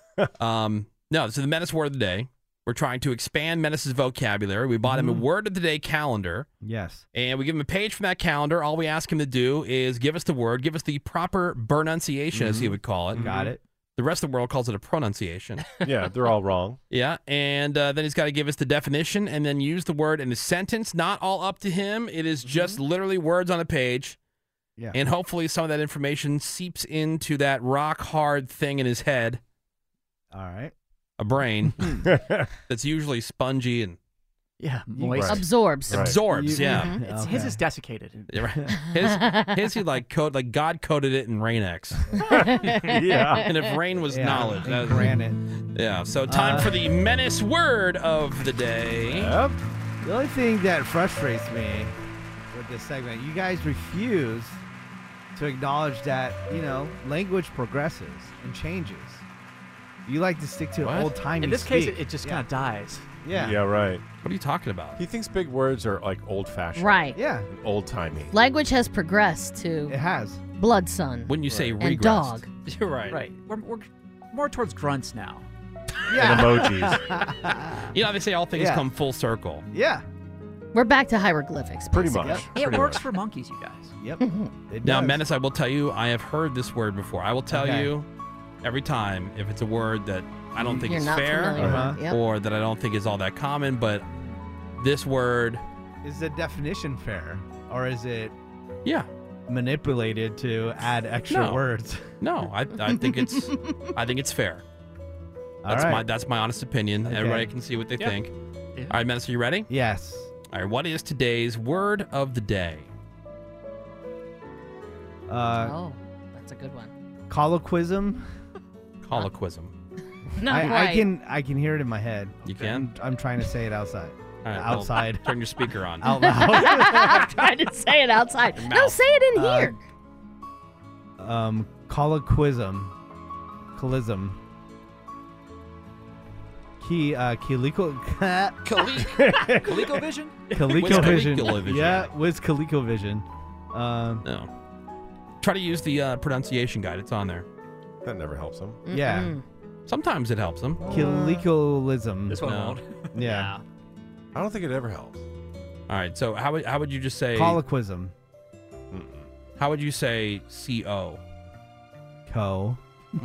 Speaker 5: um, no, so the menace word of the day. We're trying to expand Menace's vocabulary. We bought him a word of the day calendar.
Speaker 6: Mm-hmm. Yes.
Speaker 5: And we give him a page from that calendar. All we ask him to do is give us the word, give us the proper pronunciation, as he would call it.
Speaker 6: Mm-hmm. Got it.
Speaker 5: The rest of the world calls it a
Speaker 6: *laughs*
Speaker 5: pronunciation.
Speaker 8: Yeah, they're all wrong.
Speaker 5: yeah. And uh, then he's got to give us the definition and then use the word in a sentence. Not all up to him. It is just literally words on a page.
Speaker 6: Yeah.
Speaker 5: And hopefully some of that information seeps into that rock hard thing in his head,
Speaker 6: All right.
Speaker 5: a *laughs* brain that's usually spongy and
Speaker 10: Yeah,
Speaker 5: moist.
Speaker 10: moist.
Speaker 5: Right. Absorbs. Right. Absorbs, yeah.
Speaker 10: Mhm. It's, His
Speaker 5: Okay.
Speaker 10: is desiccated.
Speaker 5: Yeah,
Speaker 10: *laughs*
Speaker 5: right. His, his he like code like God coded it in Rain *laughs* X.
Speaker 10: Yeah.
Speaker 5: And if rain was
Speaker 6: Yeah,
Speaker 5: knowledge,
Speaker 6: in
Speaker 5: that was-
Speaker 6: granite.
Speaker 5: Yeah. So time
Speaker 6: Uh,
Speaker 5: for the menace word of the day.
Speaker 6: The only thing that frustrates me with this segment, you guys refuse to acknowledge that, you know, language progresses and changes. You like to stick to
Speaker 10: What?
Speaker 6: old timey
Speaker 10: In this case, it, it just kind of dies.
Speaker 6: Yeah.
Speaker 8: Yeah, right.
Speaker 5: What are you talking about?
Speaker 8: He thinks big words are like old fashioned.
Speaker 7: Right.
Speaker 6: Yeah.
Speaker 8: Old timey.
Speaker 7: Language has progressed to. It
Speaker 6: has.
Speaker 7: Blood son.
Speaker 5: Wouldn't you say
Speaker 7: And
Speaker 5: regressed?
Speaker 7: dog.
Speaker 5: *laughs* You're right.
Speaker 10: Right. We're, we're more towards grunts now.
Speaker 7: *laughs*
Speaker 5: *laughs* You know, they say all things
Speaker 6: Yeah.
Speaker 5: come full circle.
Speaker 6: Yeah.
Speaker 7: We're back to hieroglyphics.
Speaker 5: Pretty
Speaker 7: basically.
Speaker 5: much. It Pretty works much.
Speaker 10: for monkeys, you guys.
Speaker 6: Yep.
Speaker 5: Now, Menace, I will tell you, I have heard this word before. I will tell
Speaker 10: Okay.
Speaker 5: you every time if it's a word that I don't think
Speaker 6: You're
Speaker 5: is
Speaker 6: not
Speaker 5: fair
Speaker 6: familiar with, Uh-huh. yep.
Speaker 5: or that I don't think is all that common, but this word,
Speaker 6: Is the definition fair, or is it?
Speaker 5: Yeah.
Speaker 6: Manipulated to add extra
Speaker 5: No.
Speaker 6: words.
Speaker 5: No, I, I think
Speaker 6: *laughs*
Speaker 5: it's I think it's fair.
Speaker 6: All
Speaker 5: That's
Speaker 6: right.
Speaker 5: my that's my honest opinion.
Speaker 6: Okay.
Speaker 5: Everybody can see what they
Speaker 6: Yeah.
Speaker 5: think.
Speaker 6: Yeah.
Speaker 5: All right, Menace, are you ready?
Speaker 6: Yes.
Speaker 5: All right, what is today's word of the day?
Speaker 6: Uh,
Speaker 7: oh, that's a good
Speaker 6: *laughs*
Speaker 7: one.
Speaker 6: Colloquism.
Speaker 5: Colloquism.
Speaker 7: Not
Speaker 6: I, I
Speaker 7: quite.
Speaker 6: can I can hear it in my head.
Speaker 5: You can?
Speaker 6: I'm, I'm trying to say it outside.
Speaker 5: All right, well,
Speaker 6: outside.
Speaker 5: turn your speaker on.
Speaker 6: *laughs* Out loud.
Speaker 7: *laughs* I'm trying to say it outside. No,
Speaker 6: mouth.
Speaker 7: say it in
Speaker 6: Uh,
Speaker 7: here.
Speaker 6: um, colloquism, colism. Key, uh, Coleco,
Speaker 5: *laughs*
Speaker 10: ColecoVision?
Speaker 5: ColecoVision.
Speaker 6: ColecoVision. Yeah, Wiz ColecoVision. Um,
Speaker 5: no. Try to use the uh, pronunciation guide. It's on there. That never helps them.
Speaker 6: Yeah. Mm-mm.
Speaker 5: Sometimes it helps them.
Speaker 7: Uh,
Speaker 6: Colecolism.
Speaker 5: This one No. won't.
Speaker 6: Yeah.
Speaker 5: I don't think it ever helps. All right. So how would how would you just say
Speaker 6: Colloquism.
Speaker 5: How would you say co?
Speaker 6: Co.
Speaker 5: *laughs*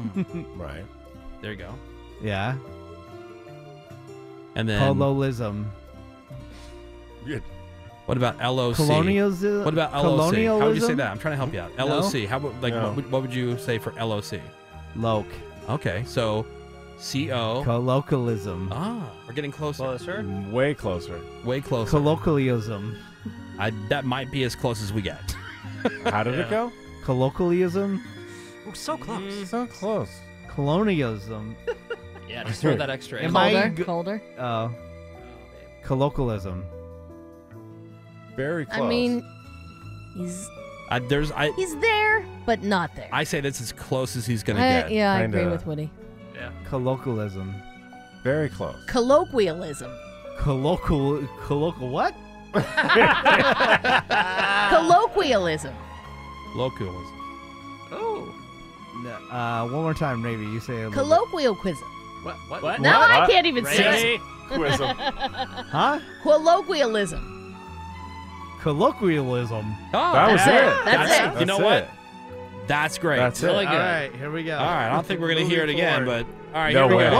Speaker 5: right. There you go.
Speaker 6: Yeah.
Speaker 5: And then
Speaker 6: Cololism.
Speaker 5: Good. What about LOC?
Speaker 6: Colonialism-
Speaker 5: What about LOC? How would you say
Speaker 6: colonialism?
Speaker 5: that? I'm trying to help you out.
Speaker 6: No?
Speaker 5: LOC. How about like
Speaker 6: No.
Speaker 5: what, would, what would you say for LOC?
Speaker 6: Loc.
Speaker 5: Okay. So CO.
Speaker 6: Colloquialism.
Speaker 5: ah, we're getting closer. Closer.
Speaker 8: Way closer.
Speaker 5: Way closer.
Speaker 6: Colloquialism.
Speaker 5: I, that might be as close as we get. How
Speaker 8: did it Yeah. go? Mm,
Speaker 6: Colloquialism.
Speaker 10: Oh, so close.
Speaker 8: So close.
Speaker 6: Colonialism.
Speaker 8: *laughs*
Speaker 9: Yeah, just throw that extra in.
Speaker 6: Am I
Speaker 7: Colder,
Speaker 6: go-
Speaker 7: colder.
Speaker 6: Oh. Colloquialism.
Speaker 8: Very
Speaker 7: I mean, he's
Speaker 5: I, there's I.
Speaker 7: he's there, but not there.
Speaker 5: I say that's as close as he's gonna
Speaker 7: I-
Speaker 5: get.
Speaker 7: yeah, I agree with Woody.
Speaker 5: Yeah.
Speaker 6: Colloquialism.
Speaker 8: Very close.
Speaker 7: Colloquialism.
Speaker 6: Colloquial. Colloquial.
Speaker 8: *laughs*
Speaker 6: What?
Speaker 10: Ah.
Speaker 7: Colloquialism.
Speaker 5: Colloquialism.
Speaker 7: Oh.
Speaker 6: No, Uh, one more time, maybe you say a little bit.
Speaker 7: Colloquialism.
Speaker 10: What? What?
Speaker 6: What?
Speaker 7: Now *laughs* I
Speaker 6: What?
Speaker 7: can't even say
Speaker 6: Ready?
Speaker 7: it.
Speaker 6: Quism. Huh?
Speaker 7: *laughs* Colloquialism.
Speaker 6: Colloquialism.
Speaker 5: Oh,
Speaker 7: That was that's it. it. That's it.
Speaker 5: You know
Speaker 6: That's
Speaker 5: what? That's great.
Speaker 6: That's it. Really good. All right,
Speaker 5: here we go. All right, I don't think we're gonna hear it
Speaker 6: Moving
Speaker 5: again,
Speaker 6: forward.
Speaker 5: but all right,
Speaker 6: No
Speaker 5: here we
Speaker 6: way.
Speaker 5: go.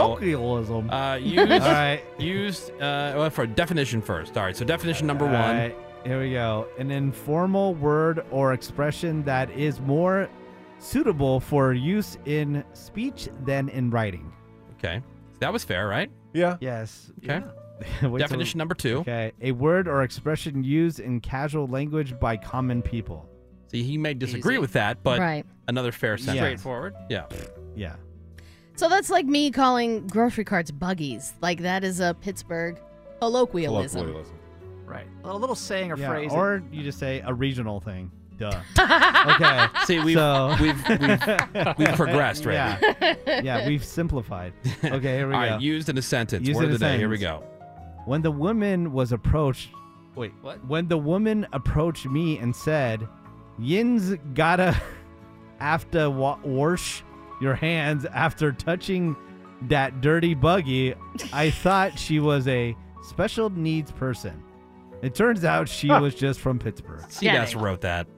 Speaker 7: *laughs*
Speaker 6: Colloquialism.
Speaker 5: Uh, used,
Speaker 6: All right.
Speaker 5: Used uh, well, for definition first. All right, so definition number
Speaker 6: All
Speaker 5: one.
Speaker 6: right, here we go. An informal word or expression that is more suitable for use in speech than in writing. *laughs*
Speaker 5: Okay, that was fair, right?
Speaker 8: Yeah.
Speaker 6: Yes.
Speaker 5: Okay.
Speaker 6: Wait till-
Speaker 5: Definition number two.
Speaker 6: Okay. A word or expression used in casual language by common people.
Speaker 5: See, he may disagree with that, but
Speaker 7: Right.
Speaker 5: another fair sentence.
Speaker 6: Straightforward.
Speaker 5: Yeah.
Speaker 6: Yeah.
Speaker 7: So that's like me calling grocery carts buggies. Like that is a Pittsburgh colloquialism.
Speaker 10: Right. A little saying or
Speaker 6: Yeah,
Speaker 10: phrase. that-
Speaker 6: or you just say a regional thing. Duh. *laughs*
Speaker 7: *laughs*
Speaker 6: okay.
Speaker 5: See, we've-
Speaker 6: so,
Speaker 5: we've-
Speaker 6: *laughs*
Speaker 5: we've- we've progressed,
Speaker 6: Yeah.
Speaker 5: Randy.
Speaker 6: *laughs* yeah, we've simplified. Okay, here we
Speaker 5: All
Speaker 6: go.
Speaker 5: right, used in a sentence.
Speaker 6: Used
Speaker 5: Word
Speaker 6: in
Speaker 5: of
Speaker 6: a
Speaker 5: the day. Here we go.
Speaker 6: sentence. When the woman was approached, wait,
Speaker 10: what?
Speaker 6: When the woman approached me and said, "Yin's gotta *laughs* after wa- wash your hands after touching that dirty buggy,"
Speaker 5: *laughs*
Speaker 6: I thought she was a special needs person. It turns out she was just from Pittsburgh.
Speaker 5: See, that's wrote that.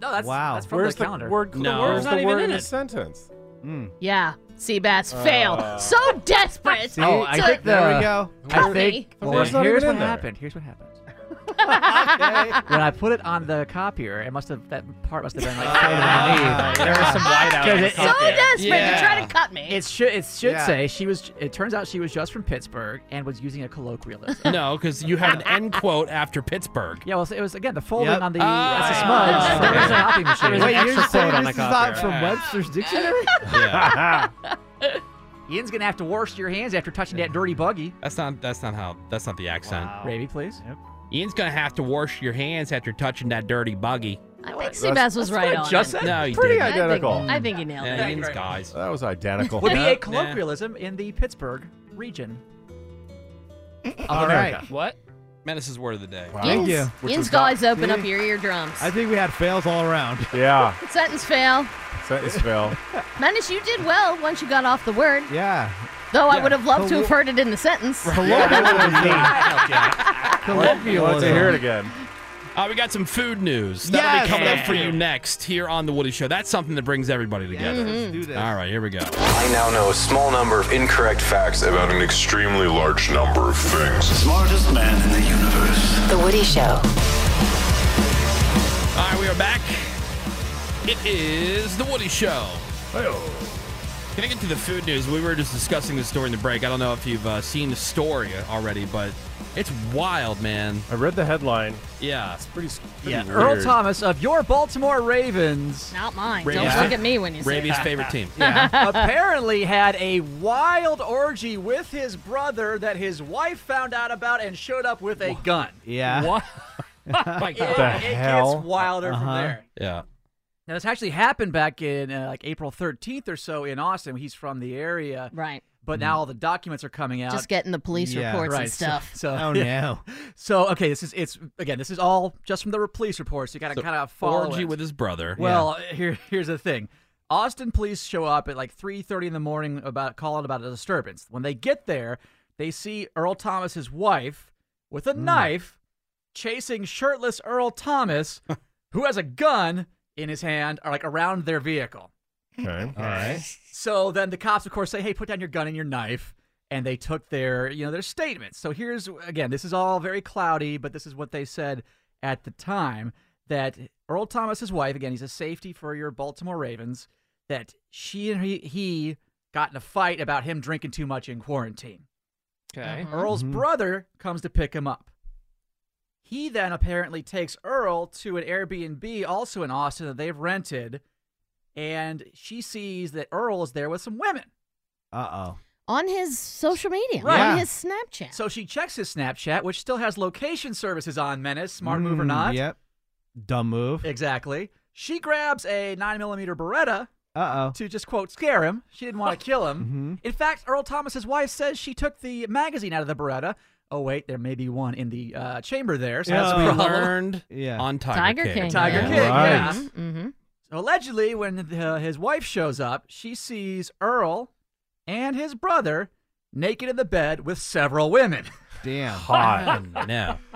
Speaker 10: No, that's,
Speaker 6: Wow.
Speaker 10: that's from
Speaker 6: Where's
Speaker 10: the
Speaker 6: the
Speaker 10: calendar.
Speaker 6: word- the No. word's
Speaker 10: It's
Speaker 6: not even in it.
Speaker 8: sentence.
Speaker 7: Yeah. Seabats fail.
Speaker 10: Uh. *laughs*
Speaker 7: So desperate.
Speaker 10: See, oh, I
Speaker 7: to-
Speaker 10: think the,
Speaker 6: There we go.
Speaker 10: I
Speaker 7: Tony.
Speaker 10: think
Speaker 6: The word's not
Speaker 10: here's
Speaker 6: even
Speaker 10: what
Speaker 6: in there.
Speaker 10: happened. Here's what happened. When I put it on the copier, it must have that part must have been like faded underneath.
Speaker 9: there was some whiteout on the
Speaker 10: It-
Speaker 9: So copier. desperate to try
Speaker 7: to cut me.
Speaker 10: It should it should
Speaker 9: Yeah.
Speaker 10: say she was. It turns out she was just from Pittsburgh and was using a colloquialism.
Speaker 5: *laughs* no, because you
Speaker 7: *laughs*
Speaker 5: have an end quote after *laughs* Pittsburgh.
Speaker 10: Yeah, well, it was again the folding
Speaker 5: Yep.
Speaker 10: on the.
Speaker 5: Ah.
Speaker 10: that's a smudge. There was a copy machine.
Speaker 6: Wait, you're saying this is not from
Speaker 10: *laughs*
Speaker 6: Webster's Dictionary?
Speaker 10: Ian's gonna have to wash your hands after touching that dirty buggy.
Speaker 5: That's not. That's not how. That's not the accent.
Speaker 10: Wow. Ravy, please.
Speaker 5: Ian's gonna have to wash your hands after touching that dirty buggy.
Speaker 7: I think Seabass was right on. it.
Speaker 5: No, you
Speaker 7: Pretty
Speaker 5: didn't.
Speaker 7: identical. I think- I think he nailed it.
Speaker 5: Yeah, Ian's
Speaker 7: Right.
Speaker 5: guys.
Speaker 8: That was identical.
Speaker 10: Would be
Speaker 8: Nah.
Speaker 10: a colloquialism in the Pittsburgh region.
Speaker 5: All
Speaker 10: America.
Speaker 5: right. What? Menace's word of the day.
Speaker 6: Thank you.
Speaker 7: Yin's guys open up your eardrums.
Speaker 6: I think we had fails all around.
Speaker 8: Yeah.
Speaker 7: Sentence fail.
Speaker 8: Sentence fail.
Speaker 7: Menace, you did well once you got off the word.
Speaker 6: Yeah.
Speaker 7: Though I
Speaker 6: Yeah.
Speaker 7: would have loved to
Speaker 6: Collo-
Speaker 7: have heard it in the sentence.
Speaker 8: Let's hear it again.
Speaker 5: Uh, we got some food news. That'll
Speaker 8: Yes.
Speaker 5: be coming up for
Speaker 8: Yeah.
Speaker 5: you next here on The Woody Show. That's something that brings everybody together.
Speaker 8: let's do this.
Speaker 5: All right, here we go.
Speaker 13: I now know a small number of incorrect facts about an extremely large number of things. Smartest man in the universe.
Speaker 14: The Woody Show.
Speaker 5: All right, we are back. It is The Woody Show. Can I get to the food news? We were just discussing this during the break. I don't know if you've uh, seen the story already, but it's wild, man.
Speaker 8: I read the headline.
Speaker 5: Yeah. It's
Speaker 8: pretty,
Speaker 5: yeah.
Speaker 10: Earl Thomas of your Baltimore Ravens.
Speaker 7: Not mine.
Speaker 10: Rabies-
Speaker 7: Don't look at me when you say
Speaker 5: Rabies'
Speaker 7: that.
Speaker 5: favorite team.
Speaker 10: *laughs* Yeah. apparently had a wild orgy with his brother that his wife found out about and showed up with a gun.
Speaker 6: Yeah. *laughs* Oh
Speaker 10: What? *laughs*
Speaker 6: My
Speaker 10: it, it
Speaker 6: God. The
Speaker 10: gets
Speaker 6: hell?
Speaker 10: wilder from
Speaker 6: Uh-huh.
Speaker 10: there.
Speaker 5: Yeah.
Speaker 10: Now this actually happened back in uh, like April 13th or so in Austin. He's from the area,
Speaker 7: right?
Speaker 10: But
Speaker 6: Hmm.
Speaker 10: now all the documents are coming out.
Speaker 7: Just getting the police reports and
Speaker 10: right, so-
Speaker 7: stuff.
Speaker 10: So, *laughs*
Speaker 6: Oh, no.
Speaker 10: So okay, this is it's again. This is all just from the re- police reports. You got to
Speaker 5: So,
Speaker 10: kind of follow
Speaker 5: orgy
Speaker 10: it.
Speaker 5: with his brother.
Speaker 10: Well, here here's the thing. Austin police show up at like 3:30 in the morning about calling about a disturbance. When they get there, they see Earl Thomas's wife with a
Speaker 5: Hmm.
Speaker 10: knife chasing shirtless Earl
Speaker 5: *laughs*
Speaker 10: Thomas who has a gun in his hand or like around their vehicle.
Speaker 8: Okay. All right.
Speaker 10: So then the cops, of course, say, "Hey, put down your gun and your knife," and they took their, you know, their statements. So here's again, this is all very cloudy, but this is what they said at the time that Earl Thomas's wife, again, he's a safety for your Baltimore Ravens, that she and he, he got in a fight about him drinking too much in quarantine.
Speaker 9: Okay.
Speaker 10: Earl's
Speaker 8: Mm-hmm.
Speaker 10: brother comes to pick him up. He then apparently takes Earl to an Airbnb also in Austin that they've rented, and she sees that Earl is there with some women.
Speaker 6: Uh oh.
Speaker 7: On his *laughs* social media,
Speaker 10: Right.
Speaker 7: on
Speaker 10: Yeah.
Speaker 7: his Snapchat.
Speaker 10: So she checks his Snapchat, which still has location services on Menace, smart move or not.
Speaker 6: Mm, Yep. Dumb move.
Speaker 10: Exactly. She grabs a 9mm Beretta
Speaker 6: Uh oh.
Speaker 10: to just, quote, scare him. She didn't want to kill him.
Speaker 6: Mm-hmm.
Speaker 10: In fact, Earl Thomas's wife says she took the magazine out of the Beretta. Oh, wait, there may be one in the uh, chamber there. So that's
Speaker 5: As
Speaker 10: a
Speaker 5: we
Speaker 10: problem.
Speaker 5: learned
Speaker 6: yeah.
Speaker 5: on Tiger,
Speaker 10: Tiger
Speaker 5: King.
Speaker 10: King, Tiger yeah. King, yeah.
Speaker 5: Right.
Speaker 7: Mm-hmm.
Speaker 10: Allegedly, when the, his wife shows up, she sees Earl and his brother naked in the bed with several women.
Speaker 6: Damn. *laughs*
Speaker 5: Hot. no.
Speaker 7: *laughs*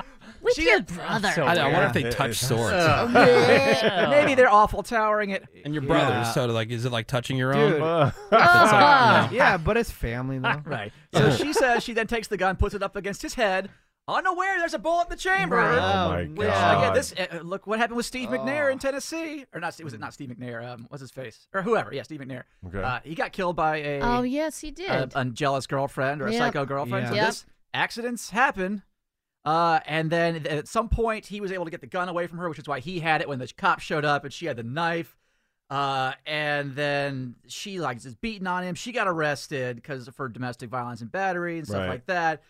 Speaker 7: With your brother. Oh,
Speaker 5: I, know, I wonder if they
Speaker 8: Yeah.
Speaker 5: touch swords.
Speaker 10: Uh, *laughs* maybe they're awful towering it.
Speaker 5: And your brother.
Speaker 6: Yeah.
Speaker 5: So like, is it like touching your own?
Speaker 7: *laughs*
Speaker 5: *laughs*
Speaker 6: Dude.
Speaker 7: Oh.
Speaker 5: It's
Speaker 10: *laughs*
Speaker 5: like, no.
Speaker 6: yeah, but it's family though.
Speaker 10: Right. So she says she then takes the gun, puts it up against his head, unaware there's a bullet in the chamber.
Speaker 8: Oh, my
Speaker 10: Which again,
Speaker 8: God.
Speaker 10: this uh, look what happened with Steve McNair in Tennessee, or not? Was it not Steve McNair? Um, what's his face or whoever? Yeah, Steve McNair.
Speaker 8: Okay.
Speaker 10: Uh, he got killed by a
Speaker 7: Oh yes, he did.
Speaker 10: a, a jealous girlfriend or a
Speaker 7: Yep.
Speaker 10: psycho girlfriend. So
Speaker 7: Yep.
Speaker 10: this accidents happen. Uh, and then at some point, he was able to get the gun away from her, which is why he had it when the cops showed up, and she had the knife. Uh, and then she like is beating on him. She got arrested because for domestic violence and battery and stuff
Speaker 8: Right.
Speaker 10: like that.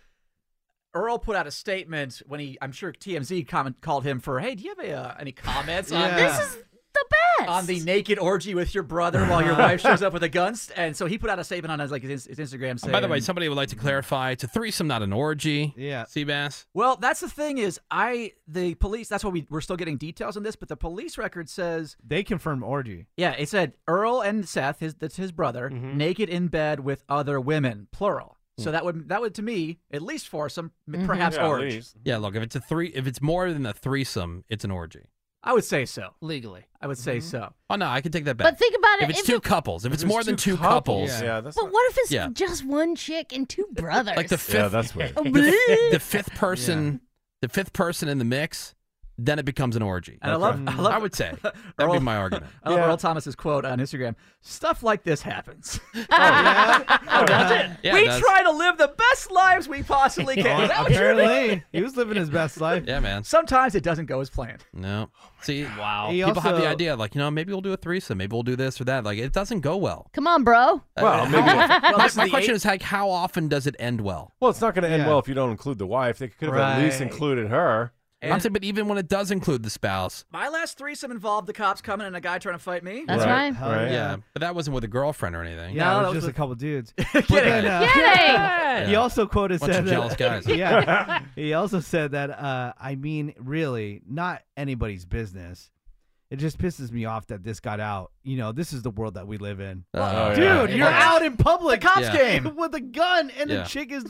Speaker 10: Earl put out a statement when he, I'm sure TMZ comment called him for, hey, do you have a, uh, any comments on
Speaker 7: Yeah. This is the best.
Speaker 10: on the naked orgy with your brother while your
Speaker 5: *laughs*
Speaker 10: wife shows up with a gun. st- And so he put out a statement on his like his, his Instagram saying.
Speaker 5: By the way, somebody would like to clarify: it's a threesome, not an orgy.
Speaker 6: Yeah.
Speaker 5: Seabass.
Speaker 10: well, that's the thing is, I the police. That's why we we're still getting details on this, but the police record says,
Speaker 6: They confirmed orgy.
Speaker 10: yeah, it said Earl and Seth, his that's his brother,
Speaker 5: Mm-hmm.
Speaker 10: naked in bed with other women, plural. So that would that would to me at least foursome,
Speaker 5: Mm-hmm.
Speaker 10: m perhaps orgy.
Speaker 5: Hmm. Yeah. Look, if it's a three, if it's more than a threesome, it's an orgy.
Speaker 10: I would say so.
Speaker 9: Legally.
Speaker 10: I would say so.
Speaker 5: Oh no, I can take that back.
Speaker 7: But think about it.
Speaker 5: If it's two couples, if it's more than two couples,
Speaker 7: but what if it's
Speaker 5: Yeah.
Speaker 7: just one chick and two brothers?
Speaker 5: *laughs*
Speaker 7: Oh,
Speaker 5: like the
Speaker 7: *laughs*
Speaker 5: fifth.
Speaker 7: weird.
Speaker 5: The,
Speaker 7: bleh.
Speaker 5: the fifth person, the fifth person in the mix, then it becomes an orgy.
Speaker 10: And I love- I love-
Speaker 5: would say that'd
Speaker 10: *laughs*
Speaker 5: be my argument.
Speaker 10: I love Earl Thomas's quote on Instagram. Stuff like this
Speaker 5: *laughs*
Speaker 10: happens.
Speaker 5: Oh, does Oh, it? Yeah,
Speaker 10: we
Speaker 5: it does.
Speaker 10: try to live the best lives we *laughs*
Speaker 5: *laughs*
Speaker 10: possibly can. Is that what you're doing?
Speaker 6: Apparently, he was living his best life.
Speaker 5: Yeah, man.
Speaker 10: Sometimes it doesn't go as planned.
Speaker 5: No. See, wow.
Speaker 6: He
Speaker 5: People have the
Speaker 6: also-
Speaker 5: idea, like, you know, maybe we'll do a threesome, maybe we'll do this or that. Like, it doesn't go well. Uh,
Speaker 7: Come on,
Speaker 10: *laughs*
Speaker 7: bro.
Speaker 5: Well,
Speaker 8: maybe-
Speaker 5: my,
Speaker 8: Well, this is
Speaker 5: my
Speaker 8: the
Speaker 5: question
Speaker 8: eight-
Speaker 5: is like, how often does it end well?
Speaker 8: Well, it's not going to end
Speaker 5: Yeah.
Speaker 8: well if you don't include the wife. They could have at least
Speaker 10: Right.
Speaker 8: included her.
Speaker 5: I'm saying, but even when it does include the spouse,
Speaker 10: My last threesome involved the cops coming and a guy trying to fight me.
Speaker 6: That's Right, right. hell
Speaker 5: yeah.
Speaker 6: yeah.
Speaker 5: but that wasn't with a girlfriend or anything.
Speaker 6: Yeah, it was just a
Speaker 10: *laughs*
Speaker 6: couple dudes. But then, uh, *laughs*
Speaker 7: Kidding.
Speaker 6: He also quoted
Speaker 5: Bunch
Speaker 6: said
Speaker 5: of
Speaker 6: that-
Speaker 5: jealous
Speaker 6: *laughs*
Speaker 10: *laughs*
Speaker 5: guys.
Speaker 6: yeah. He also said that uh, I mean, really, not anybody's business. It just pisses me off that this got out. You know, this is the world that we live in.
Speaker 5: Oh,
Speaker 6: Dude,
Speaker 5: yeah.
Speaker 6: you're
Speaker 5: Yeah.
Speaker 6: out in public.
Speaker 5: The cops Yeah. came.
Speaker 6: *laughs* with a gun, and
Speaker 5: Yeah.
Speaker 6: the chick is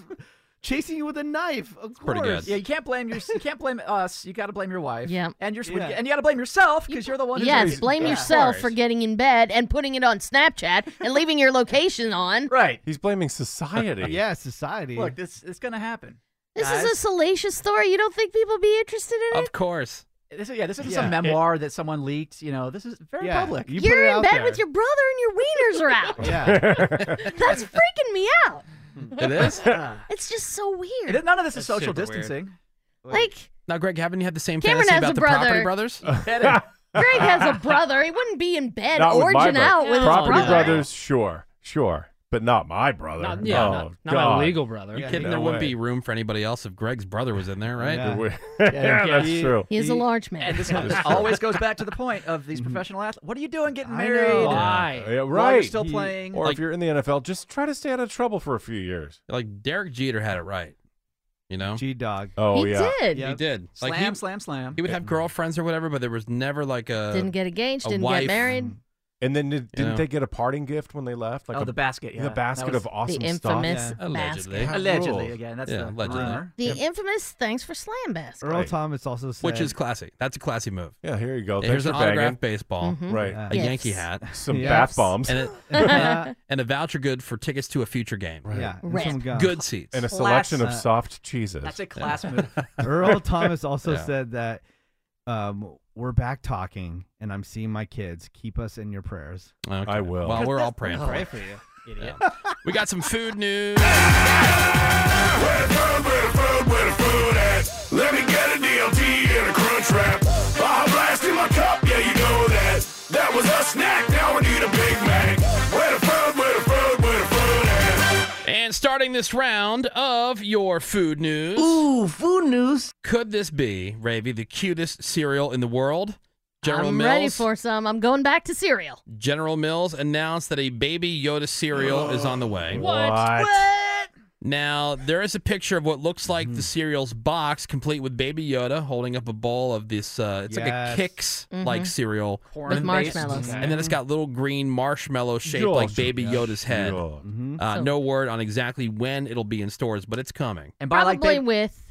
Speaker 6: chasing you with a knife. Of course,
Speaker 5: pretty good.
Speaker 10: Yeah, you can't blame your, you can't blame us. You got to blame your wife.
Speaker 7: Yeah.
Speaker 10: and you're
Speaker 7: Yeah.
Speaker 10: and you got to blame yourself because you're the one. who's
Speaker 7: Yes,
Speaker 10: doing it.
Speaker 7: blame
Speaker 10: Yeah.
Speaker 7: yourself for getting in bed and putting it on Snapchat and leaving your location on.
Speaker 10: Right.
Speaker 8: *laughs* He's blaming *laughs* society.
Speaker 6: yeah, society.
Speaker 10: Look, this it's gonna happen.
Speaker 7: This is a
Speaker 10: Guys.
Speaker 7: salacious story. You don't think people be interested in it?
Speaker 5: Of course.
Speaker 10: This, yeah, this isn't
Speaker 6: Yeah.
Speaker 10: some memoir that someone leaked. You know, this is very
Speaker 6: Yeah,
Speaker 10: public.
Speaker 6: you
Speaker 7: You're in bed with your brother and your wieners are
Speaker 10: *laughs*
Speaker 7: out. *laughs* That's freaking me out.
Speaker 5: It is?
Speaker 7: It's just so weird.
Speaker 10: None of this is
Speaker 5: That's
Speaker 10: social
Speaker 5: super weird.
Speaker 10: distancing.
Speaker 7: Like
Speaker 5: Now, Greg, haven't you had the same
Speaker 7: Cameron
Speaker 5: fantasy
Speaker 7: has
Speaker 5: about
Speaker 7: a
Speaker 5: the
Speaker 7: brother.
Speaker 5: Property
Speaker 10: *laughs*
Speaker 5: Brothers?
Speaker 7: Greg has a brother. He wouldn't be in bed
Speaker 8: Not with my
Speaker 7: orging
Speaker 8: brother.
Speaker 7: out with his
Speaker 8: Property
Speaker 7: brother.
Speaker 8: brothers, sure, sure, but not my brother.
Speaker 5: Not- yeah,
Speaker 8: oh,
Speaker 5: not-
Speaker 9: not my
Speaker 8: God.
Speaker 9: legal brother.
Speaker 5: Are you kidding? there wouldn't be room for anybody else if Greg's brother was in there, right?
Speaker 8: Yeah.
Speaker 10: *laughs*
Speaker 8: *laughs* Yeah. Yeah, that's He- true.
Speaker 7: He is a large man.
Speaker 10: And *laughs* this
Speaker 8: *laughs*
Speaker 5: That is true.
Speaker 10: always goes back to the point of these professional athletes. What are you doing getting
Speaker 9: I
Speaker 10: married?
Speaker 8: Yeah,
Speaker 9: know.
Speaker 8: right.
Speaker 10: While you're still
Speaker 8: He-
Speaker 10: playing.
Speaker 8: Or if you're in the NFL, just try to stay out of trouble for a few years.
Speaker 5: Like Derek Jeter had it right, you know.
Speaker 6: G Dog.
Speaker 8: Oh yeah.
Speaker 5: He did. Like,
Speaker 10: slam,
Speaker 5: he,
Speaker 10: slam, slam.
Speaker 5: He would have girlfriends or whatever, but there was never like a
Speaker 7: Didn't get engaged,
Speaker 5: a
Speaker 7: didn't
Speaker 5: wife.
Speaker 7: get married.
Speaker 8: And then did,
Speaker 5: You
Speaker 8: didn't
Speaker 5: know.
Speaker 8: they get a parting gift when they left? Like
Speaker 10: Oh,
Speaker 8: a,
Speaker 10: the basket, yeah.
Speaker 8: The
Speaker 10: That
Speaker 8: basket
Speaker 10: was
Speaker 8: of awesome
Speaker 7: the
Speaker 8: stuff.
Speaker 7: infamous Yeah. Allegedly. basket.
Speaker 8: That
Speaker 10: Allegedly,
Speaker 8: rules.
Speaker 10: again, that's
Speaker 5: Yeah,
Speaker 10: the
Speaker 5: allegedly.
Speaker 10: rumor.
Speaker 7: The infamous thanks for slam basket.
Speaker 6: Earl Thomas also said,
Speaker 5: which is classy. That's a classy move.
Speaker 8: Yeah, here you go.
Speaker 5: Yeah,
Speaker 8: Thanks
Speaker 5: Here's an
Speaker 8: for banging.
Speaker 5: autographed baseball,
Speaker 7: Mhm. Right.
Speaker 5: A
Speaker 7: Yes.
Speaker 5: Yankee hat,
Speaker 8: *laughs* Some Yes. bath bombs. *laughs*
Speaker 5: and a, and a voucher good for tickets to a future game.
Speaker 6: Yeah, and Rip. some gums.
Speaker 5: good seats,
Speaker 8: And a selection of soft cheeses.
Speaker 10: That's a
Speaker 5: Yeah.
Speaker 10: class move.
Speaker 5: *laughs*
Speaker 6: Earl Thomas also
Speaker 5: Yeah.
Speaker 6: said that um, we're back talking, and I'm seeing my kids. Keep us in your prayers.
Speaker 5: Okay.
Speaker 8: I will.
Speaker 5: Well, we're all praying for
Speaker 6: Pray
Speaker 5: it.
Speaker 6: for you,
Speaker 5: idiot. We got some food news.
Speaker 3: Let me get a DLT and a crunch wrap. Baja Blast in my cup, yeah, you know that. That was a snack, now I need a Big Mac. Where the food, where the food, where the food at?
Speaker 5: And starting this round of your food news.
Speaker 14: Ooh, food news.
Speaker 5: Could this be, Ravy, the cutest cereal in the world? General
Speaker 7: I'm
Speaker 5: Mills.
Speaker 7: ready for some. I'm going back to cereal.
Speaker 5: General Mills announced that a baby Yoda cereal is on the
Speaker 6: *gasps*
Speaker 5: way.
Speaker 7: What? What? Hmm.
Speaker 5: Now, there is a picture of what looks like the cereal's box, complete with baby Yoda holding up a bowl of this. Uh, it's
Speaker 6: Yes.
Speaker 5: like a Kix like
Speaker 6: Mhm.
Speaker 5: cereal.
Speaker 6: Corn With
Speaker 7: Mm-hmm. based. marshmallows.
Speaker 5: And then it's got little green marshmallow shaped like
Speaker 8: Yosh,
Speaker 5: baby
Speaker 8: yosh,
Speaker 5: Yoda's head.
Speaker 8: yosh.
Speaker 6: Mm-hmm.
Speaker 5: Uh,
Speaker 7: So-
Speaker 5: no word on exactly when it'll be in stores, but it's coming.
Speaker 10: And
Speaker 7: Probably with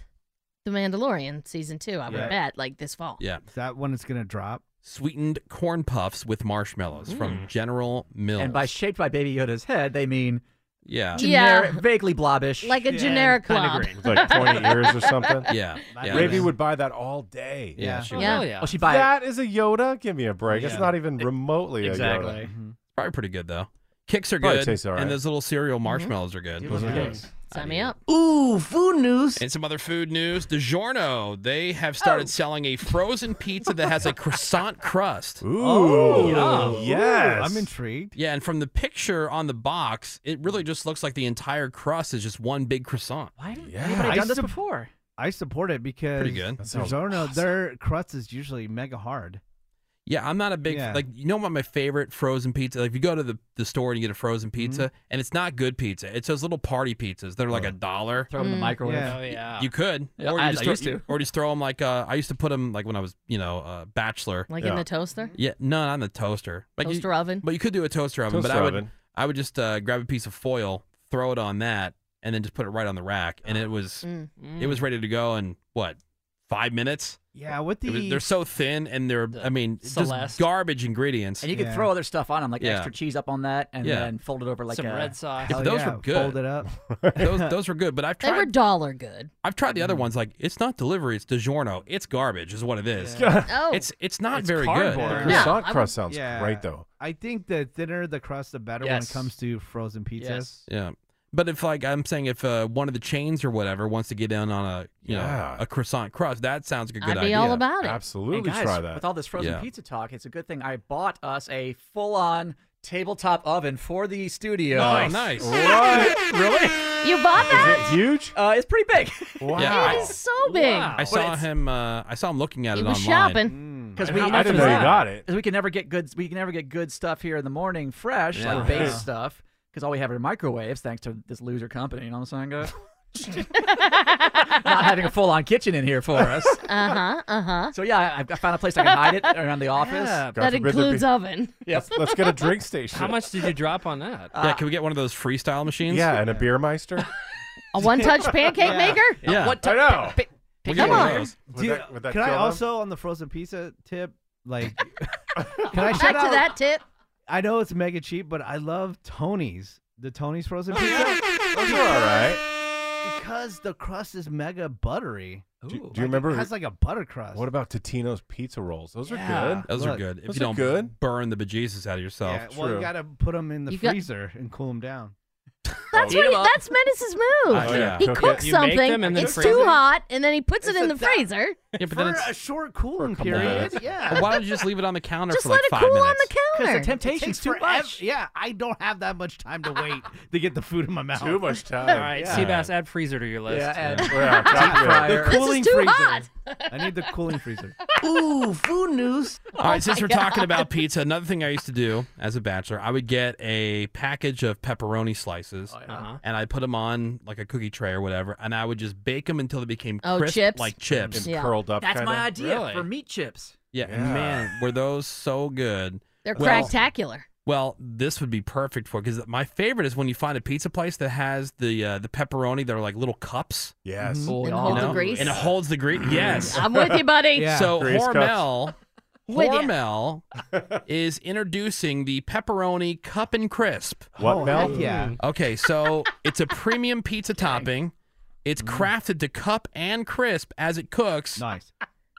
Speaker 7: The Mandalorian season two, I would
Speaker 5: Yeah.
Speaker 7: bet, like this fall.
Speaker 5: Yeah.
Speaker 6: Is that when it's gonna drop?
Speaker 5: Sweetened corn puffs with marshmallows
Speaker 7: Mm.
Speaker 5: from General Mills.
Speaker 10: And by shaped by Baby Yoda's head, they mean
Speaker 5: yeah,
Speaker 10: generic, vaguely blobbish,
Speaker 7: Like a generic blob.
Speaker 10: It's
Speaker 8: like 20 years or something.
Speaker 5: Yeah, yeah.
Speaker 8: Ravy would buy that all day.
Speaker 5: Yeah, Yeah. Oh, she
Speaker 10: would. Oh, Yeah.
Speaker 5: *laughs*
Speaker 10: Well, she buy it-
Speaker 8: That is a Yoda? Give me a break. It's
Speaker 5: Yeah.
Speaker 8: not even remotely a Yoda.
Speaker 5: Exactly.
Speaker 10: Mm-hmm.
Speaker 5: Probably pretty good though. Kicks are
Speaker 8: Probably
Speaker 5: good,
Speaker 8: tastes all right.
Speaker 5: and those little
Speaker 10: Mm-hmm.
Speaker 5: cereal marshmallows are good.
Speaker 8: those are good.
Speaker 7: Sign me up.
Speaker 14: Ooh, food news.
Speaker 5: And some other food news: DiGiorno they have
Speaker 10: Oh.
Speaker 5: started selling a frozen pizza
Speaker 10: *laughs*
Speaker 5: that has a croissant crust. Ooh,
Speaker 6: Oh,
Speaker 10: Oh.
Speaker 6: Ooh, I'm intrigued.
Speaker 5: Yeah, and from the picture on the box, it really just looks like the entire crust is just one big croissant.
Speaker 10: Why didn't
Speaker 6: I
Speaker 10: anybody done this
Speaker 6: sup-
Speaker 10: before?
Speaker 6: I support it because
Speaker 5: Pretty good. That sounds
Speaker 6: DiGiorno, their crust is usually
Speaker 8: *laughs*
Speaker 6: mega hard.
Speaker 5: Yeah, I'm not a big
Speaker 6: Yeah.
Speaker 5: like. You know what my favorite frozen pizza? Like, if you go to the, the store and you get a frozen pizza, and it's not good pizza. It's those little party pizzas. They're like a dollar.
Speaker 10: Throw 'em in the Mm. microwave. Yeah. Oh,
Speaker 5: Y-
Speaker 10: yeah.
Speaker 5: you could.
Speaker 10: Yeah,
Speaker 5: or you
Speaker 10: I-
Speaker 5: just
Speaker 10: I
Speaker 5: throw,
Speaker 10: used to.
Speaker 5: Or just throw them like uh, I used to put them like when I was you know uh, bachelor.
Speaker 7: Like in the toaster?
Speaker 5: Yeah, no, not in the toaster. Like you-
Speaker 7: Toaster oven?
Speaker 5: But you could do a toaster oven. but
Speaker 8: Toaster
Speaker 5: I would
Speaker 8: oven.
Speaker 5: I would just uh, grab a piece of foil, throw it on that, and then just put it right on the rack, and it was
Speaker 7: Mm.
Speaker 5: it was ready to go in what five minutes.
Speaker 6: Yeah, with
Speaker 5: It was-
Speaker 6: Uh, the
Speaker 5: they're so thin and they're I mean just
Speaker 10: Celeste.
Speaker 5: garbage ingredients.
Speaker 10: And you could throw other stuff on them, like
Speaker 5: Yeah.
Speaker 10: extra cheese up on that, and
Speaker 5: Yeah.
Speaker 10: then fold it over like
Speaker 9: Some
Speaker 10: a,
Speaker 9: red sauce.
Speaker 5: Yeah, but those
Speaker 6: yeah,
Speaker 5: were good.
Speaker 6: fold it up.
Speaker 10: *laughs*
Speaker 5: those *laughs* those were good, but I've
Speaker 7: They
Speaker 5: tried
Speaker 7: were dollar good.
Speaker 5: I've tried the other
Speaker 6: Mm.
Speaker 5: ones. Like it's not delivery, it's DiGiorno. It's garbage, is what it is.
Speaker 7: Yeah. *laughs* Oh.
Speaker 5: It's it's not
Speaker 7: It's
Speaker 5: very
Speaker 7: cardboard.
Speaker 5: good.
Speaker 7: No,
Speaker 8: Croissant I crust would- sounds
Speaker 6: yeah.
Speaker 8: great, though.
Speaker 6: I think the thinner the crust, the better when it
Speaker 5: Yes.
Speaker 6: comes to frozen pizzas.
Speaker 5: Yeah. But if like I'm saying, if uh, one of the chains or whatever wants to get in on a you
Speaker 8: Yeah.
Speaker 5: know a croissant crust, that sounds like a good
Speaker 7: I'd be
Speaker 5: idea.
Speaker 7: all about it.
Speaker 10: And
Speaker 8: Absolutely
Speaker 10: guys,
Speaker 8: try that.
Speaker 10: With all this frozen
Speaker 5: Yeah.
Speaker 10: pizza talk, it's a good thing I bought us a full-on tabletop oven for the studio.
Speaker 5: Oh, nice.
Speaker 10: What? *laughs* really?
Speaker 7: You bought that?
Speaker 8: Huge?
Speaker 10: Uh, it's pretty big.
Speaker 8: Wow.
Speaker 5: Yeah.
Speaker 7: It is so big.
Speaker 5: I saw him. Uh, I saw him looking at
Speaker 7: He
Speaker 5: it
Speaker 7: was
Speaker 5: online.
Speaker 8: Mm.
Speaker 7: shopping.
Speaker 10: Because
Speaker 5: I
Speaker 10: Mm. we
Speaker 5: didn't- I didn't know you got it.
Speaker 10: 'Cause we can never get good. We can never get good stuff here in the morning, fresh
Speaker 5: Yeah.
Speaker 10: like base
Speaker 5: Yeah.
Speaker 7: *laughs*
Speaker 10: stuff. Because all we have are microwaves, thanks to this loser company. You know what I'm saying, guys? *laughs* Not having a full on kitchen in here for us.
Speaker 5: *laughs*
Speaker 7: Uh huh. Uh huh.
Speaker 10: So, yeah, I, I found a place I can hide it around the office.
Speaker 7: Yeah, That includes uh, oven.
Speaker 10: Yes.
Speaker 8: Let's get a drink station.
Speaker 9: How much did you drop on that?
Speaker 6: Uh,
Speaker 5: yeah, can we get one of those freestyle machines?
Speaker 8: Yeah, and a beer
Speaker 5: *laughs*
Speaker 8: meister.
Speaker 7: A one touch pancake
Speaker 6: Yeah.
Speaker 7: maker?
Speaker 5: Yeah.
Speaker 10: What
Speaker 8: I know.
Speaker 6: Pick
Speaker 8: Come
Speaker 6: one
Speaker 8: on.
Speaker 6: of those.
Speaker 8: Would
Speaker 6: Do you-
Speaker 8: that- would that
Speaker 6: can
Speaker 8: kill
Speaker 6: I
Speaker 8: them?
Speaker 6: also on the frozen pizza tip?
Speaker 8: *laughs*
Speaker 6: Like, can I
Speaker 7: Back
Speaker 6: shout
Speaker 7: to
Speaker 6: out
Speaker 7: that tip?
Speaker 6: I know it's mega cheap, but I love Tony's. The
Speaker 8: *laughs*
Speaker 6: Tony's frozen pizza.
Speaker 8: *laughs* Those are all right.
Speaker 6: Because the crust is mega buttery.
Speaker 8: Do, do you remember?
Speaker 6: It has like a butter crust.
Speaker 8: What about Totino's pizza rolls? Those are
Speaker 6: Yeah.
Speaker 8: good.
Speaker 5: Those are
Speaker 6: Look,
Speaker 5: good. If
Speaker 8: those
Speaker 5: you
Speaker 8: are
Speaker 5: don't
Speaker 8: good.
Speaker 5: burn the bejesus out of yourself.
Speaker 6: Yeah, well, you gotta put them in the
Speaker 7: You got-
Speaker 6: freezer and cool them down.
Speaker 7: That's
Speaker 5: Oh,
Speaker 7: what
Speaker 5: yeah.
Speaker 7: he, that's Menace's move.
Speaker 5: Oh, yeah.
Speaker 7: He
Speaker 5: Cook it.
Speaker 7: cooks
Speaker 5: You make
Speaker 7: something.
Speaker 5: them and then
Speaker 7: it's
Speaker 5: freeze
Speaker 7: too
Speaker 5: it?
Speaker 7: hot, and then he puts it in the
Speaker 6: It's a da-
Speaker 7: freezer.
Speaker 5: Yeah, but
Speaker 6: for
Speaker 5: then it's
Speaker 6: a short cooling
Speaker 5: couple
Speaker 6: period,
Speaker 5: minutes.
Speaker 6: yeah.
Speaker 5: Why don't you just leave it on the counter
Speaker 6: Just
Speaker 5: for like
Speaker 6: let it
Speaker 5: five
Speaker 6: cool on
Speaker 5: minutes?
Speaker 6: the
Speaker 7: counter.
Speaker 6: It takes
Speaker 10: too
Speaker 6: forever-
Speaker 10: much.
Speaker 6: *laughs* Yeah, I don't have that much time to wait *laughs* to get the food in my mouth.
Speaker 8: Too much time.
Speaker 9: All right,
Speaker 8: Yeah.
Speaker 9: Seabass, add freezer to your list.
Speaker 10: Yeah, add-
Speaker 9: *laughs*
Speaker 8: Yeah, top
Speaker 10: Fryer.
Speaker 6: The cooling
Speaker 7: too
Speaker 6: freezer.
Speaker 7: hot.
Speaker 6: I need the
Speaker 5: *laughs*
Speaker 6: cooling
Speaker 7: *laughs*
Speaker 6: freezer.
Speaker 14: Ooh, food news.
Speaker 5: All
Speaker 7: Oh
Speaker 5: right,
Speaker 6: Oh
Speaker 5: since we're talking about
Speaker 6: *laughs*
Speaker 5: pizza, another thing I used to do as a bachelor, I would get a package of pepperoni slices,
Speaker 6: Oh,
Speaker 8: Uh-huh.
Speaker 5: and I put them on like a cookie tray or whatever, and I would just bake them until they became
Speaker 7: Oh,
Speaker 5: crisp,
Speaker 7: chips?
Speaker 5: like chips.
Speaker 7: And Yeah.
Speaker 8: curled up.
Speaker 10: That's
Speaker 8: kinda.
Speaker 10: my idea
Speaker 9: Really?
Speaker 10: for meat chips.
Speaker 5: Yeah, and
Speaker 8: Yeah.
Speaker 5: man, were those so good.
Speaker 7: They're
Speaker 5: Well-
Speaker 7: cracktacular.
Speaker 5: Well, this would be perfect for because my favorite is when you find a pizza place that has the uh, the pepperoni that are like little cups.
Speaker 8: Yes.
Speaker 7: Mm-hmm. And
Speaker 5: you
Speaker 7: hold the
Speaker 5: know,
Speaker 7: grease. Mm-hmm.
Speaker 5: And it holds the grease. Yes.
Speaker 7: I'm with you, buddy.
Speaker 5: So
Speaker 8: Grease cups.
Speaker 5: Hormel,
Speaker 7: With ya.
Speaker 5: Hormel
Speaker 8: *laughs*
Speaker 5: is introducing the pepperoni cup and crisp.
Speaker 8: What
Speaker 6: Oh,
Speaker 8: Mel?
Speaker 6: heck yeah.
Speaker 5: Okay,
Speaker 6: *laughs*
Speaker 5: so it's a premium pizza topping. It's crafted to cup and crisp as it cooks.
Speaker 6: Mm. Nice.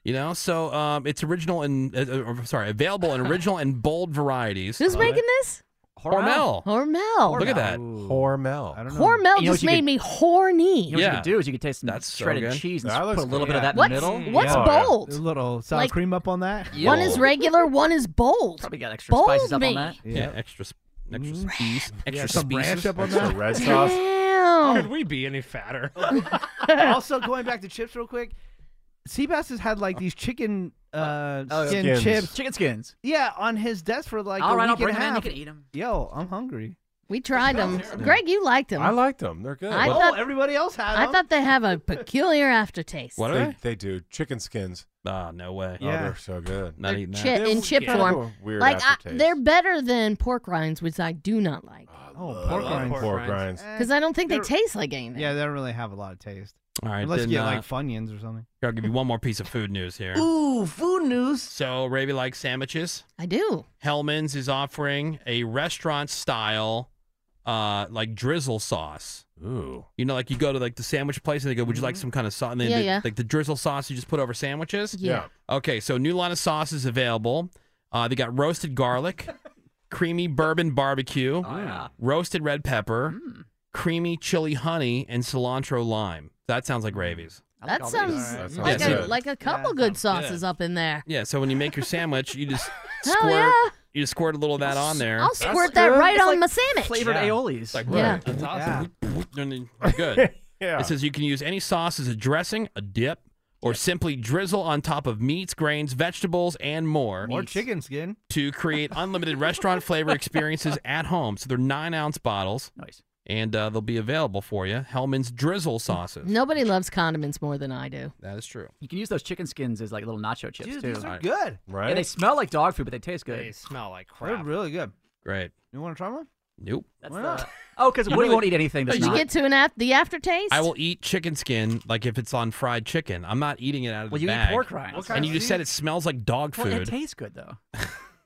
Speaker 5: You know, so um, it's original and uh, uh, or, sorry, available in original and bold varieties.
Speaker 7: Who's making this?
Speaker 5: Hormel?
Speaker 7: Hormel. Hmm.
Speaker 5: Look at that.
Speaker 6: I
Speaker 8: Hormel.
Speaker 6: don't know.
Speaker 7: Hormel
Speaker 10: You know what
Speaker 7: just
Speaker 10: you
Speaker 7: made
Speaker 10: could-
Speaker 7: me horny.
Speaker 10: You know what
Speaker 5: Yeah.
Speaker 10: you could do is you could taste some
Speaker 5: That's so
Speaker 10: shredded
Speaker 5: good.
Speaker 10: cheese and
Speaker 8: That
Speaker 10: put a
Speaker 8: looks
Speaker 10: little
Speaker 8: good.
Speaker 10: bit of that
Speaker 7: What's
Speaker 10: in the
Speaker 5: Mm.
Speaker 10: middle.
Speaker 7: Oh, what's
Speaker 8: Yeah.
Speaker 6: A
Speaker 7: bold?
Speaker 6: little sour
Speaker 7: Like-
Speaker 6: cream up on that.
Speaker 10: Yeah.
Speaker 7: One is regular, one is bold.
Speaker 10: Probably got extra
Speaker 7: Bold
Speaker 10: spices up
Speaker 7: me.
Speaker 10: on that.
Speaker 5: Yeah, extra, s-
Speaker 7: Mm.
Speaker 5: extra spice, extra
Speaker 6: Yeah, some ranch
Speaker 5: spices.
Speaker 6: up on
Speaker 8: Extra
Speaker 6: that.
Speaker 8: red sauce.
Speaker 7: Damn.
Speaker 9: Could we be
Speaker 7: *laughs*
Speaker 9: any fatter?
Speaker 6: also, going back to chips real quick, Seabass has had like these chicken uh,
Speaker 10: oh,
Speaker 6: skin
Speaker 8: skins.
Speaker 6: chips.
Speaker 10: Chicken skins.
Speaker 6: Yeah, on his desk for like
Speaker 10: All
Speaker 6: a
Speaker 10: right, I'll
Speaker 6: week
Speaker 10: bring
Speaker 6: and a
Speaker 10: them in. You
Speaker 6: half.
Speaker 10: can eat them.
Speaker 6: Yo, I'm hungry.
Speaker 7: We tried them. Greg, you liked them.
Speaker 8: I liked them. They're good.
Speaker 7: I
Speaker 6: oh,
Speaker 7: thought-
Speaker 6: everybody else had
Speaker 7: I
Speaker 6: them.
Speaker 7: thought they have a peculiar aftertaste.
Speaker 5: What are
Speaker 8: they, they do chicken skins.
Speaker 5: they? Ah, no way.
Speaker 8: Oh,
Speaker 6: Yeah.
Speaker 8: they're so good.
Speaker 5: Not eating that.
Speaker 7: Chip, in
Speaker 8: They-
Speaker 7: chip
Speaker 8: yeah.
Speaker 7: form.
Speaker 8: Oh, Weird
Speaker 7: Like I,
Speaker 8: aftertaste.
Speaker 7: they're better than pork rinds, which I do not like,
Speaker 6: oh, pork
Speaker 8: Love
Speaker 6: rinds.
Speaker 8: Pork
Speaker 9: rinds.
Speaker 8: rinds.
Speaker 6: Eh,
Speaker 7: because I don't think they
Speaker 6: they're-
Speaker 7: taste like anything.
Speaker 6: *laughs* Yeah, they don't really have a lot of taste.
Speaker 5: All right,
Speaker 6: Unless
Speaker 5: then,
Speaker 6: you get
Speaker 5: uh,
Speaker 6: like Funyuns or something.
Speaker 5: I'll give you one more piece of food news here.
Speaker 14: Ooh, food news.
Speaker 5: So, Ravi likes sandwiches.
Speaker 7: I do.
Speaker 5: Hellman's is offering a restaurant style, uh, like drizzle sauce.
Speaker 8: Ooh.
Speaker 5: You know, like you go to like the sandwich place and they go, "Would you like some kind of sauce?" And then
Speaker 7: Mm-hmm. Yeah,
Speaker 5: the-
Speaker 7: yeah.
Speaker 5: like the drizzle sauce you just put over sandwiches.
Speaker 7: Yeah.
Speaker 5: Okay, so new line of sauce is available. Uh, they got
Speaker 7: *laughs*
Speaker 5: roasted garlic, creamy bourbon barbecue,
Speaker 10: Oh, yeah.
Speaker 5: roasted red pepper,
Speaker 7: Mm.
Speaker 5: creamy chili honey, and cilantro lime. That sounds like Ravi's.
Speaker 10: I like
Speaker 7: That
Speaker 10: all
Speaker 7: sounds,
Speaker 10: these.
Speaker 8: That sounds
Speaker 7: like
Speaker 5: good.
Speaker 7: a like a couple good sauces up in there.
Speaker 5: Yeah. So when you make your sandwich,
Speaker 10: *laughs*
Speaker 5: you just
Speaker 7: Hell
Speaker 5: squirt,
Speaker 7: yeah.
Speaker 5: you just squirt a little of that on there.
Speaker 7: I'll squirt that right
Speaker 10: It's
Speaker 7: on
Speaker 10: like
Speaker 7: my sandwich.
Speaker 10: Flavored aiolis.
Speaker 5: Like,
Speaker 7: Yeah.
Speaker 5: right. That's awesome. And then you're Good.
Speaker 8: Yeah.
Speaker 5: It says you can use any sauce as a dressing, a dip, or simply drizzle on top of meats, grains, vegetables, and more
Speaker 6: Or chicken skin.
Speaker 5: to create unlimited restaurant
Speaker 10: *laughs*
Speaker 5: flavor experiences at home. So they're nine ounce bottles,
Speaker 10: nice.
Speaker 5: and uh, they'll be available for you. Hellman's drizzle sauces.
Speaker 7: Nobody loves condiments more than I do.
Speaker 5: That is true.
Speaker 10: You can use those chicken skins as like little nacho chips
Speaker 6: Dude,
Speaker 10: too.
Speaker 6: these are
Speaker 5: Alright.
Speaker 6: good.
Speaker 10: Yeah,
Speaker 8: Right?
Speaker 10: they smell like dog food, but they taste good.
Speaker 9: They smell like
Speaker 6: They're
Speaker 9: crap.
Speaker 6: really good.
Speaker 5: Great.
Speaker 6: You want to try one?
Speaker 10: Mm-hmm.
Speaker 5: Nope.
Speaker 10: That's
Speaker 6: Why
Speaker 10: the-
Speaker 6: not?
Speaker 10: *laughs* Oh, because Woody won't eat anything that's
Speaker 7: Did you
Speaker 10: not.
Speaker 7: get to an af- the aftertaste?
Speaker 5: I will eat chicken skin like if it's on fried chicken. I'm not eating it out of
Speaker 10: well,
Speaker 5: the
Speaker 10: you
Speaker 5: bag.
Speaker 10: eat pork rinds.
Speaker 5: And you just said it smells like dog
Speaker 10: Well, it
Speaker 5: food.
Speaker 10: tastes good though.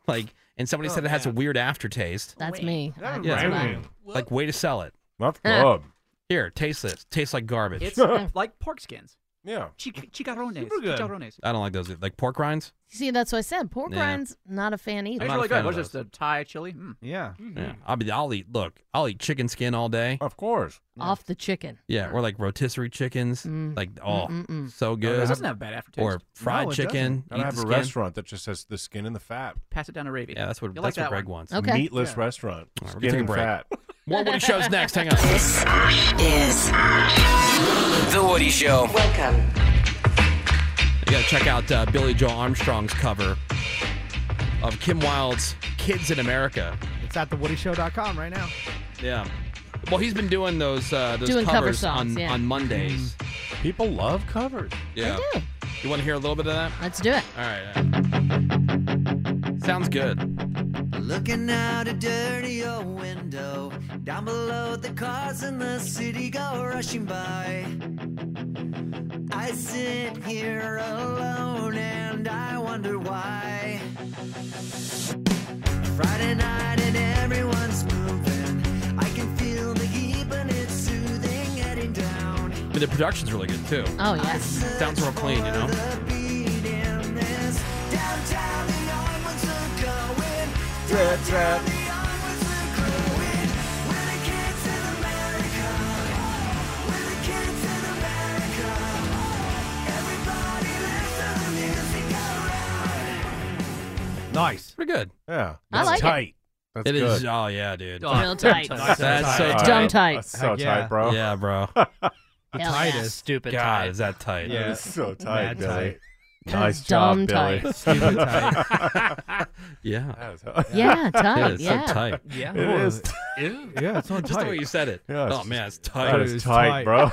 Speaker 5: like, and somebody said it has a weird aftertaste.
Speaker 7: That's
Speaker 10: Oh, Wait.
Speaker 7: me.
Speaker 6: That
Speaker 7: That's
Speaker 5: Yeah.
Speaker 7: mine.
Speaker 5: Like, way to sell it.
Speaker 8: Not club.
Speaker 5: Here, taste this. Tastes like garbage.
Speaker 10: It's
Speaker 5: *laughs*
Speaker 10: like pork skins.
Speaker 8: Yeah.
Speaker 10: Chic- Chicharrones.
Speaker 6: Super good.
Speaker 10: Chicharrones.
Speaker 5: I don't like those. Like pork rinds.
Speaker 7: See, that's what I said. Pork
Speaker 5: Yeah.
Speaker 7: rinds, not a fan either.
Speaker 10: It's
Speaker 5: not a
Speaker 10: really
Speaker 5: fan
Speaker 10: good.
Speaker 5: of
Speaker 10: What's this? A Thai chili? Mm.
Speaker 6: Yeah.
Speaker 5: Yeah, I'll be. I'll eat. Look, I'll eat chicken skin all day.
Speaker 8: Of course.
Speaker 7: Off the chicken.
Speaker 5: Yeah, or like rotisserie chickens.
Speaker 7: Mm.
Speaker 5: Like, oh,
Speaker 7: Mm-mm-mm.
Speaker 5: so
Speaker 10: It
Speaker 5: good.
Speaker 10: doesn't have bad aftertaste.
Speaker 5: or fried
Speaker 6: No, it
Speaker 5: chicken.
Speaker 8: And I
Speaker 5: eat
Speaker 8: have
Speaker 5: the
Speaker 8: a
Speaker 5: skin.
Speaker 8: restaurant that just has the skin and the fat.
Speaker 10: pass it down to Ravi.
Speaker 5: Yeah, that's what
Speaker 10: You'll
Speaker 5: that's
Speaker 10: like that
Speaker 5: what Greg
Speaker 10: one.
Speaker 5: wants.
Speaker 7: Okay.
Speaker 8: Meatless restaurant.
Speaker 5: All right, we're gonna
Speaker 8: skin and
Speaker 5: take a
Speaker 8: fat.
Speaker 5: More
Speaker 7: *laughs*
Speaker 5: Woody shows next. Hang on.
Speaker 14: Is
Speaker 11: The Woody Show.
Speaker 14: welcome.
Speaker 5: You gotta check out uh, Billy Joe Armstrong's cover of Kim Wilde's "Kids in America." *laughs*
Speaker 6: It's at thewoodyshow.com right now.
Speaker 5: Yeah. Well, he's been doing those uh, those
Speaker 7: Doing
Speaker 5: covers
Speaker 7: cover songs,
Speaker 5: on,
Speaker 7: yeah.
Speaker 5: on Mondays.
Speaker 8: Mm-hmm. People love covers.
Speaker 5: Yeah. You want to hear a little bit of that?
Speaker 7: Let's do it.
Speaker 5: All right. Sounds good.
Speaker 12: Looking out a dirty old window. Down below, the cars in the city go rushing by. I sit here alone and I wonder why. Friday night and everyone's moving. I can feel the heat, but it's soothing heading down.
Speaker 5: I mean, the production's really good too.
Speaker 7: Oh, yes.
Speaker 5: Sounds real clean, you know.
Speaker 6: Nice.
Speaker 5: Pretty good.
Speaker 8: Yeah.
Speaker 7: I That's like it. tight.
Speaker 5: That's
Speaker 8: It is.
Speaker 5: good. Oh yeah,
Speaker 7: It's
Speaker 5: dude.
Speaker 7: real tight.
Speaker 5: That's so tight.
Speaker 7: Dumb tight.
Speaker 8: That's so tight, bro. *laughs*
Speaker 5: Yeah, bro.
Speaker 7: The Hell tightest. yeah.
Speaker 9: Stupid
Speaker 5: God,
Speaker 9: tight.
Speaker 5: is that tight?
Speaker 8: Yeah. It's so tight,
Speaker 5: Mad
Speaker 8: Billy.
Speaker 5: tight.
Speaker 8: Nice
Speaker 5: Dumb
Speaker 8: job, Billy. *laughs*
Speaker 5: tight. *laughs* Stupid tight. Yeah.
Speaker 8: That
Speaker 7: *laughs*
Speaker 8: is-
Speaker 5: Yeah, tight, Yeah, it's so yeah. tight.
Speaker 9: Yeah.
Speaker 8: It is. *laughs*
Speaker 6: Yeah, it's on
Speaker 5: Just the way you said it.
Speaker 8: Yeah,
Speaker 5: oh
Speaker 8: it's-
Speaker 5: man, it's tight.
Speaker 8: That is tight, bro.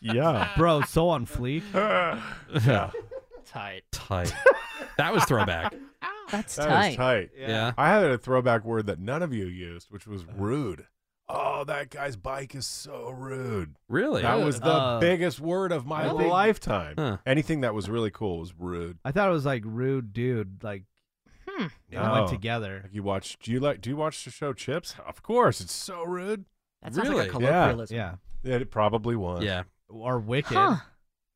Speaker 8: yeah.
Speaker 6: Bro, so on
Speaker 5: *laughs*
Speaker 6: fleek.
Speaker 8: Yeah.
Speaker 9: Tight.
Speaker 5: Tight. That was throwback.
Speaker 7: That's
Speaker 8: That is
Speaker 7: tight.
Speaker 8: tight.
Speaker 5: Yeah. Uh, Yeah.
Speaker 8: I had a throwback word that none of you used, which was rude. Oh, that guy's bike is so rude.
Speaker 5: Really?
Speaker 8: That was the
Speaker 6: Uh,
Speaker 8: biggest word of my
Speaker 6: I think-
Speaker 8: lifetime. Anything that was really cool was rude.
Speaker 6: I thought it was like rude dude. Like, they went
Speaker 8: No.
Speaker 6: together.
Speaker 8: Like you watch? Do you like? Do you watch the show Chips? Of course, it's so rude.
Speaker 6: That
Speaker 9: sounds like a
Speaker 8: Yeah.
Speaker 9: colloquialism.
Speaker 8: Yeah. it probably was.
Speaker 5: Yeah.
Speaker 6: Or wicked.
Speaker 7: Huh.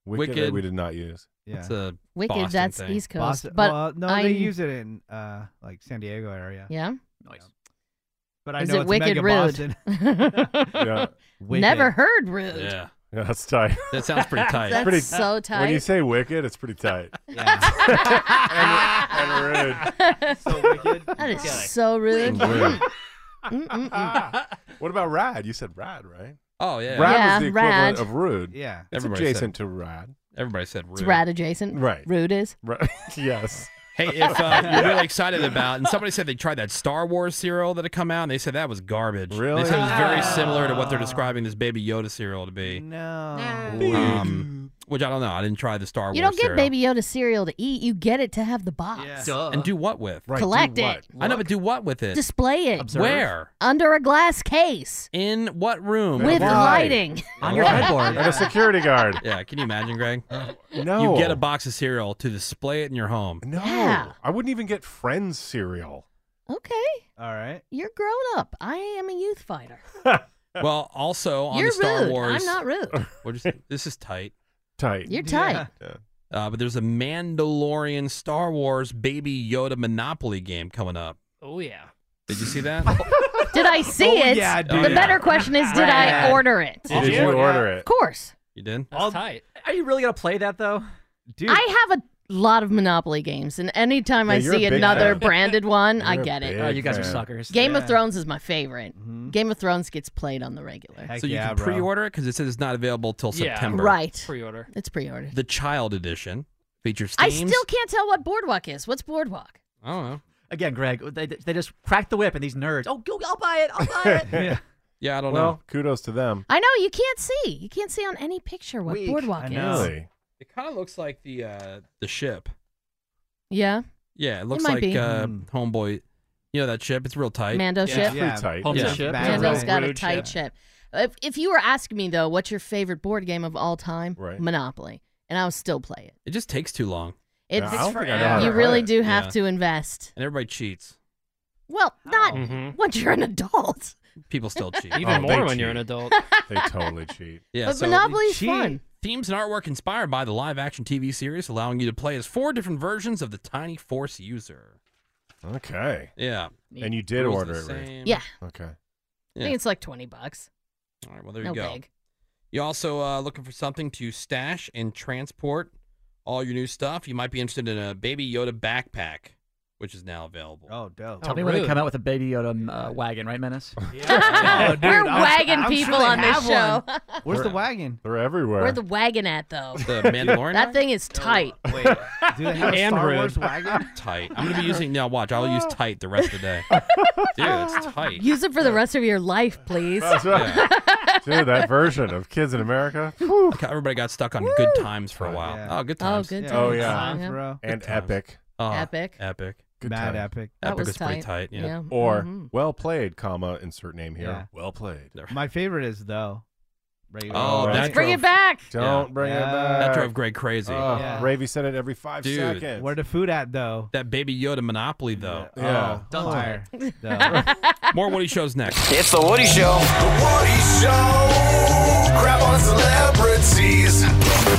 Speaker 8: Wicked,
Speaker 5: Wicked.
Speaker 8: we did not use.
Speaker 6: Yeah.
Speaker 5: That's a
Speaker 7: Wicked,
Speaker 5: Boston
Speaker 7: that's
Speaker 5: thing.
Speaker 7: East Coast.
Speaker 6: Boston-
Speaker 7: but
Speaker 6: well, no,
Speaker 7: I,
Speaker 6: they use it in uh, like San Diego area.
Speaker 7: Yeah.
Speaker 6: But I
Speaker 7: Is
Speaker 6: know
Speaker 7: it
Speaker 6: it's
Speaker 7: wicked
Speaker 6: mega
Speaker 7: rude? *laughs*
Speaker 6: Boston.
Speaker 8: Yeah.
Speaker 6: Wicked.
Speaker 7: Never heard rude. *laughs*
Speaker 5: Yeah.
Speaker 8: Yeah, *laughs* that's tight.
Speaker 5: *laughs* That sounds pretty tight.
Speaker 7: That's
Speaker 8: pretty
Speaker 7: so
Speaker 8: When you
Speaker 7: tight.
Speaker 8: say wicked, it's pretty
Speaker 5: *laughs*
Speaker 8: tight.
Speaker 7: so wicked. *laughs* That is so rude. *laughs*
Speaker 6: *laughs*
Speaker 8: Rude.
Speaker 7: Mm-mm-mm.
Speaker 8: what about rad? You said rad, right?
Speaker 5: Oh yeah.
Speaker 8: Rad
Speaker 7: Yeah,
Speaker 8: was the
Speaker 7: rad.
Speaker 8: equivalent of rude.
Speaker 6: Yeah.
Speaker 8: It's
Speaker 5: Everybody
Speaker 8: adjacent
Speaker 5: said-
Speaker 8: to rad.
Speaker 5: Everybody said rude.
Speaker 7: It's rad adjacent.
Speaker 8: Right.
Speaker 7: Rude is.
Speaker 8: Right. yes.
Speaker 5: Hey, if uh, you're really excited about, and somebody said they tried that Star Wars cereal that had come out, and they said that was garbage.
Speaker 8: Really?
Speaker 5: They said it was very
Speaker 8: Ah.
Speaker 5: similar to what they're describing this Baby Yoda cereal to be.
Speaker 6: No.
Speaker 5: Um, which I don't know. I didn't try the Star Wars.
Speaker 7: You don't get
Speaker 5: cereal.
Speaker 7: Baby Yoda cereal to eat. You get it to have the box.
Speaker 5: And do what with?
Speaker 7: Right, do Collect what? it.
Speaker 5: I know, but do what with it?
Speaker 7: Display it.
Speaker 5: Observe. Where?
Speaker 7: Under a glass case.
Speaker 5: In what room?
Speaker 7: With
Speaker 5: Why?
Speaker 7: lighting.
Speaker 5: On your headboard.
Speaker 8: And a security guard.
Speaker 5: Yeah, can you
Speaker 8: *gasps*
Speaker 5: imagine, Greg?
Speaker 8: No.
Speaker 5: You get a box of cereal to display it in your home.
Speaker 8: No. I wouldn't even get friends cereal.
Speaker 7: Okay.
Speaker 6: All right.
Speaker 7: You're grown up. I am a youth fighter.
Speaker 5: Well, also on
Speaker 7: You're
Speaker 5: the Star
Speaker 7: rude.
Speaker 5: Wars.
Speaker 7: I'm not
Speaker 5: *laughs*
Speaker 7: rude.
Speaker 5: What'd you say? This is tight.
Speaker 8: Tight.
Speaker 7: You're tight.
Speaker 5: Uh, but there's a Mandalorian Star Wars Baby Yoda Monopoly game coming up.
Speaker 9: Oh yeah.
Speaker 5: Did you see that?
Speaker 7: *laughs* Did I see
Speaker 9: Oh,
Speaker 7: it?
Speaker 9: yeah,
Speaker 5: dude.
Speaker 7: The better question is, did I
Speaker 5: Rad.
Speaker 7: order it?
Speaker 8: Did you order
Speaker 7: Of
Speaker 8: it?
Speaker 7: course.
Speaker 5: You did?
Speaker 9: That's tight.
Speaker 10: Are you really gonna play that though?
Speaker 6: Dude.
Speaker 7: I have a lot of Monopoly games, and anytime
Speaker 10: Yeah,
Speaker 7: I
Speaker 10: you're a
Speaker 7: see
Speaker 10: big
Speaker 7: another
Speaker 10: fan.
Speaker 7: branded
Speaker 10: *laughs*
Speaker 7: one, I
Speaker 10: You're a
Speaker 7: get it.
Speaker 10: big Mm-hmm. Oh, you guys are fan. suckers.
Speaker 7: Game of
Speaker 10: Yeah.
Speaker 7: Thrones is my favorite. Game of Thrones gets played on the regular.
Speaker 5: so you can pre-order it because it says it's not available till September.
Speaker 7: Right.
Speaker 9: Pre-order.
Speaker 7: It's pre-ordered.
Speaker 5: The Child Edition features
Speaker 7: I
Speaker 5: themes.
Speaker 7: still can't tell what Boardwalk is. What's Boardwalk?
Speaker 5: I don't know.
Speaker 10: Again, Greg, they, they just cracked the whip, and these nerds. Oh, go! I'll buy it. I'll buy it.
Speaker 8: yeah.
Speaker 5: Yeah, I don't
Speaker 8: well,
Speaker 5: know.
Speaker 8: Kudos to them.
Speaker 7: *laughs* I know you can't see. You can't see on any picture what Boardwalk is.
Speaker 8: Really?
Speaker 5: It kind of looks like the uh, the ship.
Speaker 7: Yeah.
Speaker 5: Yeah, it looks
Speaker 7: might
Speaker 5: like
Speaker 7: be.
Speaker 5: uh, Homeboy. You know that ship? It's real tight.
Speaker 7: Mando
Speaker 5: yeah.
Speaker 7: ship?
Speaker 5: It's
Speaker 7: Yeah.
Speaker 5: pretty tight.
Speaker 9: Homeboy
Speaker 5: yeah.
Speaker 9: ship.
Speaker 7: Mando's
Speaker 9: Right.
Speaker 7: got a
Speaker 9: Rude
Speaker 7: tight ship.
Speaker 9: ship.
Speaker 7: If, if you were asking me though, what's your favorite board game of all time?
Speaker 5: Right.
Speaker 7: Monopoly, and I would still play it.
Speaker 5: It just takes too long.
Speaker 7: It's,
Speaker 5: I don't think I know how to
Speaker 7: you
Speaker 5: play
Speaker 7: really
Speaker 5: it.
Speaker 7: do have
Speaker 5: Yeah.
Speaker 7: to invest.
Speaker 5: And everybody cheats.
Speaker 7: Well, not
Speaker 5: Mhm.
Speaker 7: once you're an adult.
Speaker 5: People *laughs* still cheat.
Speaker 9: Even more when you're
Speaker 7: *laughs*
Speaker 9: an adult.
Speaker 8: They totally cheat.
Speaker 5: Yeah,
Speaker 7: But
Speaker 5: so
Speaker 7: Monopoly's Cheat. fun.
Speaker 5: Themes and artwork inspired by the live action TV series, allowing you to play as four different versions of the Tiny Force user.
Speaker 8: Okay.
Speaker 5: Yeah.
Speaker 8: And you did
Speaker 5: Rules
Speaker 8: order
Speaker 5: the
Speaker 8: it, right?
Speaker 5: same.
Speaker 7: Yeah.
Speaker 8: Okay.
Speaker 7: I think it's like twenty *laughs* bucks.
Speaker 5: All right, well, there
Speaker 7: no
Speaker 5: you go.
Speaker 7: big.
Speaker 5: You also uh, looking for something to stash and transport all your new stuff? You might be interested in a Baby Yoda backpack, which is now available.
Speaker 6: Oh, dope.
Speaker 10: Tell me when they come out with a Baby Yoda uh, wagon, right,
Speaker 9: *laughs*
Speaker 10: Menace? *laughs*
Speaker 7: Oh, dude, We're I'm- wagon I'm sure people they on this have show. *laughs* one. Where's the
Speaker 6: wagon?
Speaker 8: They're everywhere.
Speaker 7: Where the wagon at though?
Speaker 5: The Mandalorian
Speaker 7: That thing is tight.
Speaker 6: *laughs*
Speaker 10: *laughs*
Speaker 6: Wait, do they have a Star Wars wagon? Oh.
Speaker 5: Tight. I'm gonna be using now. Watch, I'll use tight *laughs* the rest of the day.
Speaker 6: *laughs*
Speaker 7: *laughs*
Speaker 5: Dude, it's tight.
Speaker 7: Use it for the rest of your life, please.
Speaker 5: That's right.
Speaker 7: *laughs*
Speaker 8: Dude, that version of Kids in America.
Speaker 5: Okay, everybody got stuck on good times for a while. Oh, good
Speaker 7: Oh,
Speaker 5: times.
Speaker 7: good Yeah.
Speaker 8: Oh
Speaker 7: times.
Speaker 8: yeah,
Speaker 7: Yeah. Bro.
Speaker 8: and
Speaker 5: Good times.
Speaker 8: epic.
Speaker 5: Oh,
Speaker 7: Epic.
Speaker 5: *laughs* Epic.
Speaker 8: Good
Speaker 6: Mad
Speaker 8: times.
Speaker 6: epic.
Speaker 7: That
Speaker 8: epic
Speaker 7: was
Speaker 8: was, pretty
Speaker 7: tight.
Speaker 8: tight. Yeah.
Speaker 7: Yeah.
Speaker 8: Or
Speaker 7: Mhm.
Speaker 8: well played, comma insert name here.
Speaker 6: Yeah.
Speaker 8: Well played.
Speaker 6: My favorite is though. Regular
Speaker 5: Oh,
Speaker 6: Old
Speaker 5: that
Speaker 6: Wagon.
Speaker 5: Bring
Speaker 7: it back.
Speaker 8: Don't bring it back.
Speaker 5: That drove Greg crazy.
Speaker 8: Oh, Ravy said it every five
Speaker 5: Dude.
Speaker 8: seconds.
Speaker 6: Where the food at though?
Speaker 5: That Baby Yoda Monopoly though.
Speaker 8: Yeah.
Speaker 6: Oh,
Speaker 8: Don't
Speaker 6: fire.
Speaker 5: *laughs* More Woody shows next.
Speaker 11: It's the Woody Show.
Speaker 3: The Woody Show. Crap on celebrities.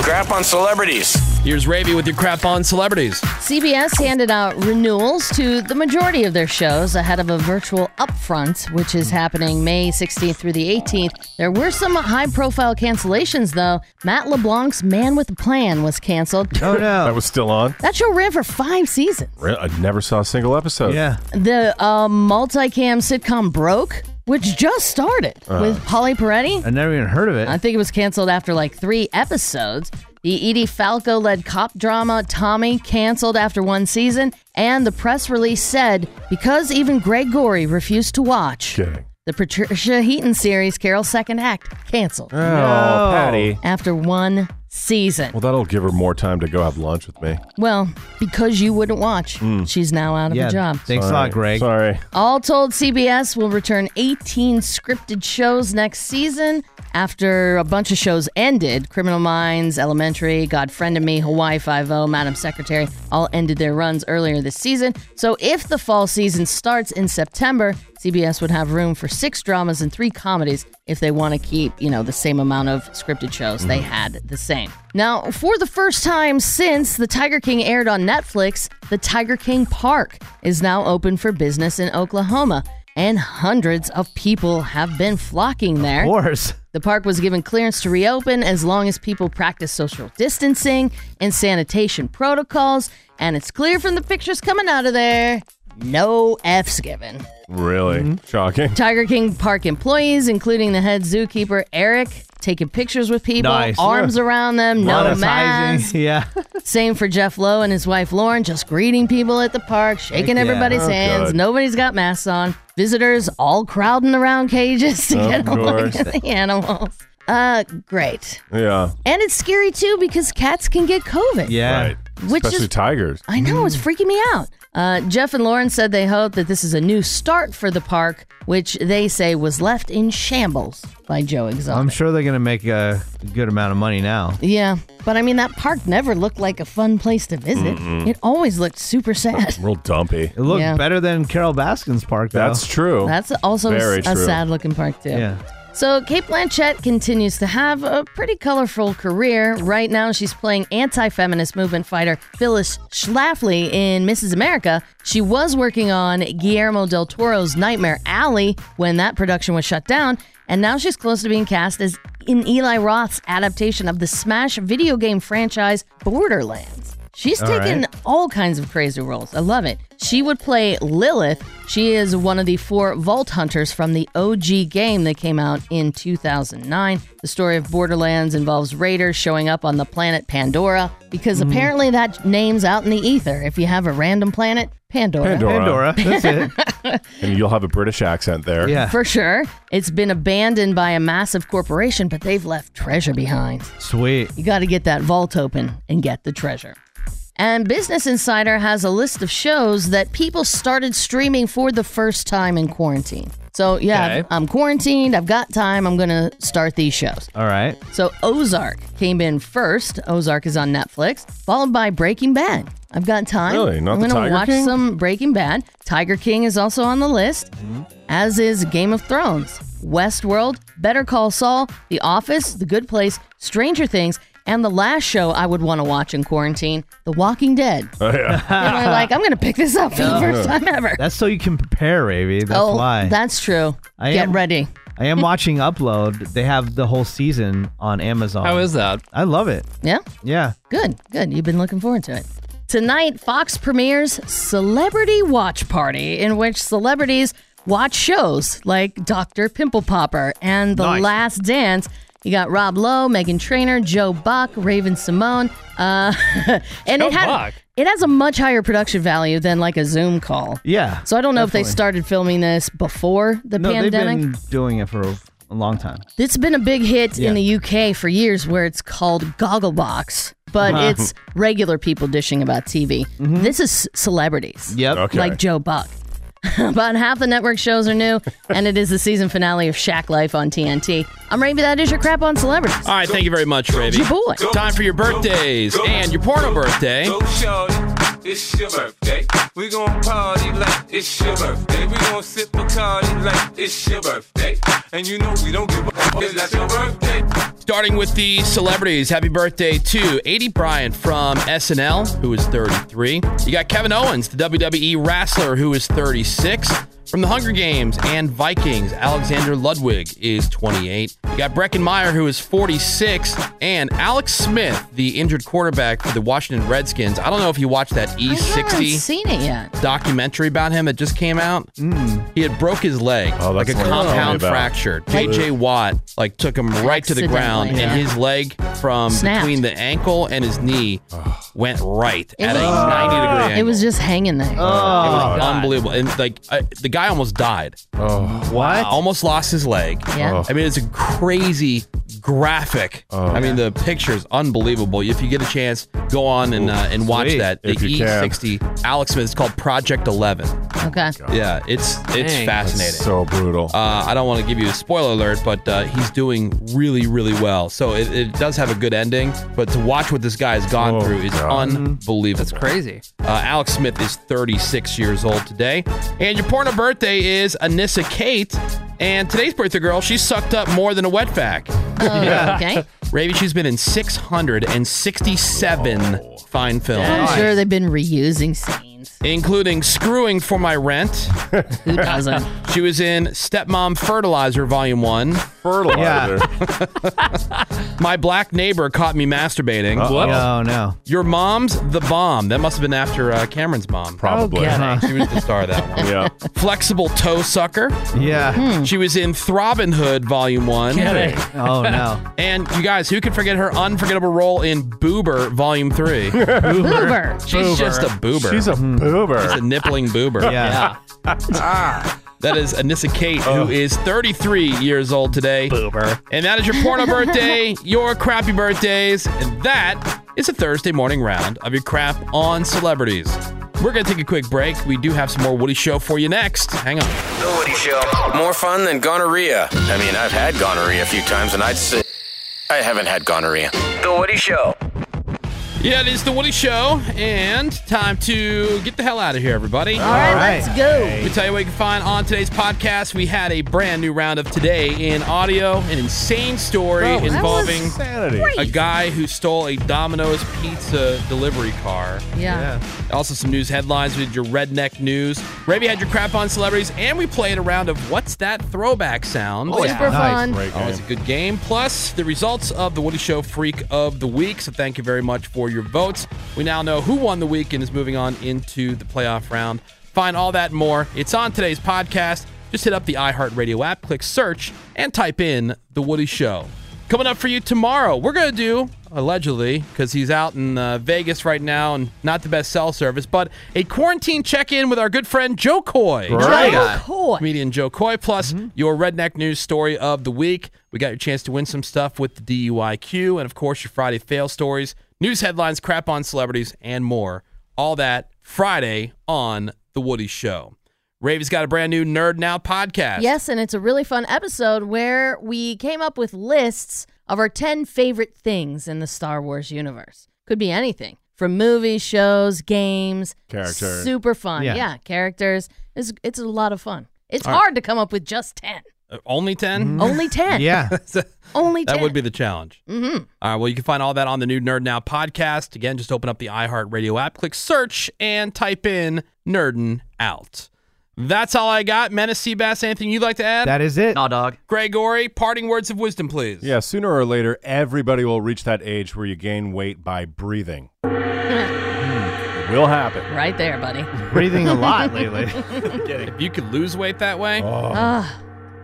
Speaker 11: Crap on celebrities.
Speaker 5: Here's Ravy with your crap on celebrities.
Speaker 7: CBS handed out renewals to the majority of their shows ahead of a virtual upfront, which is happening May 16th through the 18th. There were some high profile cancellations, though. Matt LeBlanc's Man with a Plan was canceled.
Speaker 6: Oh,
Speaker 8: Oh, no. *laughs* that was still on.
Speaker 7: That show ran for five seasons.
Speaker 8: Re- I never saw a single episode.
Speaker 6: Yeah.
Speaker 7: The uh, multicam sitcom Broke, which just started
Speaker 6: Uh.
Speaker 7: with Polly Peretti.
Speaker 6: I never even heard of it.
Speaker 7: I think it was canceled after like three episodes. The Edie Falco led cop drama Tommy canceled after one season, and the press release said because even Greg Gorey refused to watch. The Patricia Heaton series, Carol's Second Act, canceled.
Speaker 8: Oh, No. Patty.
Speaker 7: After one season.
Speaker 8: Well, that'll give her more time to go have lunch with me.
Speaker 7: Well, because you wouldn't watch,
Speaker 8: Mm.
Speaker 7: she's now out of a job.
Speaker 6: Thanks a lot, Greg.
Speaker 8: Sorry.
Speaker 7: All told, CBS will return 18 scripted shows next season after a bunch of shows ended. Criminal Minds, Elementary, God Friend of Me, Hawaii Five-O, Madam Secretary all ended their runs earlier this season. So if the fall season starts in September, CBS would have room for six dramas and three comedies if they want to keep, you know, the same amount of scripted shows they had the same. Now, for the first time since The Tiger King aired on Netflix, the Tiger King Park is now open for business in Oklahoma, and hundreds of people have been flocking there. Of
Speaker 6: course.
Speaker 7: The park was given clearance to reopen as long as people practice social distancing and sanitation protocols, and it's clear from the pictures coming out of there no F's given.
Speaker 8: Really
Speaker 6: Mm-hmm.
Speaker 8: shocking.
Speaker 7: *laughs* Tiger King Park employees, including the head zookeeper Eric, taking pictures with people,
Speaker 6: Nice.
Speaker 7: arms around them, no mask.
Speaker 6: *laughs* Yeah.
Speaker 7: Same for Jeff Lowe and his wife Lauren, just greeting people at the park, shaking
Speaker 6: Heck yeah.
Speaker 7: everybody's
Speaker 6: Oh,
Speaker 7: hands.
Speaker 6: good.
Speaker 7: Nobody's got masks on. Visitors all crowding around cages to
Speaker 8: Of
Speaker 7: get a look
Speaker 8: course.
Speaker 7: at the animals. Uh, great.
Speaker 8: Yeah.
Speaker 7: And it's scary too because cats can get COVID.
Speaker 8: Right.
Speaker 7: Which is-
Speaker 8: Especially
Speaker 6: *laughs*
Speaker 8: tigers.
Speaker 7: I know, it's freaking me out. Uh, Jeff and Lauren said they hope that this is a new start for the park, which they say was left in shambles by Joe Exotic.
Speaker 6: I'm sure they're gonna make a good amount of money now.
Speaker 7: yeah, but I mean, that park never looked like a fun place to visit.
Speaker 6: Mm-mm.
Speaker 7: It always looked super sad.
Speaker 8: Real dumpy.
Speaker 6: It looked
Speaker 7: Yeah.
Speaker 6: better than Carol Baskin's park. Though.
Speaker 8: That's true.
Speaker 7: That's also a, s- a sad looking park, too.
Speaker 6: Yeah.
Speaker 7: So, Kate Blanchett continues to have a pretty colorful career. Right now, she's playing anti feminist movement fighter Phyllis Schlafly in Mrs. America. She was working on Guillermo del Toro's Nightmare Alley when that production was shut down, and now she's close to being cast as in Eli Roth's adaptation of the Smash video game franchise Borderlands. She's
Speaker 15: All
Speaker 7: taken
Speaker 15: right.
Speaker 7: all kinds of crazy roles. I love it. She would play Lilith. She is one of the four Vault Hunters from the OG game that came out in 2009. The story of Borderlands involves raiders showing up on the planet Pandora because
Speaker 15: Mhm.
Speaker 7: apparently that name's out in the ether. If you have a random planet, Pandora.
Speaker 8: Pandora.
Speaker 7: *laughs*
Speaker 8: and you'll have a British accent there.
Speaker 7: For sure. It's been abandoned by a massive corporation, but they've left treasure behind.
Speaker 6: Sweet.
Speaker 7: You got to get that vault open and get the treasure. And Business Insider has a list of shows that people started streaming for the first time in quarantine. So, yeah,
Speaker 6: Okay.
Speaker 7: I'm quarantined, I've got time, I'm going to start these shows.
Speaker 6: All right.
Speaker 7: So, Ozark came in first. Ozark is on Netflix, followed by Breaking Bad. I've got time.
Speaker 8: Really? Not
Speaker 7: I'm
Speaker 8: the
Speaker 7: gonna
Speaker 8: Tiger
Speaker 7: watch
Speaker 8: King?
Speaker 7: some Breaking Bad. Tiger King is also on the list,
Speaker 8: Mm-hmm.
Speaker 7: as is Game of Thrones, Westworld, Better Call Saul, The Office, The Good Place, Stranger Things, and the last show I would want to watch in quarantine, The Walking
Speaker 8: *laughs*
Speaker 7: Dead.
Speaker 8: Oh,
Speaker 6: *laughs*
Speaker 8: yeah.
Speaker 7: And we're like, I'm going to pick this up for the
Speaker 6: No.
Speaker 7: first time ever.
Speaker 6: That's so you can prepare, Ravi. That's
Speaker 7: oh,
Speaker 6: why.
Speaker 7: that's true.
Speaker 6: I
Speaker 7: Get
Speaker 6: am-
Speaker 7: ready.
Speaker 6: I am watching Upload. They have the whole season on Amazon. How is that? I love it.
Speaker 7: Yeah?
Speaker 6: Yeah.
Speaker 7: Good, good. You've been looking forward to it. Tonight, Fox premieres Celebrity Watch Party, in which celebrities watch shows like Dr. Pimple Popper and The
Speaker 15: Nice.
Speaker 7: Last Dance. You got Rob Lowe, Megan Trainor, Joe Buck, Raven Simone, uh, *laughs* and
Speaker 9: Joe
Speaker 7: it had-
Speaker 9: Buck?
Speaker 7: it has a much higher production value than like a Zoom call.
Speaker 6: Yeah,
Speaker 7: So I don't know if they
Speaker 6: definitely.
Speaker 7: started filming this before the
Speaker 6: no,
Speaker 7: pandemic.
Speaker 6: they've been doing it for a long time.
Speaker 7: It's been a big hit
Speaker 6: Yeah.
Speaker 7: in the UK for years where it's called Gogglebox, but
Speaker 6: Uh-huh.
Speaker 7: it's regular people dishing about TV. This is celebrities.
Speaker 6: Mm-hmm. Yep. Okay.
Speaker 7: Like Joe Buck. *laughs* about half the network shows are
Speaker 6: *laughs*
Speaker 7: new, and it is the season finale of Shack Life on TNT. I'm Ravi. That is your crap on celebrities.
Speaker 5: All right, thank you very much, Ravi.
Speaker 7: Your boy.
Speaker 5: Time for your birthdays and your porno birthday.
Speaker 16: Go shorty, it's your birthday. We gon' party like it's your birthday. We gon' sip a like it's your birthday. And you know we don't give a fuck. It's not your birthday.
Speaker 5: Starting with the celebrities, happy birthday to 80 Bryant from SNL, who is 33. You got Kevin Owens, the WWE wrestler, who is 36. From the Hunger Games and Vikings, Alexander Ludwig is 28. You got Brecken Meyer, who is 46, and Alex Smith, the injured quarterback for the Washington Redskins. I don't know if you watched that E60
Speaker 7: haven't seen it yet. Hmm.
Speaker 5: documentary about him that just came out. He had broke his leg, like a
Speaker 8: Oh, the one you told me
Speaker 5: compound
Speaker 8: about.
Speaker 5: fracture.
Speaker 8: Like-
Speaker 5: J.J. Watt like took him right to the ground,
Speaker 7: Accidentally,
Speaker 5: and
Speaker 7: yeah.
Speaker 5: his leg from
Speaker 7: Snapped.
Speaker 5: between the ankle and his knee went right
Speaker 7: It
Speaker 5: at a
Speaker 7: was-
Speaker 5: ninety degree angle.
Speaker 7: It was Oh, just hanging there.
Speaker 5: It
Speaker 6: Oh.
Speaker 5: was unbelievable, and like I, the guy almost died. Oh, what? Almost lost his leg.
Speaker 7: Yeah.
Speaker 5: I mean, it's a crazy graphic. I mean, the picture is unbelievable. If you get a chance, go on and uh, and watch
Speaker 7: Sweet.
Speaker 5: that. The
Speaker 7: If you can.
Speaker 5: E60 Alex Smith. It's called Project Eleven.
Speaker 7: Okay.
Speaker 5: Yeah, it's it's
Speaker 7: Dang.
Speaker 5: fascinating.
Speaker 7: That's
Speaker 5: so brutal. Uh, I don't want to give you a spoiler alert, but uh, he's doing really, really well. So it, it does have a good ending. But to watch what this guy has gone through is unbelievable. That's
Speaker 9: crazy.
Speaker 5: Uh, Alex Smith is 36 years old today, and your porno birthday is Anissa Kate. And today's birthday girl, she sucked up more than a wet vac. *laughs*
Speaker 7: Oh, Yeah. okay.
Speaker 5: Ravi, she's been in 667 fine films
Speaker 7: I'm sure they've been reusing scenes.
Speaker 5: including screwing for my
Speaker 6: *laughs*
Speaker 5: rent. Who
Speaker 7: doesn't?
Speaker 5: She was in Stepmom Fertilizer Volume 1.
Speaker 6: Fertilizer.
Speaker 5: *laughs* my black neighbor caught me masturbating.
Speaker 6: Uh-oh. What? Oh, no.
Speaker 5: Your mom's the bomb. That must have been after uh, Cameron's mom.
Speaker 6: Probably. Oh, get it.
Speaker 5: She was the star of that one. yeah. Flexible toe sucker.
Speaker 6: Yeah.
Speaker 7: Hmm.
Speaker 5: She was in Throbbing Hood Volume 1.
Speaker 6: Get it. Oh, no.
Speaker 5: *laughs* And you guys, who can forget her unforgettable role in Boober Volume
Speaker 6: *laughs*
Speaker 5: 3?
Speaker 7: Boober.
Speaker 5: She's
Speaker 7: Boober.
Speaker 5: just a boober.
Speaker 8: She's a
Speaker 6: Mm-hmm.
Speaker 8: boober.
Speaker 5: She's a nippling boober.
Speaker 8: Yeah.
Speaker 5: That is Anissa Kate, who is 33 years old today. Boober. And that is your porno birthday, your crappy birthdays, and that is a Thursday morning round of your crap on celebrities. We're going to take a quick break. We do have some more Woody Show for you next. Hang on.
Speaker 18: The Woody Show. More fun than gonorrhea. I mean, I've had gonorrhea a few times, and I'd say I haven't had gonorrhea. The Woody Show.
Speaker 5: Yeah, it is the Woody Show, and time to get the hell out of here, everybody.
Speaker 18: All right, All right. let's
Speaker 7: go.
Speaker 5: We tell you what you can find on today's podcast. We had a brand new round of today in audio, an insane story
Speaker 8: That was
Speaker 5: involving
Speaker 8: insanity.
Speaker 5: a guy who stole a Domino's pizza delivery car.
Speaker 7: Yeah.
Speaker 5: Also, some news headlines. We did your redneck news. Ravi had your crap on celebrities, and we played a round of what's that throwback sound.
Speaker 7: Always Yeah. for Nice. fun. Great game.
Speaker 5: Always a good game. Plus, the results of the Woody Show Freak of the Week. So, thank you very much for your votes. We now know who won the week and is moving on into the playoff round. Find all that and more. It's on today's podcast. Just hit up the iHeartRadio app, click search, and type in The Woody Show. Coming up for you tomorrow, we're going to do, allegedly, because he's out in uh, Vegas right now and not the best cell service, but a quarantine check in with our good friend Joe Coy.
Speaker 7: Right. Joe
Speaker 5: Yeah. Comedian Joe Coy, plus your redneck news story of the week. We got your chance to win some stuff with the DUIQ, and of course, your Friday fail stories, news headlines, crap on celebrities, and more. All that Friday on The Woody Show. Ravi's got a brand new Nerd Now podcast.
Speaker 7: Yes, and it's a really fun episode where we came up with lists of our 10 favorite things in the Star Wars universe. Could be anything from movies, shows, games,
Speaker 8: Characters.
Speaker 7: Super fun. Yeah,
Speaker 5: Yeah.
Speaker 7: characters. It's, it's a lot of fun. It's
Speaker 5: All right.
Speaker 7: hard to come up with just 10.
Speaker 5: Uh, Only 10?
Speaker 7: Only 10. Yeah.
Speaker 5: *laughs*
Speaker 7: Only 10.
Speaker 5: That would be the challenge.
Speaker 7: hmm
Speaker 5: All right. Uh, Well, you can find all that on the new Nerd Now podcast. Again, just open up the iHeartRadio app, click search, and type in Nerdin Out. That's all I got. Menace Seabass, anything you'd like to add?
Speaker 8: That
Speaker 6: is it.
Speaker 10: Nah, dog.
Speaker 5: Gregory, parting words of wisdom, please.
Speaker 8: Yeah, sooner or later,
Speaker 6: Mm.
Speaker 8: everybody will reach that age where you gain weight by breathing. Hmm. Will happen.
Speaker 7: *laughs* Right there, buddy.
Speaker 8: Breathing
Speaker 7: *laughs*
Speaker 8: a lot lately.
Speaker 5: if you could lose weight that way.
Speaker 8: Oh.
Speaker 7: Ah.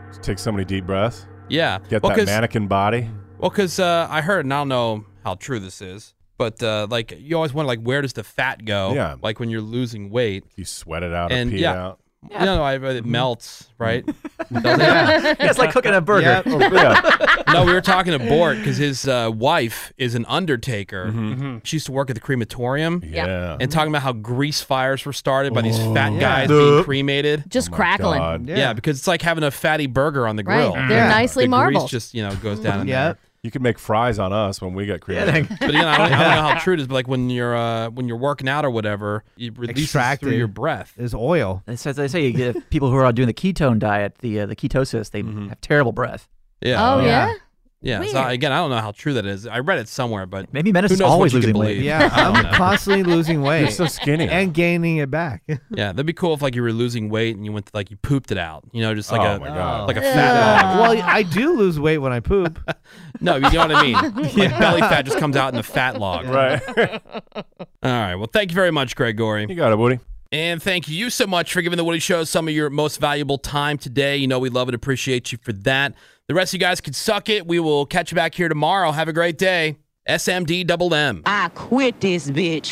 Speaker 8: Just take so many deep breaths.
Speaker 5: Yeah.
Speaker 8: Get
Speaker 5: Well,
Speaker 8: that
Speaker 5: 'cause-
Speaker 8: mannequin body.
Speaker 5: Well, because uh, I heard, and I don't know how true this is, but uh, like you always wonder, like where does the fat go?
Speaker 8: Yeah.
Speaker 5: Like when you're losing weight,
Speaker 8: you sweat it out or
Speaker 5: and
Speaker 8: pee it
Speaker 5: yeah,
Speaker 8: out. Mm-hmm.
Speaker 5: Yeah. No, no, I, it melts,
Speaker 8: *laughs*
Speaker 5: right?
Speaker 10: Yeah, it's like cooking a burger.
Speaker 5: Yeah.
Speaker 10: Yeah. Yeah.
Speaker 5: no, we were talking to Bort because his uh, wife is an undertaker.
Speaker 8: Mhm.
Speaker 5: She used to work at the crematorium.
Speaker 8: Yeah. Yeah.
Speaker 5: And talking about how grease fires were started by these fat
Speaker 7: Oh.
Speaker 5: guys
Speaker 7: Yeah.
Speaker 5: being cremated.
Speaker 7: Just Oh my crackling. God.
Speaker 5: Yeah.
Speaker 7: Yeah.
Speaker 5: because it's like having a fatty burger on the
Speaker 7: Right.
Speaker 5: grill.
Speaker 7: They're Yeah. nicely
Speaker 5: the
Speaker 7: marbled.
Speaker 5: Grease just, you know, goes down in there.
Speaker 8: You could make fries on us when we got created.
Speaker 5: But you know, I don't, I don't know how true it is. But like when you're uh, when you're working out or whatever, you release Extracted. through your breath.
Speaker 10: Is oil. As they say, you get people who are doing the ketone diet, the uh, the ketosis, they have terrible breath.
Speaker 5: Mm-hmm.
Speaker 7: Oh,
Speaker 5: Yeah. Yeah. So again, I don't know how true that is. I read it somewhere, but
Speaker 10: maybe
Speaker 5: medicine's
Speaker 10: medicine's always losing weight.
Speaker 6: Yeah, I'm constantly
Speaker 8: *laughs*
Speaker 6: losing weight.
Speaker 5: You're so skinny.
Speaker 6: and gaining it back.
Speaker 5: Yeah, that'd be cool if like you were losing weight and you went to, like you pooped it out. You know, just like
Speaker 8: Oh
Speaker 5: a
Speaker 8: my God.
Speaker 5: like a
Speaker 6: Yeah.
Speaker 5: fat ball.
Speaker 6: Well, I do lose weight when I poop.
Speaker 5: *laughs* No, you know what
Speaker 6: *laughs*
Speaker 5: I mean. *laughs* Like belly fat just comes out in a fat log.
Speaker 6: Right.
Speaker 5: All right. Well, thank you very much, Gregory. You
Speaker 8: got it, Woody.
Speaker 5: And thank you so much for giving the Woody Show some of your most valuable time today. You know, we love and appreciate you for that. The rest of you guys can suck it. We will catch you back here tomorrow. Have a great day. SMD double M.
Speaker 15: I quit this bitch.